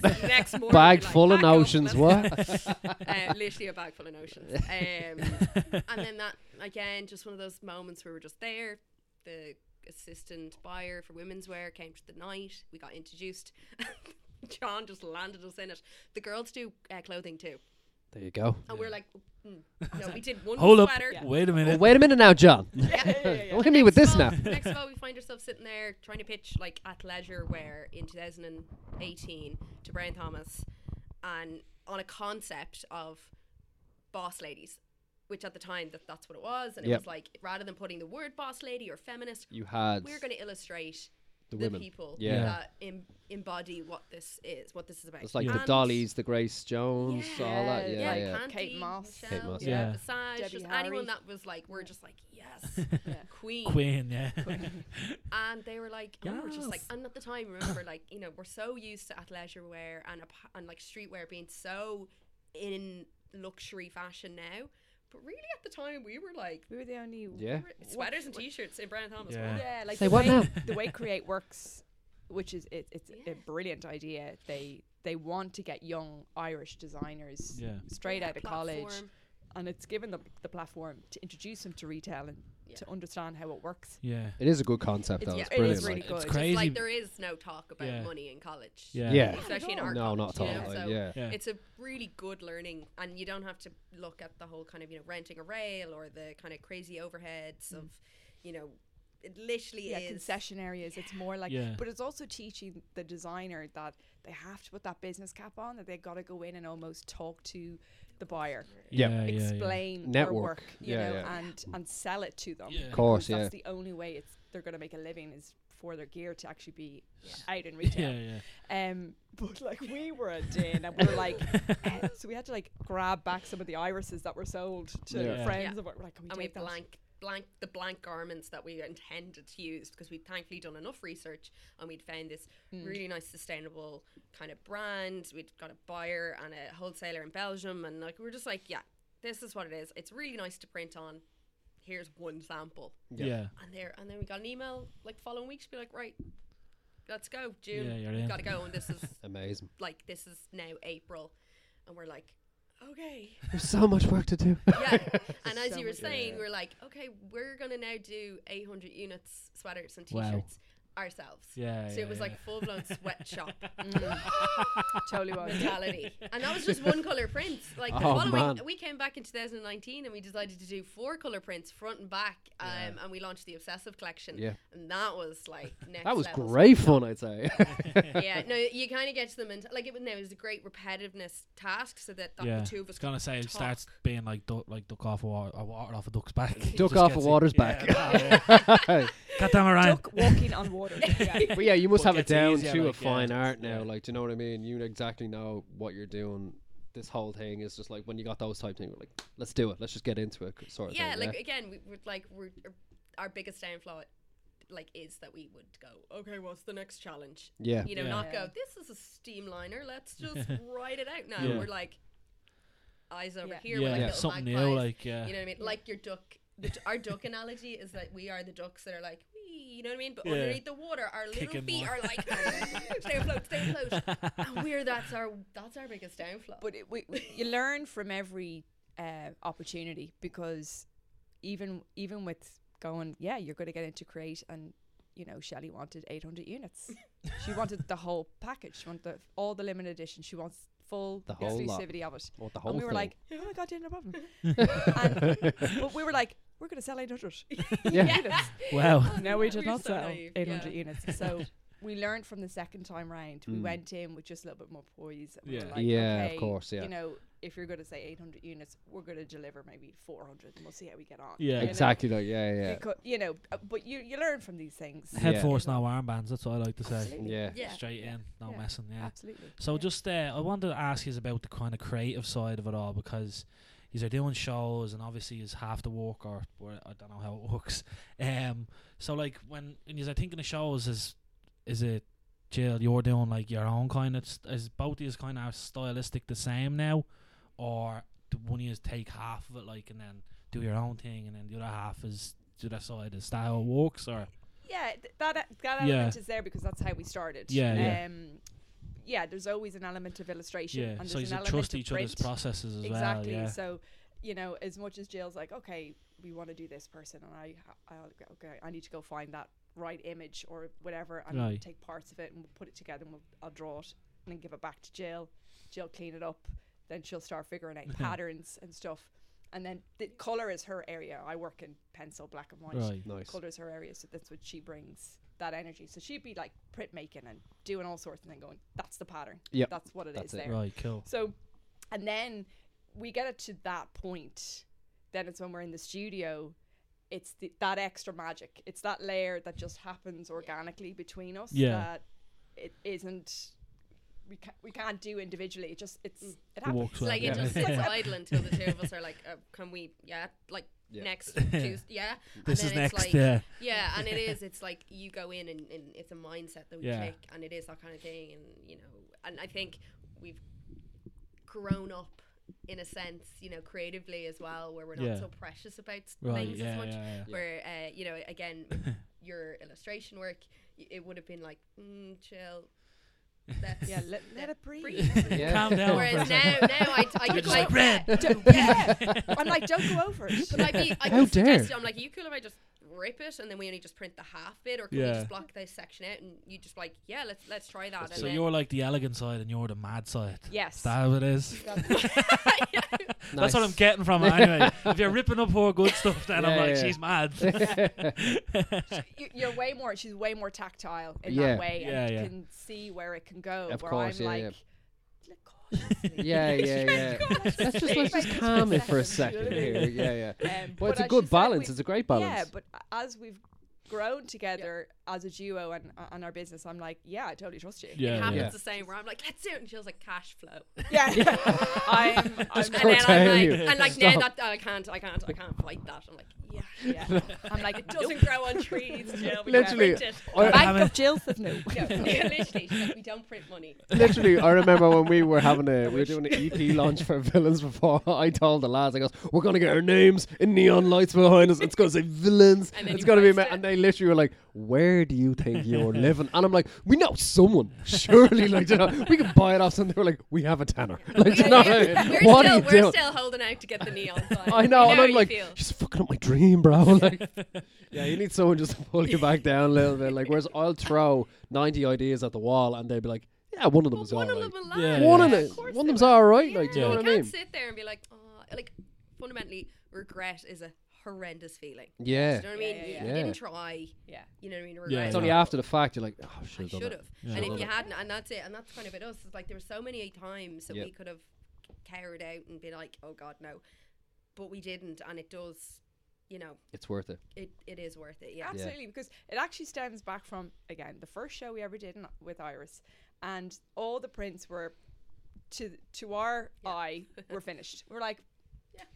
D: The next morning,
A: Bag
D: we're like,
A: full of
D: "Pack up,
A: notions.
D: let's
A: What?
D: uh, literally a bag full of notions. Um, and then that again, just one of those moments where we're just there. The assistant buyer for women's wear, came to the night. We got introduced. John just landed us in it. The girls do uh, clothing too,
A: There you go.
D: and we're like, mm, no, we did one
B: Hold up.
D: sweater.
B: Wait a
A: Well,
B: minute.
A: wait a minute now, John. Don't hit me with this
D: of all-
A: now.
D: next of all, we find ourselves sitting there trying to pitch like at leisure wear in 2018 to Brian Thomas, and on a concept of boss ladies, which at the time that that's what it was, and it
A: Yep.
D: was like rather than putting the word boss lady or feminist,
A: You had
D: we're going to illustrate
A: the
D: the,
A: women.
D: people
A: Yeah.
D: that em- embody what this is, what this is about.
A: It's like the
D: And-
A: Dollies, the Grace Jones, all that.
C: Yeah,
A: Yeah,
D: yeah,
A: yeah.
C: like
D: Canty,
C: Kate Moss.
D: Michelle,
A: Kate Moss.
D: yeah,
B: Yeah.
D: Visage,
C: Debbie
D: just
C: Harry.
D: anyone that was like, we're just like, yes, queen.
B: Queen, yeah.
D: and they were like, and we were just like,
B: Yes.
D: and at the time, remember, like you know, we're so used to athleisure wear and ap- and like streetwear being so in luxury fashion now, but really at the time we were like
C: We were the only. w-
A: Yeah.
D: we were- sweaters and t-shirts in Brian Thomas.
B: Yeah.
D: weren't
C: Yeah, like
A: Say
C: the
A: what
C: way,
A: now?
C: The way Create works, which is it, it's
D: Yeah.
C: a brilliant idea. They they want to get young Irish designers
B: Yeah.
D: they?
C: straight
D: Yeah,
C: out of college,
D: platform.
C: and it's given them the platform to introduce them to retail and
D: Yeah.
C: to understand how it works.
B: Yeah.
A: It is a good concept,
C: It's-
A: though.
C: yeah,
A: It's
C: it
A: brilliant.
C: is really
A: like-
C: good.
B: It's
D: Just
B: crazy.
D: like there is no talk about
B: Yeah.
D: money in college.
B: Yeah.
A: Yeah.
D: Especially in
C: No,
D: our
A: No,
D: college,
A: not at all.
D: you know,
A: like,
D: so
A: yeah.
B: Yeah.
D: It's a really good learning, and you don't have to look at the whole kind of you know renting a rail or the kind of crazy overheads of, you know, it literally
C: Mm. Yeah,
D: is
C: concession areas. It's more like,
B: Yeah.
C: but it's also teaching the designer that they have to put that business cap on, that they got to go in and almost talk to the buyer,
A: Yeah.
C: explain their
A: Network.
C: work, you
A: Yeah,
C: know,
A: yeah.
C: and and sell it to them.
B: Yeah. Of
C: because
A: course, yeah.
C: That's the only way it's they're going to make a living is for their gear to actually be out in retail.
B: Yeah, yeah.
C: Um, but like we were a din and we were like, eh, so we had to like grab back some of the irises that were sold to
B: Yeah. Yeah.
C: friends
D: Yeah.
C: of ours. We're like, can we
D: and we
C: take that?
D: blank blank the blank garments that we intended to use because we'd thankfully done enough research and we'd found this
B: Hmm.
D: really nice sustainable kind of brand we'd got a buyer and a wholesaler in belgium and like we were just like yeah this is what it is it's really nice to print on here's one sample
B: Yeah. Yeah.
D: and there and then we got an email like the following week to be like right let's go june
B: Yeah, you're
D: we've
B: in.
D: got to go and this is
A: Amazing.
D: like this is now april and we're like okay
A: There's so much work to do.
D: yeah. and as
C: So
D: you were
C: much
D: saying,
A: work.
D: we're like, okay, we're gonna now do 800 units sweaters and
B: Wow.
D: t-shirts ourselves.
B: Yeah.
D: So
B: yeah,
D: it was
B: yeah.
D: like full blown sweatshop
C: totally was.
D: mentality, and that was just one color print. Like the
A: Oh,
D: following,
A: man.
D: we came back in 2019 and we decided to do four color prints, front and back, um, and we launched the obsessive collection.
A: Yeah.
D: and that was like next.
A: That was
D: level
A: great fun, I'd say.
D: yeah, no, you kind of get to them and like it, was- no, it was a great repetitiveness task, so that, that
B: yeah.
D: the two of
B: It's
D: us could
B: gonna say it
D: talk.
B: starts being like duck, like duck off a water, a water off a duck's back.
A: Duck
B: Just
A: off a
B: gets it-
A: water's
B: yeah,
A: back.
B: God damn it, Ryan.
C: Duck walking on water. Yeah.
A: but yeah, you must
B: But
A: have it
B: gets
A: down
B: easier,
A: to a
B: like, yeah,
A: fine
B: it's-
A: art now.
B: yeah.
A: Like, do you know what I mean? You exactly know what you're doing. This whole thing is just like when you got those type things, we're like, let's do it. Let's just get into it, sort of
D: yeah,
A: thing.
D: like uh, again, we would like we're our biggest downfall like is that we would go, okay, what's the next challenge?
A: yeah,
D: You know,
B: Yeah.
D: not
C: Yeah.
D: go, this is a steamliner, let's just write it out now.
B: Yeah.
D: We're like eyes over
C: Yeah.
D: here, we're
B: Yeah,
D: like
A: Yeah.
D: little
B: something
D: black
B: new,
D: guys.
B: like yeah.
D: you know what I mean? Like your duck the, d- our duck analogy is that we are the ducks that are like, "Wee," you know what I mean? But
B: Yeah.
D: underneath the water, our little
B: Kicking
D: feet
B: more.
D: are like, stay afloat, stay afloat. and we're that's our that's our biggest downfall.
C: but it, we, we- you learn from every uh, opportunity because even even with going, yeah, you're going to get into create and you know Shelley wanted 800 units. she wanted the whole package. She wanted the, all the limited edition. She wants full
A: The whole lot.
C: exclusivity of it.
A: Well, the whole
C: And we were
A: thing.
C: like, oh my god, yeah, no problem. and, but we were like, we're going to sell 800
A: yeah,
C: units.
B: Wow.
C: No, we did
D: We're
C: not
D: so
C: sell
D: naive,
C: 800
D: yeah.
C: units. So we learned from the second time round. We
A: Mm.
C: went in with just a little bit more poise. And we
B: Yeah.
C: were like,
A: Yeah, of
C: okay,
A: course, yeah.
C: You know, if you're going to say 800 units, we're going to deliver maybe 400 and we'll see how we get on.
B: Yeah.
C: you know?
A: exactly. Like, yeah, yeah,
C: Because, you know, uh, but you, you learn from these things.
B: Head
A: Yeah.
B: force, no armbands. That's what I like to say.
C: Absolutely.
A: yeah.
D: Yeah.
B: Straight in, no
C: Yeah.
B: messing. Yeah.
C: Absolutely.
B: So
C: yeah.
B: just uh, I wanted to ask you about the kind of creative side of it all because you're doing shows and obviously is half the work or, or I don't know how it works. Um, so like when when you're thinking of shows is is it Jill you're doing like your own kind of st- is both these kind of stylistic the same now or do one of you take half of it like and then do your own thing and then the other half is do that side is that how it works or
C: Yeah, th- that e- that
B: Yeah.
C: element is there because that's how we started.
B: Yeah, yeah.
C: Um, yeah, there's always an element of illustration.
B: yeah
C: and
B: so you
C: there's an element
B: trust
C: of
B: each other's
C: print.
B: processes as
C: exactly.
B: well yeah
C: So, you know, as much as Jill's like, okay, we want to do this person, and I, I, okay, I need to go find that right image or whatever, and
B: Aye.
C: take parts of it and we'll put it together and we'll, I'll draw it and then give it back to Jill. Jill clean it up, then she'll start figuring out patterns and stuff. And then the color is her area. I work in pencil, black and white
B: Right.
A: Nice.
C: colors her area, so that's what she brings that energy. So she'd be like printmaking and doing all sorts and then going, "That's the pattern.
A: Yep.
C: that's what
A: That's
C: that's
A: it.
C: there."
B: Right, cool.
C: So, and then we get it to that point. Then it's when we're in the studio. It's the, that extra magic. It's that layer that just happens organically between us.
B: Yeah.
C: That it isn't. We can't, we can't do individually. It just
A: Mm.
C: it's it
B: It
C: happens.
B: works well.
D: like
B: yeah.
D: it just sits idle until the two of us are like, uh, can we? Yeah, like
A: Yeah.
D: next Tuesday. Yeah, And
B: this is
D: then it's
B: next.
D: Like,
B: yeah.
D: yeah, and it is. It's like you go in and, and it's a mindset that we
B: Yeah.
D: take, and it is that kind of thing. And you know, and I think we've grown up in a sense, you know, creatively as well, where we're not
B: Yeah.
D: so precious about s-
B: Right.
D: things
B: yeah,
D: as much.
B: yeah, yeah.
A: Yeah.
D: Where uh, you know, again, your illustration work, y- it would have been like, mm, chill. That's
C: Yeah, let, let it breathe.
D: breathe.
A: Yeah.
B: Calm down. for a
D: Whereas now,
B: second.
D: now I, I
B: You're
D: could
B: just like
D: like
B: red.
C: Don't- yeah, I'm like, don't go over it.
D: But like, we, I
A: How
D: just
A: dare.
D: suggested, I'm like, are you cool if I just rip it and then we only just print the half bit, or can we
B: Yeah.
D: just block this section out and you just like, yeah, let's let's try that. and
B: So
D: then,
B: you're like the elegant side, and you're the mad side. Is
C: yes.
B: that what it is?
C: That's-
B: That's what I'm getting from it anyway. if you're ripping up her good stuff, then I'm
A: Yeah,
B: like,
A: yeah.
B: she's mad.
C: you- you're way more she's way more tactile in
A: Yeah.
C: that way
B: Yeah,
C: and
B: yeah.
C: can see where it can go
A: Of
C: where
A: course,
C: i'm
A: yeah,
C: like
A: yeah.
C: "Look cautiously." Um,
A: Yeah, yeah, yeah. Let's just let's just calm it for a second here. Yeah, yeah.
C: Um,
A: Well,
C: but
A: it's a
C: as she
A: good
C: said,
A: balance.
C: we-
A: It's a great
C: yeah
A: balance.
C: but a- as we've grown together as a duo and uh, and our business i'm like yeah i totally trust you
D: it
B: Yeah,
D: happens
A: yeah.
D: the same where I'm like, let's do it, and she was like, cash flow,
C: yeah, i'm, I'm,
D: and then
A: tell
D: I'm like,
A: you.
D: and like now
A: Stop.
D: that I can't, I can't, I can't fight that. I'm like, yeah,
C: yeah. I'm like it
D: it doesn't
C: doesn't
D: grow on trees, Jill. We
A: Literally,
D: don't print it.
A: I-
B: I
C: bank
B: mean-
C: of jill says no
D: No, yeah, literally, she's like, we don't print money.
A: Literally, I remember when we were having a we were doing an EP launch for Villains before. I told the lads, I goes, "We're gonna get our names in neon lights behind us. It's gonna say Villains.
D: And then
A: It's
D: you
A: gonna be."
D: priced
A: Ma-.
D: it.
A: And they literally were like, "Where do you think you're living?" And I'm like, "We know someone. Surely, like, you know, we can buy it off." And they were like, "We have a tanner. Like, you know, what I mean? what
D: We're, still,
A: are you
D: we're
A: doing?"
D: still holding out to get the neon sign.
A: I know,
D: We
A: and
D: how
A: I'm
D: you
A: like,
D: feel.
A: she's fucking up my dream, bro. Like, yeah, you need someone just to pull you back down a little bit. Like, whereas I'll throw 90 ideas at the wall, and they'd be like, yeah, one of them
D: Well,
A: is all
D: one
A: right.
D: of them will lie.
B: Yeah,
A: One
B: yeah.
A: of
D: Yeah,
A: them,
D: of course
A: one of
D: they
A: them's
D: will.
A: all right. Like, do you
D: Yeah,
A: know
D: you
A: what I
D: can't
A: mean?
D: sit there and be like, oh, like fundamentally, regret is a horrendous feeling.
A: Yeah,
D: Do you know what I mean?
C: Yeah, yeah,
D: You- You,
A: yeah. Yeah.
D: didn't try.
C: Yeah.
D: You know what I mean? Regret.
B: Yeah,
A: it's
B: yeah.
A: only after the fact you're like, oh, I
D: I
A: should have
D: should
A: done that.
D: have.
B: Yeah.
D: And if
A: Should've
D: you
A: done it.
D: hadn't, and that's it, and that's kind of it. Us. It's like there were so many times that
A: Yep.
D: we could have carried out and been like, oh god, no, but we didn't, and it does. You know,
A: It's worth it.
D: it it is worth it. Yeah.
C: Absolutely, because it actually stems back from again the first show we ever did in, with Iris, and all the prints were to to our
D: Yeah.
C: eye were finished. We're like
D: Pat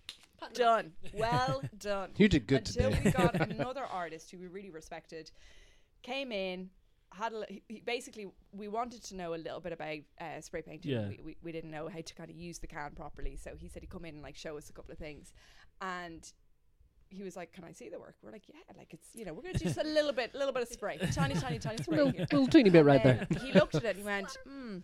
D: on
C: done, well done.
A: You did good
C: Until
A: today.
C: we got another artist who we really respected, came in, had a, li- he- he basically we wanted to know a little bit about uh, spray painting.
B: Yeah.
C: We, we, we didn't know how to kind of use the can properly, so he said he'd come in and like show us a couple of things, and he was like, "Can I see the work?" We're like, "Yeah, like it's you know we're gonna do just a little bit, little bit of spray, tiny, tiny, tiny
A: A
C: spray."
A: little,
C: here."
A: little teeny bit right there.
C: And He looked at it and he went, "Hmm,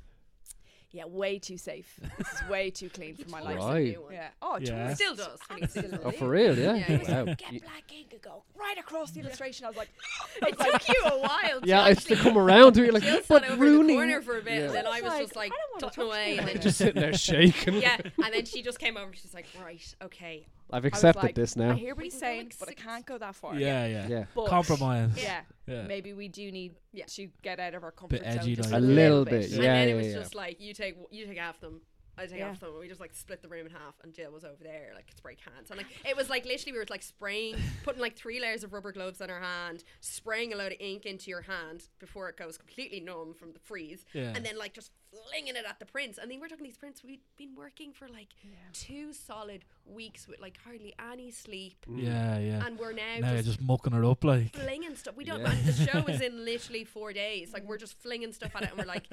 C: yeah, way too safe. This is way too clean for my
D: the
A: Right.
C: life."
D: lights, a new one.
C: Yeah. Oh,
B: Yeah.
C: totally.
D: It Still does. when you see it.
A: Oh, for real, yeah.
D: Yeah, yeah.
A: Wow.
C: Get
A: Y-
C: black ink and go right across the illustration. I was like,
D: It took you a while. To
A: Yeah, it's to
D: actually
A: come around to it. Like,
D: Jill sat
A: but
D: over in the
A: Rooney.
D: corner for a bit,
A: Yeah.
D: and then I
C: It's
D: was
C: like,
D: just like
C: I don't wanna
D: tucking
C: touch
D: away, and
C: anyone.
D: then
A: just sitting there shaking.
D: yeah, and then she just came over. and She's like, right, okay,
A: I've
C: I was
A: accepted
C: like,
A: this now.
C: I hear what
D: We
C: he's
D: can go
C: saying,
D: like
C: but I
D: six-
C: can't go that far.
B: yeah, yeah.
A: Yeah,
C: But
B: Compromise.
C: Yeah, Mm.
B: Yeah.
C: maybe we do need
D: Yeah.
C: to get out of our comfort
B: edgy,
C: zone just
B: like- A
C: a little,
A: little bit,
C: bit.
A: Yeah,
D: and then
A: yeah,
D: it was
A: yeah.
D: just like you take you take half them. I take
C: Yeah.
D: half them. and We just like split the room in half, and Jill was over there like spray cans, and like it was like literally we were like spraying, putting like three layers of rubber gloves on her hand, spraying a load of ink into your hand before it goes completely numb from the freeze,
B: Yeah.
D: and then like just flinging it at the prints. And then we're talking these prints we'd been working for like two solid weeks with like hardly any sleep,
B: Yeah, yeah.
D: and we're now
B: Now you're
D: just
B: just mucking her up like.
D: flinging stuff. We don't.
A: Yeah.
D: And the show is in literally four days. Like we're just flinging stuff at it, and we're like,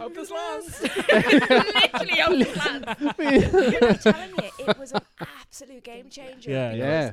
C: Hope this lands.
D: literally on the plan.
C: I'm telling you, it was an absolute game changer.
B: Yeah,
C: because
A: yeah.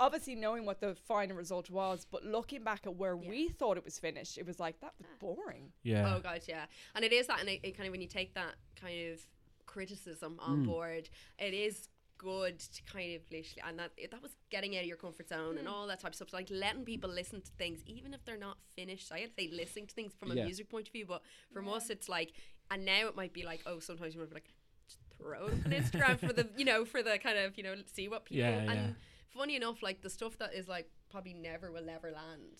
C: Obviously, knowing what the final result was, but looking back at where
D: Yeah. Ah.
C: we thought it was finished, it was like that was boring.
B: Yeah.
D: Oh god, yeah. And
A: Mm.
D: it is that, and it, it kind of when you take that kind of criticism on board, it is good to kind of literally, and that that was getting out of your comfort zone and all that type of stuff. So, like letting people listen to things, even if they're not finished. I had to say listening to things from
A: Yeah.
D: a music point of view, but from us, it's like, and now it might be like, oh, sometimes you might be like, just throw it up on Instagram for the, you know, for the kind of, you know, see what people.
B: Yeah,
D: and
B: yeah.
D: funny enough, like the stuff that is like probably never will ever land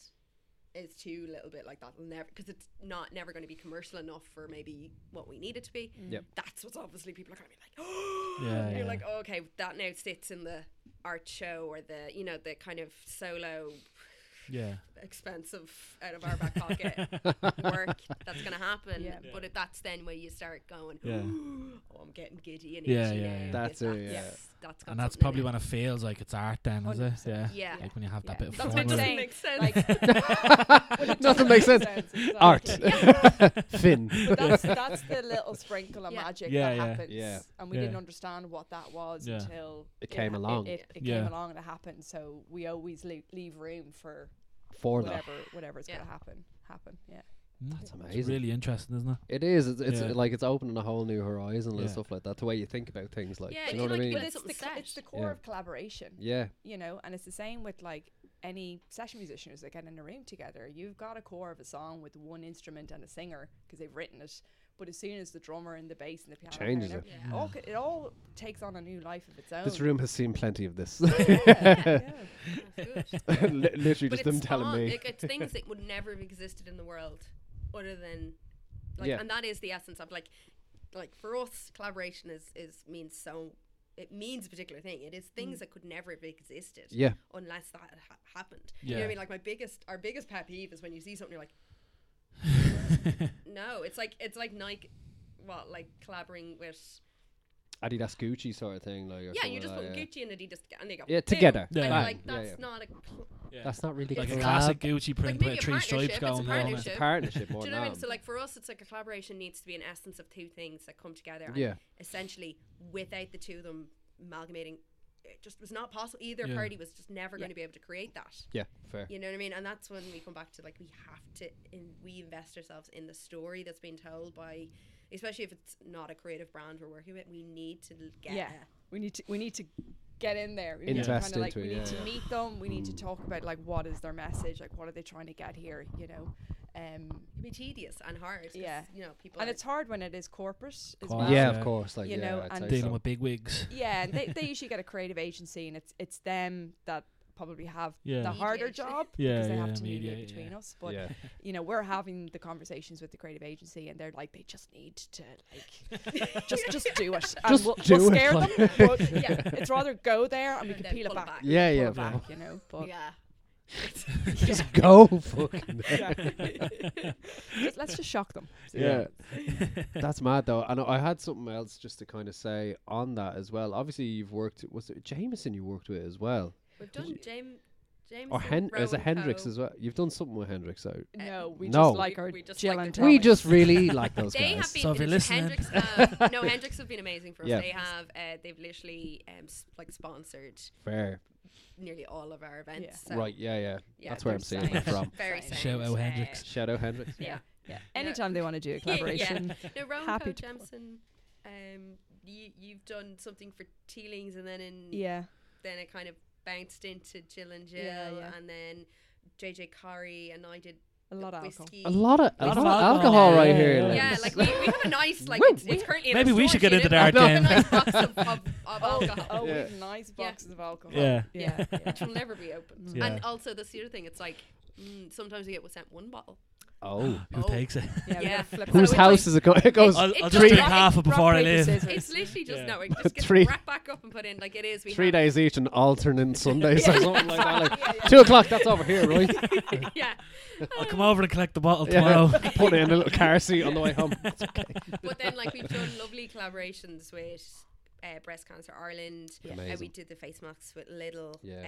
D: is too little bit like that will never because it's not never going to be commercial enough for maybe what we need it to be.
A: Yep.
D: That's what's obviously people are going to be like, oh,
B: Yeah,
D: you're
B: yeah.
D: like, oh, okay, that now sits in the art show or the you know the kind of solo
B: Yeah.
D: expensive out of our back pocket work that's going to happen.
C: Yeah.
D: But if that's then where you start going,
B: Yeah.
D: oh, I'm getting giddy E and
B: Yeah,
D: itchy
B: yeah,
D: now
B: yeah.
A: That's
D: because
A: it, yeah.
D: that's got
B: And that's
D: something in
B: probably
D: it.
B: when it feels like it's art then, is it? Yeah.
C: 100%.
D: yeah.
B: Like when you have that
C: Yeah.
B: bit of
D: That's
B: fun
D: what
B: with
D: doesn't
C: Same.
D: make sense.
C: Like, when it
A: Nothing
C: doesn't
A: makes
C: make
A: sense.
C: exactly.
A: Art. Finn.
C: But that's that's the little sprinkle of
D: Yeah.
C: magic
B: Yeah,
C: that
B: yeah.
C: happens.
A: Yeah.
C: And we
B: Yeah.
C: didn't understand what that was
B: Yeah.
C: until
A: It came
C: ha-
A: along.
C: It, it
B: Yeah.
C: came along and it happened. So we always leave, leave room for
A: For that.
C: whatever whatever's
D: Yeah.
C: gonna happen. Happen. Yeah.
A: That's amazing.
B: Mm. It's really interesting, isn't it?
A: It is. It's, it's
B: Yeah.
A: like it's opening a whole new horizon and
B: Yeah.
A: stuff like that. The way you think about things, like
D: Yeah,
A: do
D: and
A: you know
D: you
A: what I
D: like-
A: mean?
D: but
C: it's the
D: something
C: co-
D: set.
C: it's the core
A: Yeah.
C: of collaboration.
A: yeah,
C: you know and it's the same with like any session musicians that get in a room together you've got a core of a song with one instrument and a singer because they've written it but as soon as the drummer and the bass and the piano player and
A: changes it.
C: everything- all, c- it all takes on a new life of
D: Oh.
C: its own
A: this room has seen plenty of this.
C: yeah, yeah.
D: That's good.
A: Li- Literally,
D: but
A: just
D: it's
A: them telling
D: spawned-
A: me.
D: Like, it's things that would never have existed in the world other than like
A: Yeah.
D: and that is the essence of like like for us collaboration is is means so it means a particular thing. It is things that could never have existed
A: Mm. Yeah.
D: unless that had ha- happened. You know what
B: Yeah.
D: I mean? Like my biggest our biggest pet peeve is when you see something you're like no, it's like it's like Nike what like collaborating with
A: Adidas Gucci sort of thing. Like or
D: yeah,
A: something
D: you just
A: like
D: put
A: that, yeah.
D: Gucci and Adidas together and they go
A: Yeah,
D: boom.
A: together.
D: And you're
B: Yeah.
D: like
A: Yeah,
D: that's
A: yeah.
D: not a cl-
A: That's not really
B: Like a
A: collab.
B: classic Gucci print
D: maybe
B: with
D: a
B: three
D: partnership,
B: stripes
D: it's a
B: going on
A: It's
B: it.
A: a
D: partnership.
A: partnership more
D: Do you
A: than
D: know what I mean? So like for us, it's like a collaboration needs to be an essence of two things that come together. and
A: Yeah.
D: Essentially, without the two of them amalgamating, it just was not possible. Either
B: Yeah.
D: party was just never going to be able to create that.
A: yeah, fair.
D: You know what I mean? And that's when we come back to like we have to in, we invest ourselves in the story that's being told by, especially if it's not a creative brand we're working with. We need to l- get
C: Yeah.
D: a-
C: we need to we need to get in there we need
A: Invest
C: to kinda, like
A: into it,
C: we
A: yeah,
C: need to
A: yeah. Mm.
C: meet them we need to talk about like what is their message like what are they trying to get here you know um
D: it'd be tedious and hard. 'cause,
C: Yeah.
D: You know people.
C: and
D: are-
C: it's hard when it is corporate as
B: Corporate,
C: well
A: yeah,
B: Yeah.
A: of course. Like
C: You
A: yeah,
C: know,
A: I'd
C: and
A: say
B: Dealing
A: so.
B: with big wigs.
C: Yeah, and they, they usually get a creative agency, and it's it's them that probably have
B: Yeah.
C: the harder
D: Mediate.
C: job
B: Yeah,
C: because they
B: yeah,
C: have to mediate,
B: mediate,
C: between
B: yeah.
C: us. But
A: yeah.
C: you know, we're having the conversations with the creative agency, and they're like, they just need to like just just do it. And
A: Just
C: we'll,
A: do
C: we'll
A: it,
C: scare
A: like-
C: them. but yeah, it's rather go there and we can
D: Then
C: peel it
D: pull
C: back.
D: it back.
C: we can
A: Yeah,
C: pull
A: yeah,
C: it
A: but-
C: back, you know. But
D: yeah.
A: just go fucking.
C: just- let's just shock them. So,
A: Yeah. That's mad though. And I had something else just to kind of say on that as well. Obviously, you've worked. Was it Jameson you worked with as well,
D: We've done James. James
A: or Hen- is it Hendrix as well? You've done something with Hendrix, so
C: No, Uh, we
A: No.
C: just like
D: We-
C: our
D: we just
C: Jill
D: like
C: and
D: the
A: we
C: Tommy.
A: just really like those
D: They
A: guys.
D: have been
B: So if you're
D: it's-
B: listening-
D: Hendrix have, no, Hendrix have been amazing for us.
A: Yeah.
D: They have uh, they've literally um, s- like sponsored
A: Fair,
D: nearly all of our events. So,
A: right? Yeah, yeah.
D: yeah,
A: That's where I'm
D: they're
A: seeing it
D: sound-
A: from.
D: Very
C: Shout
D: sound,
B: out
D: uh,
B: Hendrix.
A: Shadow Hendrix.
D: Yeah.
C: yeah. Anytime they want to do a
D: Yeah.
C: collaboration,
D: No, Rowan
C: Happy
D: Happy
C: to-
D: Jamson, um, you you've done something for Tealings and then in
C: yeah.
D: then it kind of bounced into Jill and Jill
C: Yeah, yeah.
D: and then JJ Curry and I did
C: A lot of alcohol.
D: whiskey.
A: A lot of a lot,
B: Lot
A: of
B: of
A: alcohol,
B: alcohol.
A: right
B: Yeah,
A: here.
B: yeah,
D: Yeah,
A: lads.
D: like we, we have a nice like
A: Woo.
D: it's, it's currently in
B: Maybe
D: our
B: we
D: store,
B: should get
D: you
B: into
D: know,
B: that
D: we have
B: then.
D: a nice box of, of, of
C: Oh,
D: alcohol.
C: Oh,
A: Yeah.
C: we've nice
D: Yeah.
C: boxes of alcohol.
B: Yeah.
C: Yeah.
D: which will never be opened.
B: Yeah.
D: And also, that's the other thing. It's like mm, sometimes we get sent one bottle.
A: oh,
B: Who
D: Oh.
B: takes it?
C: Yeah, we
D: Yeah.
C: gotta flip
A: whose
D: it's
A: house is it going? It goes
D: It's-
B: I'll,
D: it
B: I'll
D: just
B: just drink
D: rock-
B: half of
C: rock,
B: before I
C: paper,
B: leave.
C: scissors.
D: It's literally just
B: Yeah.
D: no. It just gets
A: Three-
D: wrapped back up and put in like it is. We
A: three
D: have-
A: days each and alternating Sundays or
D: Yeah.
A: something like that. Like
C: Yeah, yeah.
A: two o'clock. That's over here, right?
D: yeah,
B: I'll come over and collect the bottle
A: Yeah.
B: tomorrow.
A: Put in a little car seat on the way home.
D: but then like we've done lovely collaborations with uh, Breast Cancer Ireland.
C: Yeah.
D: Uh, we
A: Amazing.
D: did the face masks with Little.
A: Yeah.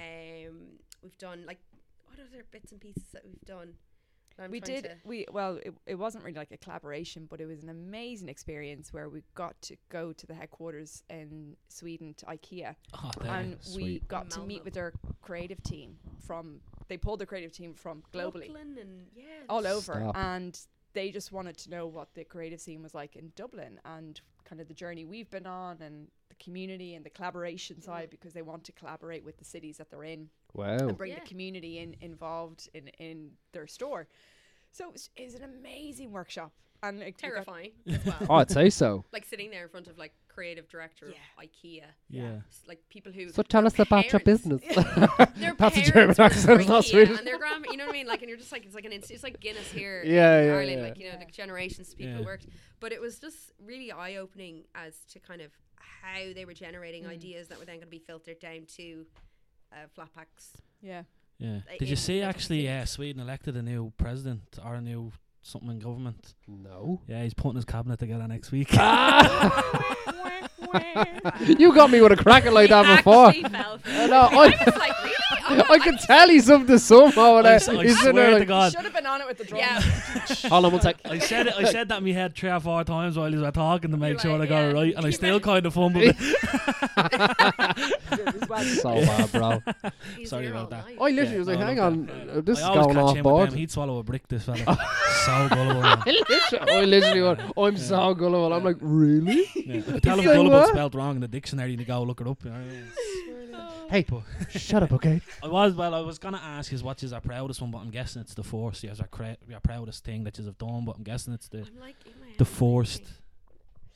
D: Um, we've done like what other bits and pieces that we've done. I'm
C: we
D: trying
C: did. We well, it, it wasn't really like a collaboration, but it was an amazing experience where we got to go to the headquarters in Sweden to IKEA,
B: Oh, there.
C: and we
A: sweet.
C: got to meet
D: Malmo.
C: with their creative team from. They pulled their creative team from
D: to
C: globally,
D: Brooklyn and yeah,
B: Oh,
C: all over,
A: Stop.
C: and they just wanted to know what the creative scene was like in Dublin and kind of the journey we've been on and the community and the collaboration
D: Mm.
C: side because they want to collaborate with the cities that they're in
A: Wow.
C: and bring
D: Yeah.
C: the community in involved in in their store. So it's, it's an amazing workshop and like, we got-
D: Terrifying as well.
A: Oh, I'd say so.
D: Like sitting there in front of like creative director of
C: Yeah.
D: IKEA.
B: Yeah.
D: It's like people who
A: So tell us about your
D: parents-
A: business.
D: Their
A: That's a
D: parents
A: German
D: were
A: accent, it's not
D: Greek, yeah,
A: Swedish.
D: And their grandma, you know what I mean? Like, and you're just like, it's like an, inst- it's like Guinness here
A: Yeah,
D: in
A: yeah,
D: Ireland,
A: yeah.
D: like, you know, like generations of people
B: Yeah.
D: worked. But it was just really eye opening as to kind of how they were generating
A: Mm.
D: ideas that were then going to be filtered down to uh, flat packs.
C: Yeah.
B: Yeah.
D: Like,
B: Did you
D: it's-
B: see
D: it's
B: actually?
D: insane.
B: Yeah, Sweden elected a new president or a new something in government.
A: no.
B: Yeah, he's putting his cabinet together next week.
A: Ah, You got me with a cracker like that before.
D: Actually fell for
A: I
D: it.
A: know,
D: I
A: I-
D: was like, really? Oh, I'm not-
A: I can tell he's up to somehow. And
B: I,
A: I,
B: s- I
A: he's sitting
B: swear
A: there
B: to
A: like,
B: God.
C: Should have been on it with the drum.
D: Yeah.
A: hold on one sec.
B: I said it. I said that in my head three or four times while you were talking to make sure I
D: like,
B: got
D: yeah.
B: it right, and I
D: You
B: still
D: went-
B: kind of fumbled. it.
A: so bad, bro.
D: He's
B: Sorry
D: there
B: about
D: all
B: that.
D: night.
A: I literally
B: Yeah,
A: was like,
B: no,
A: hang
B: no,
A: on,
B: no.
A: uh, this
B: I
A: is
B: always
A: going
B: catch
A: off
B: him
A: board.
B: With them. He'd swallow a brick. This fella, so gullible. man.
A: I literally, I literally went, I'm so gullible. I'm like, really?
B: Yeah. I tell him
A: Say
B: gullible
A: what?
B: spelled wrong in the dictionary, and you go look it up. you know.
A: Hey, shut up, okay?
B: I was well. I was gonna ask is what is our proudest one, but I'm guessing it's the force. Yes, our, cra- our proudest thing that you have done, but I'm guessing it's the
D: I'm like, in my
B: the
D: head,
B: forced,
D: thinking.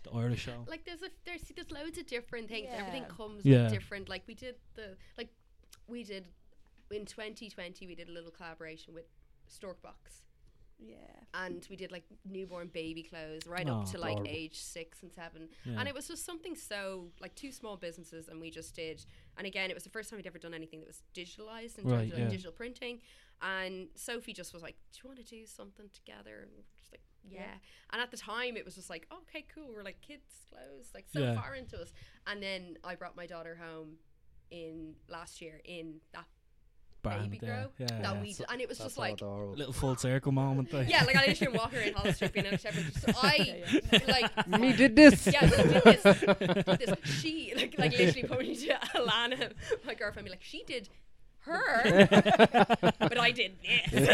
B: the Irish show.
D: Like there's a there's there's loads of different things. Everything
C: Yeah.
D: comes
B: Yeah.
D: with different. Like we did the like we did in 2020 we did a little collaboration with Storkbox
C: Yeah.
D: and we did like newborn baby clothes right up
B: Oh,
D: to like
A: adorable.
D: age six and seven
B: Yeah.
D: and it was just something so like two small businesses and we just did and again it was the first time we'd ever done anything that was digitalized in terms
B: Right,
D: of like,
B: yeah.
D: digital printing and sophie just was like do you want to do something together and we we're just like yeah. and at the time it was just like okay cool we're like kids clothes like so
B: Yeah.
D: far into us and then i brought my daughter home in last year in that
B: Band,
D: baby
B: yeah,
D: grow
B: yeah,
D: that
B: yeah.
D: we d- and it was just like
B: little full circle moment. Like.
D: yeah, like I literally walk her in Hall Street being out everyone just I
C: Yeah,
D: like
A: Me did this.
D: yeah, we did this, did this. She like like literally pointing to Alana, my girlfriend, be like, she did her, but I did this,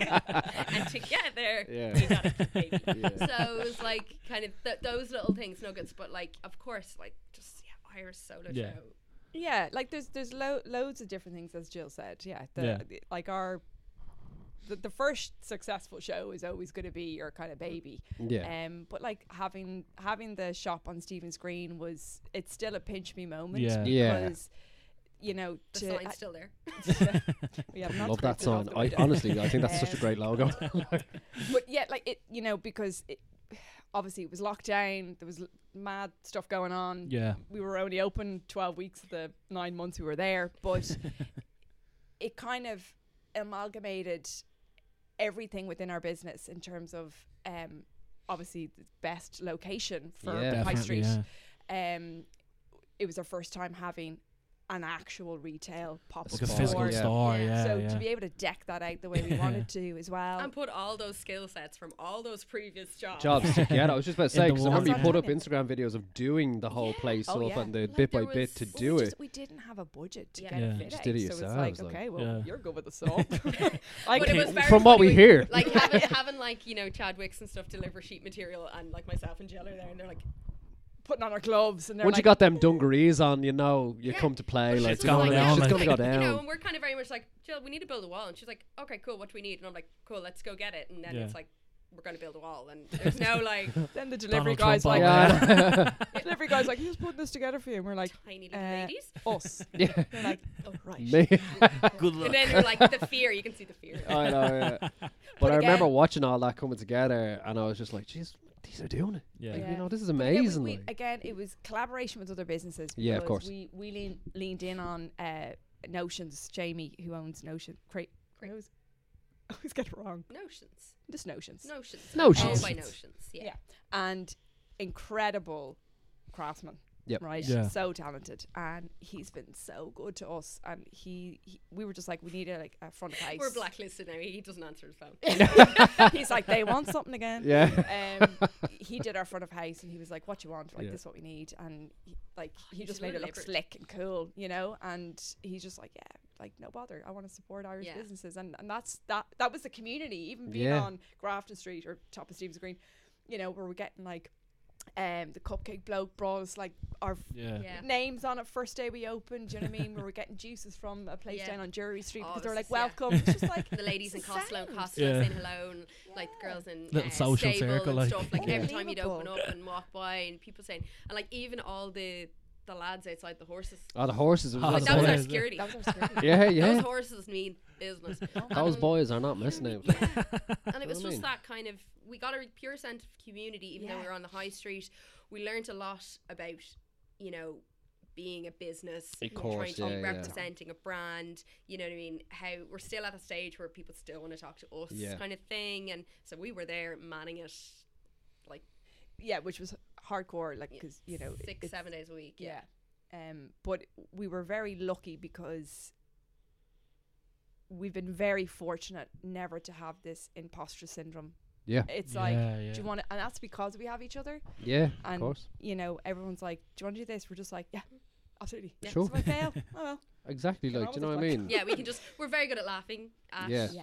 D: and together
A: Yeah.
D: we got a baby.
A: Yeah.
D: So it was like kind of th- those little things, nuggets, but like of course, like just yeah, Irish solo
B: Yeah.
D: show.
C: Yeah, like there's there's lo- loads of different things as Jill said. Yeah, the,
B: Yeah.
C: the- like our the, the first successful show is always going to be your kind
B: Mm,
C: of baby.
A: Yeah.
C: Um, but like having having the shop on Stephen's Green was it's still a pinch me moment.
B: Yeah.
A: Yeah.
C: Because, you know,
D: The
C: to
D: sign's still there.
C: we have not
A: Love that
C: scripted
A: song.
C: off the
A: I
C: window.
A: honestly, I think that's such a
C: Um,
A: great logo.
C: but yeah, like it, you know, because it, obviously it was lockdown. There was l- mad stuff going on.
B: yeah,
C: we were only open 12 weeks of the nine months we were there but it kind of amalgamated everything within our business in terms of um obviously the best location for
A: Yeah.
C: the high
B: definitely,
C: street
B: yeah.
C: um it was our first time having an actual retail pop-up
B: Like a
A: Store,
B: physical
A: yeah.
B: store.
D: Yeah.
B: Yeah,
C: so
B: yeah.
C: to be able to deck that out the way we wanted to as well
D: and put all those skill sets from all those previous jobs.
A: Jobs together. I was just about to
B: In
A: say
B: the
A: because I remember you
C: warm-up.
A: put up Instagram videos of doing the whole
D: Yeah.
A: place
C: Oh,
A: up
C: yeah.
A: and the
D: Like,
A: bit by
D: there
A: bit to
D: was-
C: Well,
A: do
C: we
A: it.
C: just- we didn't have a budget to
D: Yeah.
C: get
B: Yeah.
C: a
B: You
C: fit
A: just
C: out,
A: did it
C: so it's
A: yourselves,
C: like
A: like,
C: okay well
B: yeah.
C: you're good with the song I
D: But it
C: can-
D: was very
A: From what we
D: funny,
A: hear.
D: like having, having like you know Chadwicks and stuff deliver sheet material, and like myself and Jill are there, and they're like,
C: putting on our gloves and they're
A: Once you
C: like,
A: got them dungarees on, you know you
D: Yeah.
A: come to play.
D: "Well,
A: Like
D: she's
B: It's going
D: like,
A: yeah,
B: down,
A: It's
B: like-
A: gonna go
D: You know,
A: down.
D: and we're kind of very much like, Jill, we need to build a wall, and she's like, okay, cool, what do we need? And I'm like, cool, let's go get it, and then
B: Yeah.
D: it's like, we're gonna build a wall, and there's no like
C: Then the delivery
B: Donald
C: guy's
B: Trump
C: like,
B: out
A: Yeah.
C: delivery guy's like, who's putting this together for you? And we're like,
D: tiny little
C: Uh,
D: ladies,
C: us.
A: Yeah.
C: They're like, oh right.
A: Me-
B: Good
D: and
B: luck.
D: then you're like the fear, you can see the fear.
A: I know. Yeah. But, I
C: again-
A: remember watching all that coming together, and I was just like, "Jeez, these are doing it!
B: Yeah.
A: Like,
C: Yeah.
A: You know, this is
C: But again, we-
A: amazing."
C: we-
A: like.
C: again, it was collaboration with other businesses.
A: Yeah, of
C: because
A: course.
C: We we lean, leaned in on uh, Notions. Jamie, who owns Notion, create. I
D: Cra-
C: always, I always get it wrong.
D: Notions,
C: Just Notions.
D: notions,
A: Notions.
D: all by notions, yeah.
C: Yeah. And incredible craftsman.
A: Yep.
C: Right.
B: Yeah.
C: So talented, and he's been so good to us. And he, he we were just like, we need a, like a front of house.
D: We're blacklisted now. He doesn't answer his phone.
C: He's like, they want something again.
A: yeah,
C: um, he did our front of house and he was like, "What you want? Like
A: Yeah.
C: this, is what we need." And he, like he
D: you
C: just
D: just
C: made
D: were
C: it look
D: liberal.
C: slick and cool, you know. And he's just like, "Yeah, like no bother. I want to support Irish
D: Yeah.
C: businesses." And and that's that. That was the community, even being
A: Yeah.
C: on Grafton Street or top of Stephen's Green, you know, where we're getting like Um, the cupcake bloke brought us like our f-
B: Yeah.
D: Yeah.
C: names on it first day we opened. Do you know what I mean? We were getting juices from a place
D: Yeah.
C: down on Jury Street
D: Oh,
C: because they were
D: this
C: like,
D: is- yeah.
C: "Welcome." It's just like
D: The ladies in
C: it's
D: Costello and
C: sound.
D: Costello
B: Yeah.
D: saying hello, and like the girls in
B: Little
D: uh,
B: social
D: stable
B: circle,
D: and
B: like.
D: stuff. Like
B: Yeah.
D: every time you'd open up
C: Unbelievable.
D: and walk by, and people saying, and like even all the the lads outside the horses.
A: Oh, the horses. was
B: Oh,
A: like
D: like
B: the
D: that was our
B: boys.
D: security.
C: That was our security.
A: yeah,
D: Those
A: yeah.
D: horses mean business.
A: Those
D: Um,
A: boys are not missing out.
D: Yeah. and it was
A: I
D: just
A: mean?
D: that kind of we got a pure sense of community even though we
C: Yeah.
D: were on the high street we learnt a lot about you know being a business
A: Of
D: trying
A: course,
D: to
A: yeah,
D: be
A: yeah.
D: representing a brand you know what i mean how we're still at a stage where people still want to talk to us
A: Yeah.
D: kind of thing and so we were there manning it
C: yeah, which was hardcore, like
D: Yeah.
C: because you know
D: six
C: it's-
D: seven days a week yeah,
C: Yeah. Um, but we were very lucky because we've been very fortunate never to have this imposter syndrome.
A: Yeah.
C: It's
B: yeah,
C: like,
B: yeah.
C: do you want to, and that's because we have each other.
A: Yeah, of
C: And
A: course.
C: You know, everyone's like, do you want to do this? We're just like, yeah, absolutely.
D: Yeah.
A: Sure.
C: So if I fail, oh well.
A: Exactly.
C: Get
A: Like,
C: on
A: do you
C: with
A: know what I
C: it, like-
A: mean?
D: yeah we can just we're very good at laughing at
A: Yeah.
C: Yeah.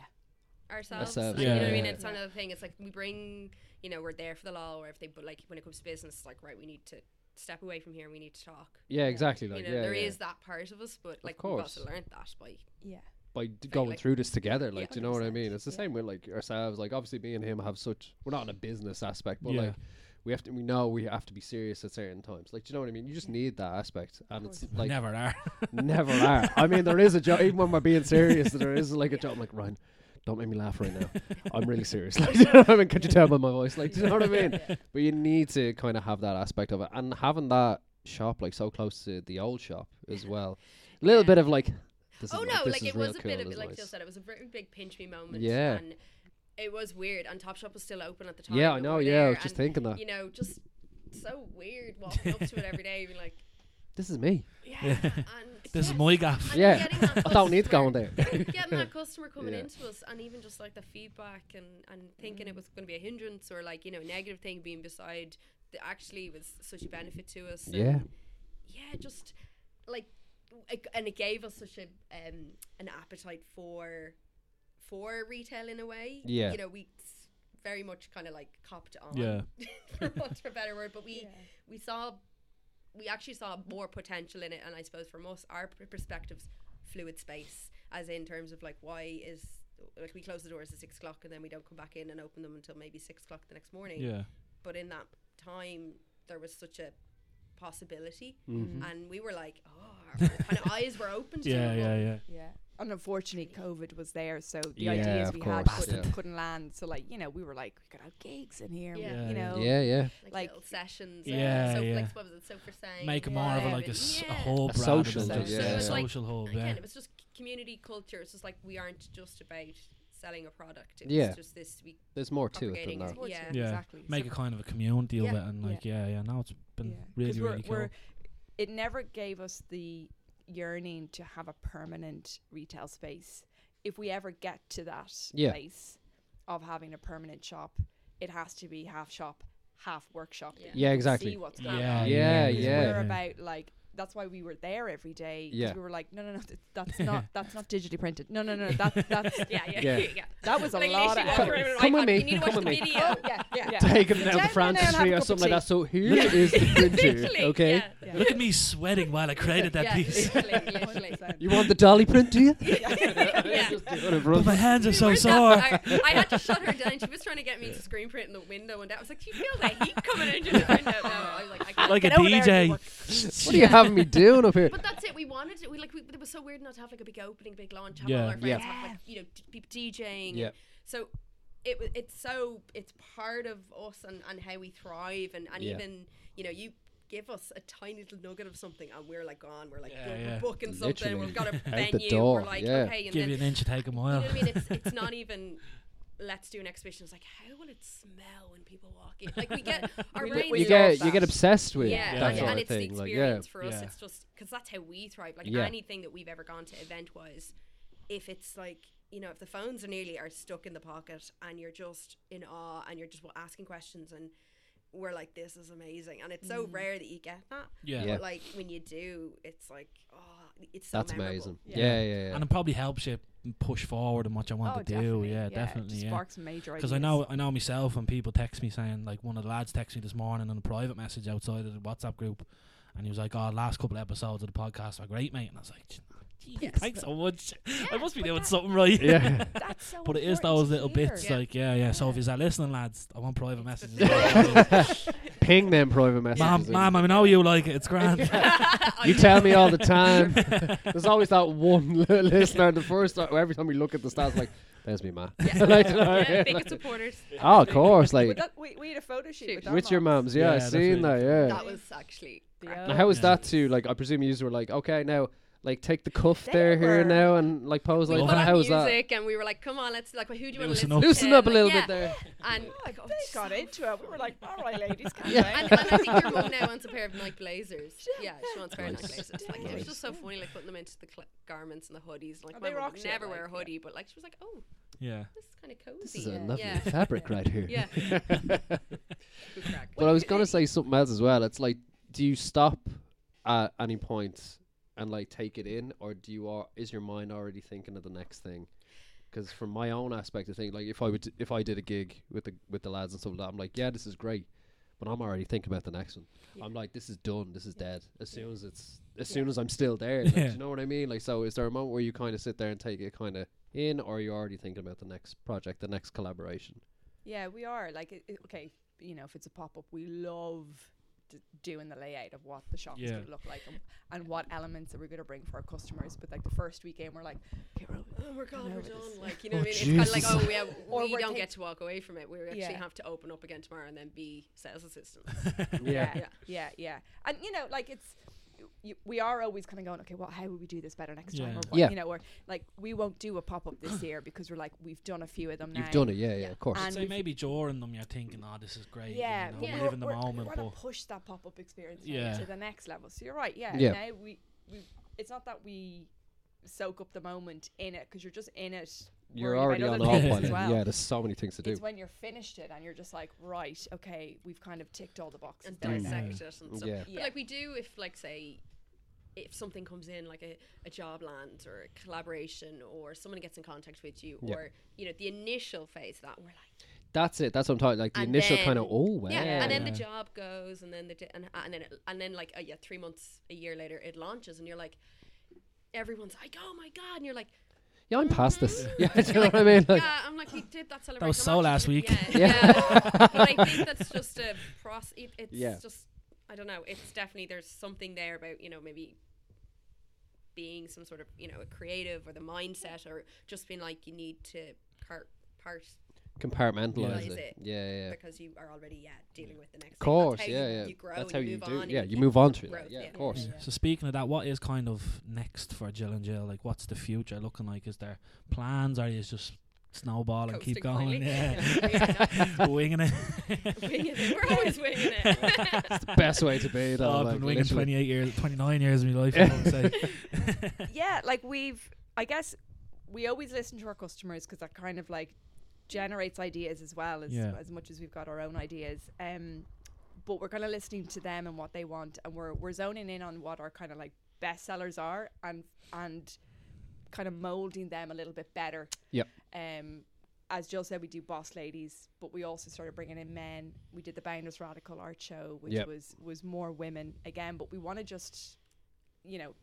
D: ourselves.
A: Ourselves,
D: Like, you know what I
B: yeah.
D: mean? It's
C: Yeah.
D: another thing. It's like we bring, you know, we're there for the law or everything, but like when it comes to business, it's like, right, we need to step away from here. We need to talk.
A: Yeah, exactly.
D: you
A: Like,
D: know,
A: yeah,
D: there is
A: yeah.
D: that part of us, but like we've
A: course.
D: also learned that by
C: Yeah.
A: by d- going
D: like-
A: through this together. Like,
D: Yeah,
A: do you know what I
C: 100%,
A: mean? It's the
C: yeah.
A: same with like ourselves. Like, obviously, me and him have such. We're not in a business aspect, but
B: Yeah.
A: like. We have to. We know we have to be serious at certain times. Like, do you know what I mean? You just need that aspect, and it's
B: We
A: like
B: never are.
A: never are. I mean, there is a joke. Even when we're being serious, there is like a joke. I'm like, Ryan, don't make me laugh right now. I'm really serious. Like, do you know what I mean? Could you tell by my voice? Like, do you know what I mean? But you need to kind of have that aspect of it, and having that shop like so close to the old shop as well. A little
D: Yeah.
A: bit of like. This
D: Oh
A: is
D: no,
A: this
D: like
A: is
D: it
A: real
D: was a
A: cool,
D: bit of
A: this is
D: like
A: nice.
D: Jill said, it was a very big pinch me moment.
A: Yeah.
D: And it was weird. And Top Shop was still open at the time.
A: Yeah, I
D: and we
A: know.
D: were
A: Yeah, I
D: there,
A: was just
D: and,
A: thinking that.
D: You know, just so weird walking up to it every day, being like,
A: This is me.
D: yeah.
B: Yeah.
D: and
B: This is
D: yes,
B: my gaff.
D: and
A: Yeah.
D: getting that
A: I don't need to go
D: customer-
A: in there.
D: getting that customer coming
A: Yeah.
D: into us and even just like the feedback and, and thinking it was going to be a hindrance or like you know negative thing being beside that actually was such a benefit to us and
A: Yeah.
D: yeah just like it, and it gave us such a um an appetite for for retail in a way
A: Yeah.
D: you know we s- very much kind of like copped on
B: yeah.
D: for want of a better word but we
C: Yeah.
D: we saw we actually saw more potential in it and i suppose from us our p- perspectives fluid space as in terms of like why is like we close the doors at six o'clock and then we don't come back in and open them until maybe six o'clock the next morning
B: Yeah.
D: but in that time there was such a possibility
A: Mhm.
D: and we were like oh our kind of eyes were open to
B: Mm. Yeah.
D: it
B: Yeah. Yeah.
C: Yeah. And unfortunately, COVID was there, so the
A: Yeah,
C: ideas
A: of
C: we had
A: course,
C: couldn't,
A: yeah.
C: couldn't land. So, like, you know, we were like, we could have gigs in here,
D: Yeah.
B: Yeah,
C: you
B: yeah.
C: know.
A: Yeah, yeah.
D: like,
C: Like-
D: little sessions
B: Yeah,
D: so
B: yeah.
D: like what was it so for saying
B: Make more of a,
C: Yeah,
B: like a,
D: but
B: s- a
D: yeah.
B: hub, rather than
A: social
B: just
A: thing,
B: a
A: yeah.
D: Like,
B: social hub.
D: again,
B: Yeah.
D: it was just c- community culture. It's just like we aren't just about selling a product. It's
A: Yeah.
D: just this we
A: There's more to it than
D: Propagating
A: that.
D: is- Yeah.
B: Yeah.
C: Exactly. So-
B: Make a kind of a community of
D: Yeah.
B: it, and like, yeah, yeah. Now it's been
C: Yeah. 'Cause
B: really,
C: we're-
B: really cool.
C: we're- um, it never gave us the yearning to have a permanent retail space. If we ever get to that
A: Yeah.
C: place of having a permanent shop, it has to be half shop, half workshop.
D: Yeah.
A: Yeah,
C: See
A: exactly.
C: what's
D: Yeah,
C: going
A: yeah,
C: on.
A: yeah,
C: Because
A: yeah.
C: We're about like that's why we were there every day. 'cause
A: Yeah.
C: We were like, no, no, no, th- that's not that's not digitally printed. No, no, no, that that's
D: yeah yeah
A: Yeah.
D: yeah.
C: that was a
D: Like,
C: lot of
D: literally
A: Come-
D: walk
C: hours.
D: around
A: come
D: like,
A: with me,
D: You need to watch
A: come
D: the
A: with me.
D: video.
C: Oh, yeah, yeah, yeah.
A: Taking down to
C: Gentlemen,
A: France
C: have a
A: Street or
C: cup of
A: something like
C: tea.
A: that. So here is the printer,
D: Literally,
A: okay?
D: Yeah.
C: Yeah.
B: Look at me sweating while I created that
D: yeah,
B: piece.
D: Literally, literally.
C: 100%.
A: You want the dolly print, do you?
D: Yeah.
A: Just do it in
B: But
A: front.
B: my hands are so
D: Where's that
B: sore.
D: fire? I had to shut her down. She was trying to get me to screen print in the window, and I was like, "She feels that heat coming into the window." No, I was like, I can't.
B: Like a
C: Get over there and do
B: DJ.
C: work.
A: What are you having me doing up here?
D: But that's it. We wanted it. We like. We, it was so weird not to have like a big opening, big launch. Have
B: Yeah.
D: all our friends
C: Yeah.
D: have like you know d- people DJing. and
A: Yeah.
D: So it wa- it's so it's part of us and, and how we thrive and, and
A: Yeah.
D: even you know you give us a tiny little nugget of something and we're like gone. We're like
B: Yeah,
D: good,
B: yeah.
D: we're booking something. We've got a
A: the
D: venue.
A: door,
D: We're like
A: yeah.
D: okay, and
B: Give
D: then
B: you an inch, you take a
D: you know
B: mile.
D: what I mean? It's it's not even. Let's do an exhibition. It's like, how will it smell when people walk in? Like we get our
C: We-
D: brains.
C: we
A: You
D: are
A: get
C: love
A: you get
C: that.
A: obsessed with
D: yeah,
B: Yeah.
A: that
D: and,
A: sort
D: and
A: of
D: it's
A: thing.
D: the
A: Like, yeah,
D: experience for us.
B: Yeah.
D: It's just because that's how we thrive. Like
A: Yeah.
D: anything that we've ever gone to event wise, if it's like you know if the phones are nearly are stuck in the pocket and you're just in awe and you're just wa- asking questions and we're like, this is amazing, and it's so
C: Mm.
D: rare that you get that.
B: Yeah.
A: Yeah.
D: But like when you do, it's like, oh, it's so
A: That's
D: memorable.
A: amazing.
C: Yeah.
A: Yeah, yeah, yeah.
B: And it probably helps you push forward and what you want
C: oh,
B: to do.
C: definitely,
B: Yeah,
C: It
B: definitely.
C: just
B: Yeah.
C: sparks major ideas.
B: Because I know, I know myself, and people text me saying, like, one of the lads texted me this morning on a private message outside of the WhatsApp group, and he was like, "Oh, last couple episodes of the podcast are great, mate." And I was like, "Jeez,
D: Yes.
B: "Thanks so much. I
C: Yeah,
B: must be
C: but
B: doing
C: that-
B: something right."
A: yeah.
C: That's so.
B: But it is
C: important
B: those
C: to
B: little
C: hear.
B: bits,
D: Yeah.
B: like yeah, yeah. So if
C: Yeah.
B: he's listening, lads, I want private messages.
A: Ping them private
B: Mom,
A: messages.
B: mom, I know you like it. It's grand.
A: You tell me all the time. There's always that one li- listener. The first or every time we look at the stats, like, "There's me, ma." Like, you know,
D: yeah,
A: like-
D: biggest supporters.
A: oh, of course.
C: But
A: Like,
C: that, we, we had a photo shoot
D: Shoot.
C: with, our
A: with your mums.
C: mums.
A: Yeah, I
B: Yeah,
A: seen that.
B: definitely.
A: Yeah.
D: That was actually.
C: The
D: crack.
C: old-
A: Now, how was
B: Yeah.
A: that too? Like, I presume you were like, "Okay, now, like, take the cuff
C: They
A: there, here,
C: were-
A: now, and like pose
D: We
A: like
B: Well,
D: put
A: that."
D: on
A: How was that?
D: music and we were like, come on, let's like, who do you want to
B: Loosen
D: listen
B: up.
D: to?
A: Loosen up a
D: Like,
A: little
D: yeah.
A: bit there.
D: And
C: Oh,
D: like, oh,
C: they
D: it's
C: got
D: so
C: into it. We were like, all right, ladies, calm
A: Yeah.
C: down.
D: And, and I think your mum now wants a pair of night blazers. Yeah, she wants a pair of night
A: Nice.
D: blazers. Like it was
A: Nice.
D: just so funny, like putting them into the cl- garments and the hoodies. Like
C: Oh,
D: my
C: they
D: mum
C: rock
D: would
C: shit,
D: never
C: like,
D: wear a
C: yeah.
D: hoodie, but like she was like, oh,
B: yeah.
D: this is kind of cozy.
A: This is a
C: Yeah.
A: lovely
D: Yeah.
A: fabric right here.
D: Yeah. Good crack.
A: But I was gonna say something else as well. It's like, do you stop at any point and like take it in, or do you are is your mind already thinking of the next thing? Because from my own aspect of things, like if I would if I did a gig with the with the lads and stuff like that, I'm like, yeah, this is great, but I'm already thinking about the next one. I'm like, this is done, this is dead. As soon as it's as soon as I'm still there, like, do
B: Yeah.
A: you know what I mean? Like, so is there a moment where you kind of sit there and take it kind of in, or are you already thinking about the next project, the next collaboration?
C: Yeah, we are. Like, it, it- okay, you know, if it's a pop up, we love d- doing the layout of what the shop is
B: Yeah.
C: going to look like and, and what elements that we're going to bring for our customers. But like the first weekend, we're like, okay, we're,
D: Oh my god,
C: know
D: we're
C: it
D: done.
C: is.
D: Like you know
A: Oh,
D: what I mean? It's kind of
A: Jesus.
D: like, oh, yeah,
C: Or
D: we
C: we're
D: don't
C: take-
D: get to walk away from it. We actually
C: Yeah.
D: have to open up again tomorrow and then be sales assistants.
C: yeah,
D: Yeah.
C: yeah, yeah. And you know, like it's you, we are always kind of going, okay, well, how will we do this better next time?
B: Yeah.
C: Or what,
A: Yeah.
C: you know, or like we won't do a pop up this year because we're like we've done a few of them now.
A: You've done it, yeah, yeah,
D: Yeah.
A: of course.
C: And
B: So
C: we've-
B: maybe during them, you're thinking, "Oh, this is great."
C: Yeah,
B: you know,
C: but
B: we
D: Yeah.
C: we're-
B: live in the
C: we're-
B: moment,
C: We
B: but
C: want to push that pop up experience now
B: Yeah.
C: to the next level. So you're right. Yeah.
A: Yeah.
C: Now we, we, it's not that we soak up the moment in it because you're just in it.
A: You're
C: worried
A: already
C: about
A: on
C: other
A: off
C: things
A: by
B: autopilot,
C: as
A: then.
C: well.
A: Yeah, there's so many things to do.
C: It's when you're finished it and you're just like, right, okay, we've kind of ticked all the boxes.
D: and
C: there now.
D: dissect it and stuff.
A: Yeah.
D: But like we do if like say if something comes in like a, a job land or a collaboration or someone gets in contact with you
A: Yeah.
D: or you know the initial phase of that we're like
A: That's it. That's what I'm talking. Like the
D: And
A: initial kind of
D: then-
A: oh wow.
D: yeah, and then the
B: Yeah.
D: job goes and then the di- and, and then it, and then like uh, yeah three months a year later it launches and you're like everyone's like oh my god and you're like
A: Yeah, I'm past this.
D: Mhm.
A: Yeah, do you know
D: You're like,
A: what I mean? Like,
D: yeah I'm like we did that celebration
B: was
D: I'm
B: so
D: actually
B: last
D: ju-
B: week."
D: yeah, yeah. but I think that's just a process it, it's
A: Yeah.
D: just I don't know it's definitely there's something there about you know maybe being some sort of you know a creative or the mindset or just being like you need to part part
A: compartmentalize
D: Realize
A: it.
D: it.
A: Yeah, yeah. yeah. Of
D: because you are already yeah dealing with the next
A: course.
D: thing. That's
A: yeah,
D: how you,
A: yeah.
D: you grow
A: That's how
D: and you
A: you
D: move
A: do.
D: on
A: Yeah,
D: and
A: you move on to that.
D: growth,
A: Yeah,
D: yeah.
A: of course.
B: So speaking of that, what is kind of next for Jill and Jill? Like, what's the future looking like? Is there plans? Or you just snowball and keep going?
D: Coasting freely.
B: Yeah, winging it.
D: winging it. We're always winging it.
A: It's the best way to be. Though,
B: Oh, I've
A: like,
B: been winging
A: literally.
B: 28 years, 29 years of my life. I would say.
C: yeah, like we've, I guess, we always listen to our customers because that kind of like generates ideas as well as
B: Yeah.
C: as much as we've got our own ideas. Um, but we're kind of listening to them and what they want, and we're we're zoning in on what our kind of like best sellers are, and and kind of molding them a little bit better.
A: Yep.
C: Um. As Jill said, we do boss ladies, but we also started bringing in men. We did the Bounders Radical Art Show, which
A: Yep.
C: was was more women again. But we want to just, you know,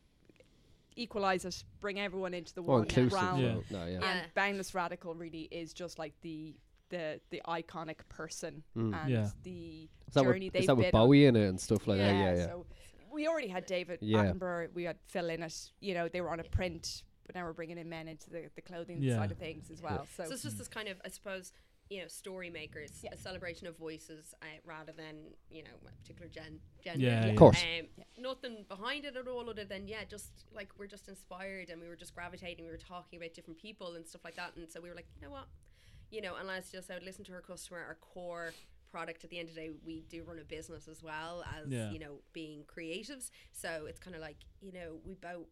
C: equalize it, bring everyone into the
A: More
C: one
A: inclusive.
C: realm.
B: Yeah.
A: though. No, yeah.
D: Yeah.
C: And Boundless Radical really is just like the the the iconic person
A: Mm.
C: and
B: Yeah.
C: the
A: Is that
C: journey
A: with,
C: they've
A: is that
C: been
A: with
C: on.
A: Bowie in it and stuff like that? Yeah, yeah.
C: So we already had David
A: Yeah.
C: Attenborough, we had Phil in it. You know, they were on a print, but now we're bringing in men into the, the clothing
B: Yeah.
C: side of things as well. So,
D: So it's just this kind of, I suppose, you know, story makers, a celebration of voices uh, rather than, you know, a particular gen- gender.
B: Yeah, Of yeah.
A: course.
D: Um, Nothing behind it at all other than, yeah, just like we're just inspired and we were just gravitating. We were talking about different people and stuff like that. And so we were like, you know what? You know, and as just I would listen to our customer, our core product at the end of the day, we do run a business as well as,
B: Yeah.
D: you know, being creatives. So it's kind of like, you know, we both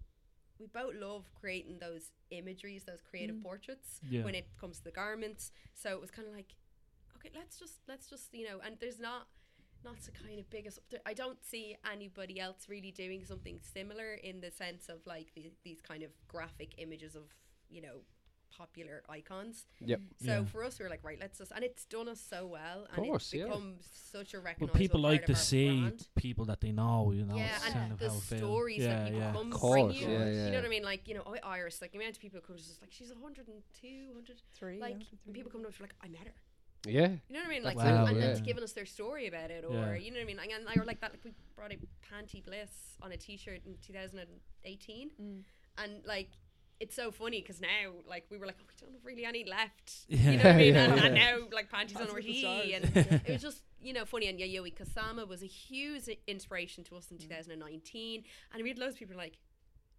D: we both love creating those imageries, those creative
B: Mm-hmm.
D: portraits
B: Yeah.
D: when it comes to the garments. So it was kind of like, okay, let's just let's just you know, and there's not not the kind of biggest. I don't see anybody else really doing something similar in the sense of like the, these kind of graphic images of you know popular icons.
A: Yep.
D: So
B: Yeah.
D: for us, we were like, right, let's just, and it's done us so well, and
A: course,
D: it's
A: yeah.
D: become such a
B: But
D: recognizable.
B: people like
D: part
B: to
D: of our
B: see
D: brand.
B: people that they know, you know.
D: Yeah,
B: it's kind
D: and
B: of
D: the
B: how it feels.
D: stories
B: yeah,
D: that people
B: yeah.
D: come
A: course,
D: bring you.
A: yeah, yeah.
D: You know what I mean? Like, you know, I, Iris, like the amount of people who are just like, she's 102, 100.
C: Three.
D: Like,
C: yeah,
D: and
C: three.
D: people come up to her like, I met her.
A: Yeah.
D: You know what I mean? Like,
A: That's
D: and-
A: it,
D: and
A: yeah.
D: that's giving us their story about it, or
B: Yeah.
D: you know what I mean? Like, and I were like that. Like, we brought out Panty Bliss on a T-shirt in 2018,
C: Mm.
D: and like, it's so funny because now, like, we were like, oh, we don't have really any left.
B: Yeah.
D: You know what I mean?
A: Yeah,
D: and,
A: yeah.
D: and now, like, Panty's on
C: Panties with the
D: RT,
C: stars.
D: and it was just you know funny. And Yayoi Kasama was a huge i- inspiration to us in 2019, and we had loads of people like,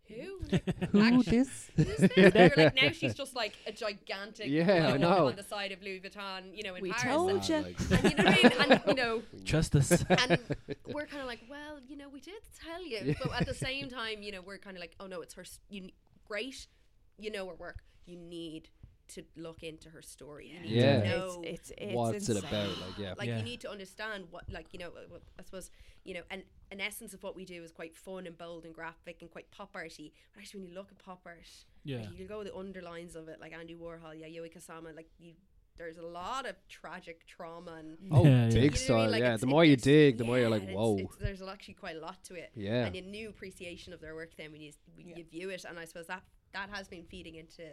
D: who? And like,
A: Who
D: Actually-
A: this?
D: who's this? And we were like, now she's just like a gigantic
A: Yeah, I
D: woman
A: know.
D: on the side of Louis Vuitton, you know, in
C: We
D: Paris.
C: told
D: And
C: you.
D: and you know what I mean? And you know,
B: Justice.
D: and we're kind of like, well, you know, we did tell you, but at the same time, you know, we're kind of like, oh no, it's her. s- You n- great, you know her work. You need to look into her story. You need
A: Yeah.
D: to
A: It's-
D: know
C: It's, it's, it's
A: What's it
C: insane.
A: about? Like, yeah.
D: like
B: Yeah.
D: you need to understand what like you know uh, well, i suppose you know an, an essence of what we do is quite fun and bold and graphic and quite pop arty but actually when you look at pop art
B: Yeah.
D: like, you go with the underlines of it like andy warhol yeah yoi kasama like you there's a lot of tragic trauma and
A: Oh,
B: Yeah, yeah.
D: you know
A: big
D: what I
A: style.
D: mean? Like,
A: yeah.
D: it's-
A: The
D: it
A: more you
D: gets-
A: dig, the more you're
D: yeah,
A: like,
D: it's-
A: whoa.
D: it's- there's actually quite a lot to it
A: yeah.
D: and a new appreciation of their work then when you when
C: Yeah.
D: you view it and i suppose that that has been feeding into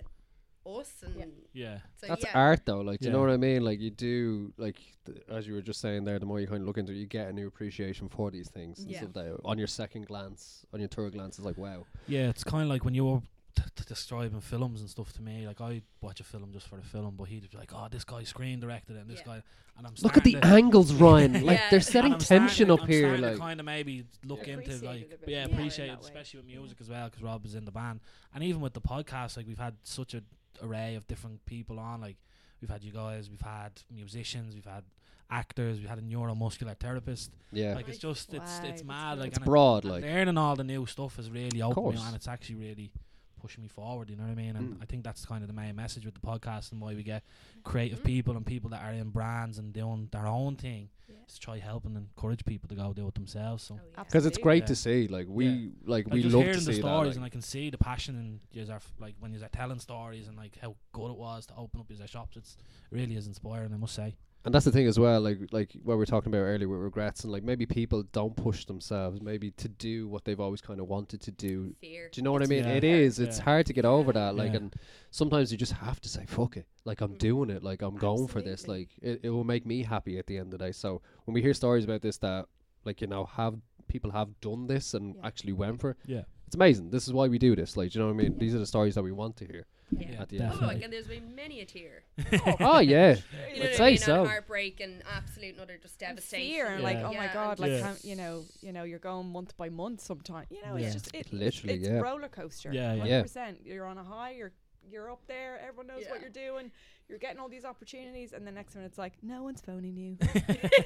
D: us and
C: Yeah.
B: Yeah.
D: so
A: That's
D: yeah
A: art, though. Like, do you know
B: Yeah.
A: what I mean? Like, you do like th- as you were just saying there. The more you kind of look into it, you get a new appreciation for these things and
D: Yeah.
A: stuff. That on your second glance, on your third glance, it's like, wow.
B: Yeah, it's kind of like when you were t- t- describing films and stuff to me. Like I watch a film just for the film, but he'd be like, "Oh, this guy screen directed it and this
D: Yeah.
B: guy," and I'm
A: Look at the
B: starting to-
A: angles, Ryan. Like,
D: Yeah.
A: they're
D: And
A: setting
B: I'm starting
A: tension
B: to-
A: up
B: I'm
A: here.
B: starting to
A: Like,
B: kind of maybe look
A: Yeah.
B: into
C: Appreciate
B: like
C: it a bit
B: yeah,
C: more in
B: appreciate
C: that
B: it,
C: way.
B: especially with music as well, because Rob is in the band, and even with the podcast, like we've had such an array of different people on. Like we've had you guys, we've had musicians, we've had actors, we've had a neuromuscular therapist.
A: yeah,
B: Like it's just it's
C: Wow,
B: it's
C: that's
B: mad.
C: good.
B: Like
A: it's
B: and it-
A: broad.
B: and
A: Like,
B: learning all the new stuff is really open me
A: course.
B: and it's actually really pushing me forward you know what i mean and
A: Mm.
B: i think that's kind of the main message with the podcast and why we get creative
D: Mm.
B: people and people that are in brands and doing their own thing
D: Yeah.
B: is to try helping and encourage people to go do it themselves so
D: Oh, yeah.
A: because it's great
B: Yeah.
A: to see. Like, we like
B: like
A: we
B: just
A: love
B: hearing
A: to
B: the
A: see that.
B: stories
A: like-
B: and i can see the passion and yous are f- like when you're telling stories and like how good it was to open up your shops it's it really is inspiring i must say
A: And that's the thing as well, like like what we were talking about earlier with regrets and like maybe people don't push themselves maybe to do what they've always kind of wanted to do.
D: fear
A: Do you know what I mean?
B: It's- yeah.
A: It is. It's
B: Yeah.
A: hard to get over that. Like,
B: Yeah.
A: and sometimes you just have to say "fuck it." Like, I'm
D: Mm.
A: doing it. Like, I'm going for this. Like,
D: Absolutely.
A: it, it will make me happy at the end of the day. So when we hear stories about this, that like you know have people have done this and
C: Yeah.
A: actually went for, it,
B: yeah
A: it's amazing. This is why we do this. Like, do you know what I mean? These are the stories that we want to hear.
D: Yeah.
A: At the end.
D: Oh, like,
B: definitely.
D: and there's been many a tear.
A: oh yeah,
D: You know
A: I'd
D: what
A: say
D: I mean?
A: so.
D: And heartbreak and absolute and utter just
C: And
D: devastation.
C: fear and like,
B: Yeah.
C: oh my
D: Yeah,
C: god,
D: and
C: like
B: Yeah.
C: how, you know, you know, you're going month by month sometimes. You know,
B: Yeah.
C: it's just it,
A: Literally,
C: it's
A: yeah.
C: a roller coaster.
B: Yeah, yeah.
A: Yeah.
C: percent. You're on a high. You're you're up there. Everyone knows what
D: Yeah.
C: you're doing. You're getting all these opportunities, and the next minute it's like no one's phoning you.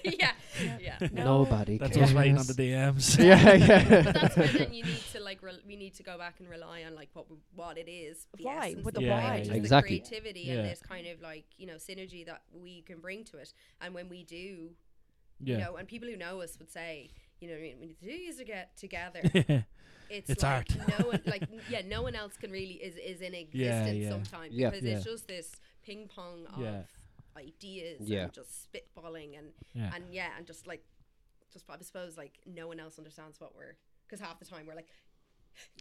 D: yeah, yeah.
C: No.
A: nobody.
B: that's
A: cares.
B: us waiting on the dms
A: yeah, yeah.
D: But that's where then you need to like rel we need to go back and rely on like what we, what it is. the
C: Why?
D: essence
C: What
D: of
B: the
D: it,
B: why?
D: which is
A: Exactly.
D: The creativity
B: Yeah.
D: and this kind of like you know synergy that we can bring to it. And when we do, you
B: yeah
D: know, and people who know us would say, you know, what I mean, when you do these to get together, it's,
B: It's
D: like
B: art.
D: no one, like n- yeah, no one else can really is is in existence
B: Yeah, yeah.
D: sometimes
A: Yeah.
D: because it's
B: Yeah.
D: just this ping pong of
B: Yeah.
D: ideas
A: Yeah.
D: and just spitballing and
B: Yeah.
D: and yeah and just like just I suppose like no one else understands what we're because half the time we're like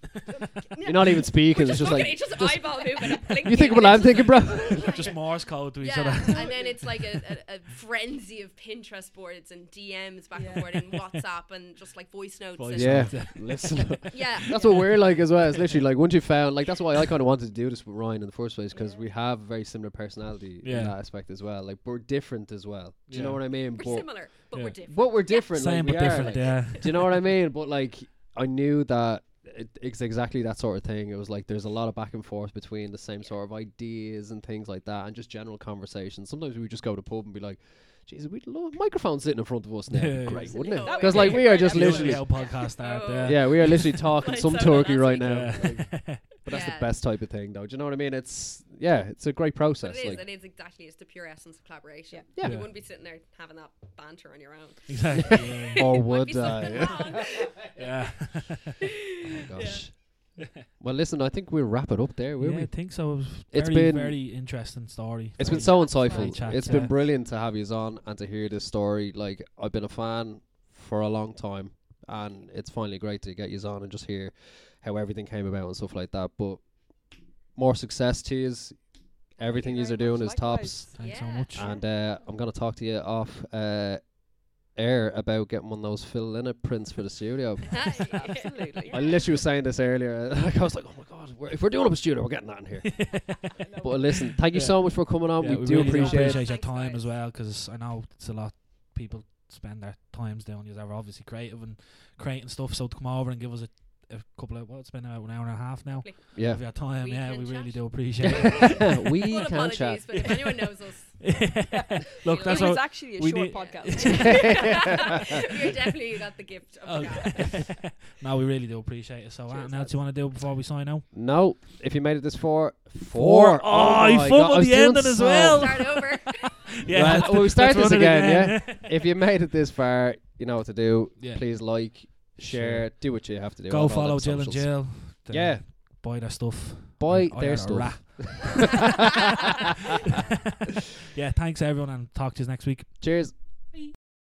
A: You're not even speaking.
D: just
A: It's just
D: looking-
A: like
D: it's just, eyeball movement. and blinking,
A: you think what
D: and
A: I'm
D: it's just
A: thinking, bro.
D: like-
B: just Morse code to each
D: yeah,
B: other.
D: and then it's like a, a, a frenzy of Pinterest boards and DMs back
C: Yeah.
D: and forth and WhatsApp and just like voice notes. and
A: yeah, listen.
D: yeah,
A: That's what we're like as well. It's literally like once you found like that's why I kind of wanted to do this with Ryan in the first place because we have very similar personality
B: Yeah.
A: in that aspect as well. Like we're different as well. Do you know
B: Yeah.
A: what I mean?
D: We're
A: but
D: similar, but
B: Yeah.
D: we're different.
A: but we're different. like,
B: Same but
A: we are,
B: different,
A: like-
B: yeah.
A: Do you know what I mean? But like I knew that it, it's exactly that sort of thing. It was like there's a lot of back and forth between the same sort of ideas and things like that, and just general conversations. Sometimes we would just go to pub and be like. Jeez, we'd love a microphone sitting in front of us now.
B: Yeah,
A: It'd
B: yeah.
A: be Great, wouldn't it?
D: That would
A: Because
D: be
A: like we are just
D: great.
B: Literally
A: literally
B: how podcasts start.
D: Oh.
B: Yeah.
A: yeah, we are literally talking
D: Like
A: some
D: someone
A: turkey right
D: last week.
A: now. Like, but But that's
D: Yeah.
A: the best type of thing, though. Do you know what I mean? It's yeah, it's a great process.
D: But it is,
A: like,
D: it is exactly, it's the pure essence of collaboration.
A: Yeah.
D: You
B: Yeah.
D: wouldn't be sitting there having that banter on your own.
B: Exactly. yeah.
A: or
D: Might
A: would
D: be something
A: I? Oh
D: wrong.
B: yeah.
A: Gosh. well, listen, I think we'll wrap it up there, will
B: Yeah,
A: we?
B: I think so. It was
A: It's
B: very,
A: been-
B: very interesting story.
A: It's
B: Very-
A: been so
D: That's fine.
A: insightful.
B: Chat,
A: It's been
B: yeah.
A: brilliant to have you on and to hear this story. Like I've been a fan for a long time, and it's finally great to get you on and just hear how everything came about and stuff like that. But more success to you. Everything
C: you
A: yous are
C: very much.
A: doing is tops.
C: Likewise.
B: Thanks so
D: Yeah.
B: much.
A: And uh, I'm gonna talk to you off uh, air about getting one of those fill in it prints for the studio.
C: Absolutely.
A: Uh, I literally was saying this earlier. Like I was like, oh my god, we're, if we're doing up a studio, we're getting that in here. but listen, thank you
B: Yeah.
A: so much for coming on.
B: Yeah,
A: we, do
B: really
A: appreciate. it.
B: appreciate your
D: Thanks,
B: time
D: guys.
B: as well because I know it's a lot people spend their times doing. You are obviously creative and creating stuff, so to come over and give us a, a couple of what it's been about an hour and a half now
A: Yeah.
B: of your time.
D: We
B: yeah,
D: can
B: we really
D: chat.
B: do appreciate it.
A: we
D: Full
A: can chat.
D: apologies, but if anyone knows us,
B: Look,
D: It
B: that's
C: it
B: all.
C: was actually a
B: we
C: short
B: need-
C: podcast.
D: you're definitely got the gift of the gab.
B: Okay. Oh, no, we really do appreciate it. So,
D: Cheers,
B: anything else you want to do before we sign out?
A: No, if you made it this far,
B: Four.
A: four.
B: Oh, he
A: my God,
B: fumbled
A: I was
B: the
A: doing
B: ending as
A: so-
B: well.
D: Start over.
A: Right,
B: that's-
A: well, we start
B: that's
A: this
B: one of the-
A: again, If you made it this far, you know what to do.
B: Yeah.
A: Please like, share, do what you have to do.
B: Go
A: on all them
B: follow Jill and
A: socials.
B: Jill. Then
A: Yeah.
B: Buy their stuff.
A: Buy
B: Oh,
A: their
B: you're a
A: stuff.
B: yeah, thanks everyone and talk to you next week.
A: Cheers.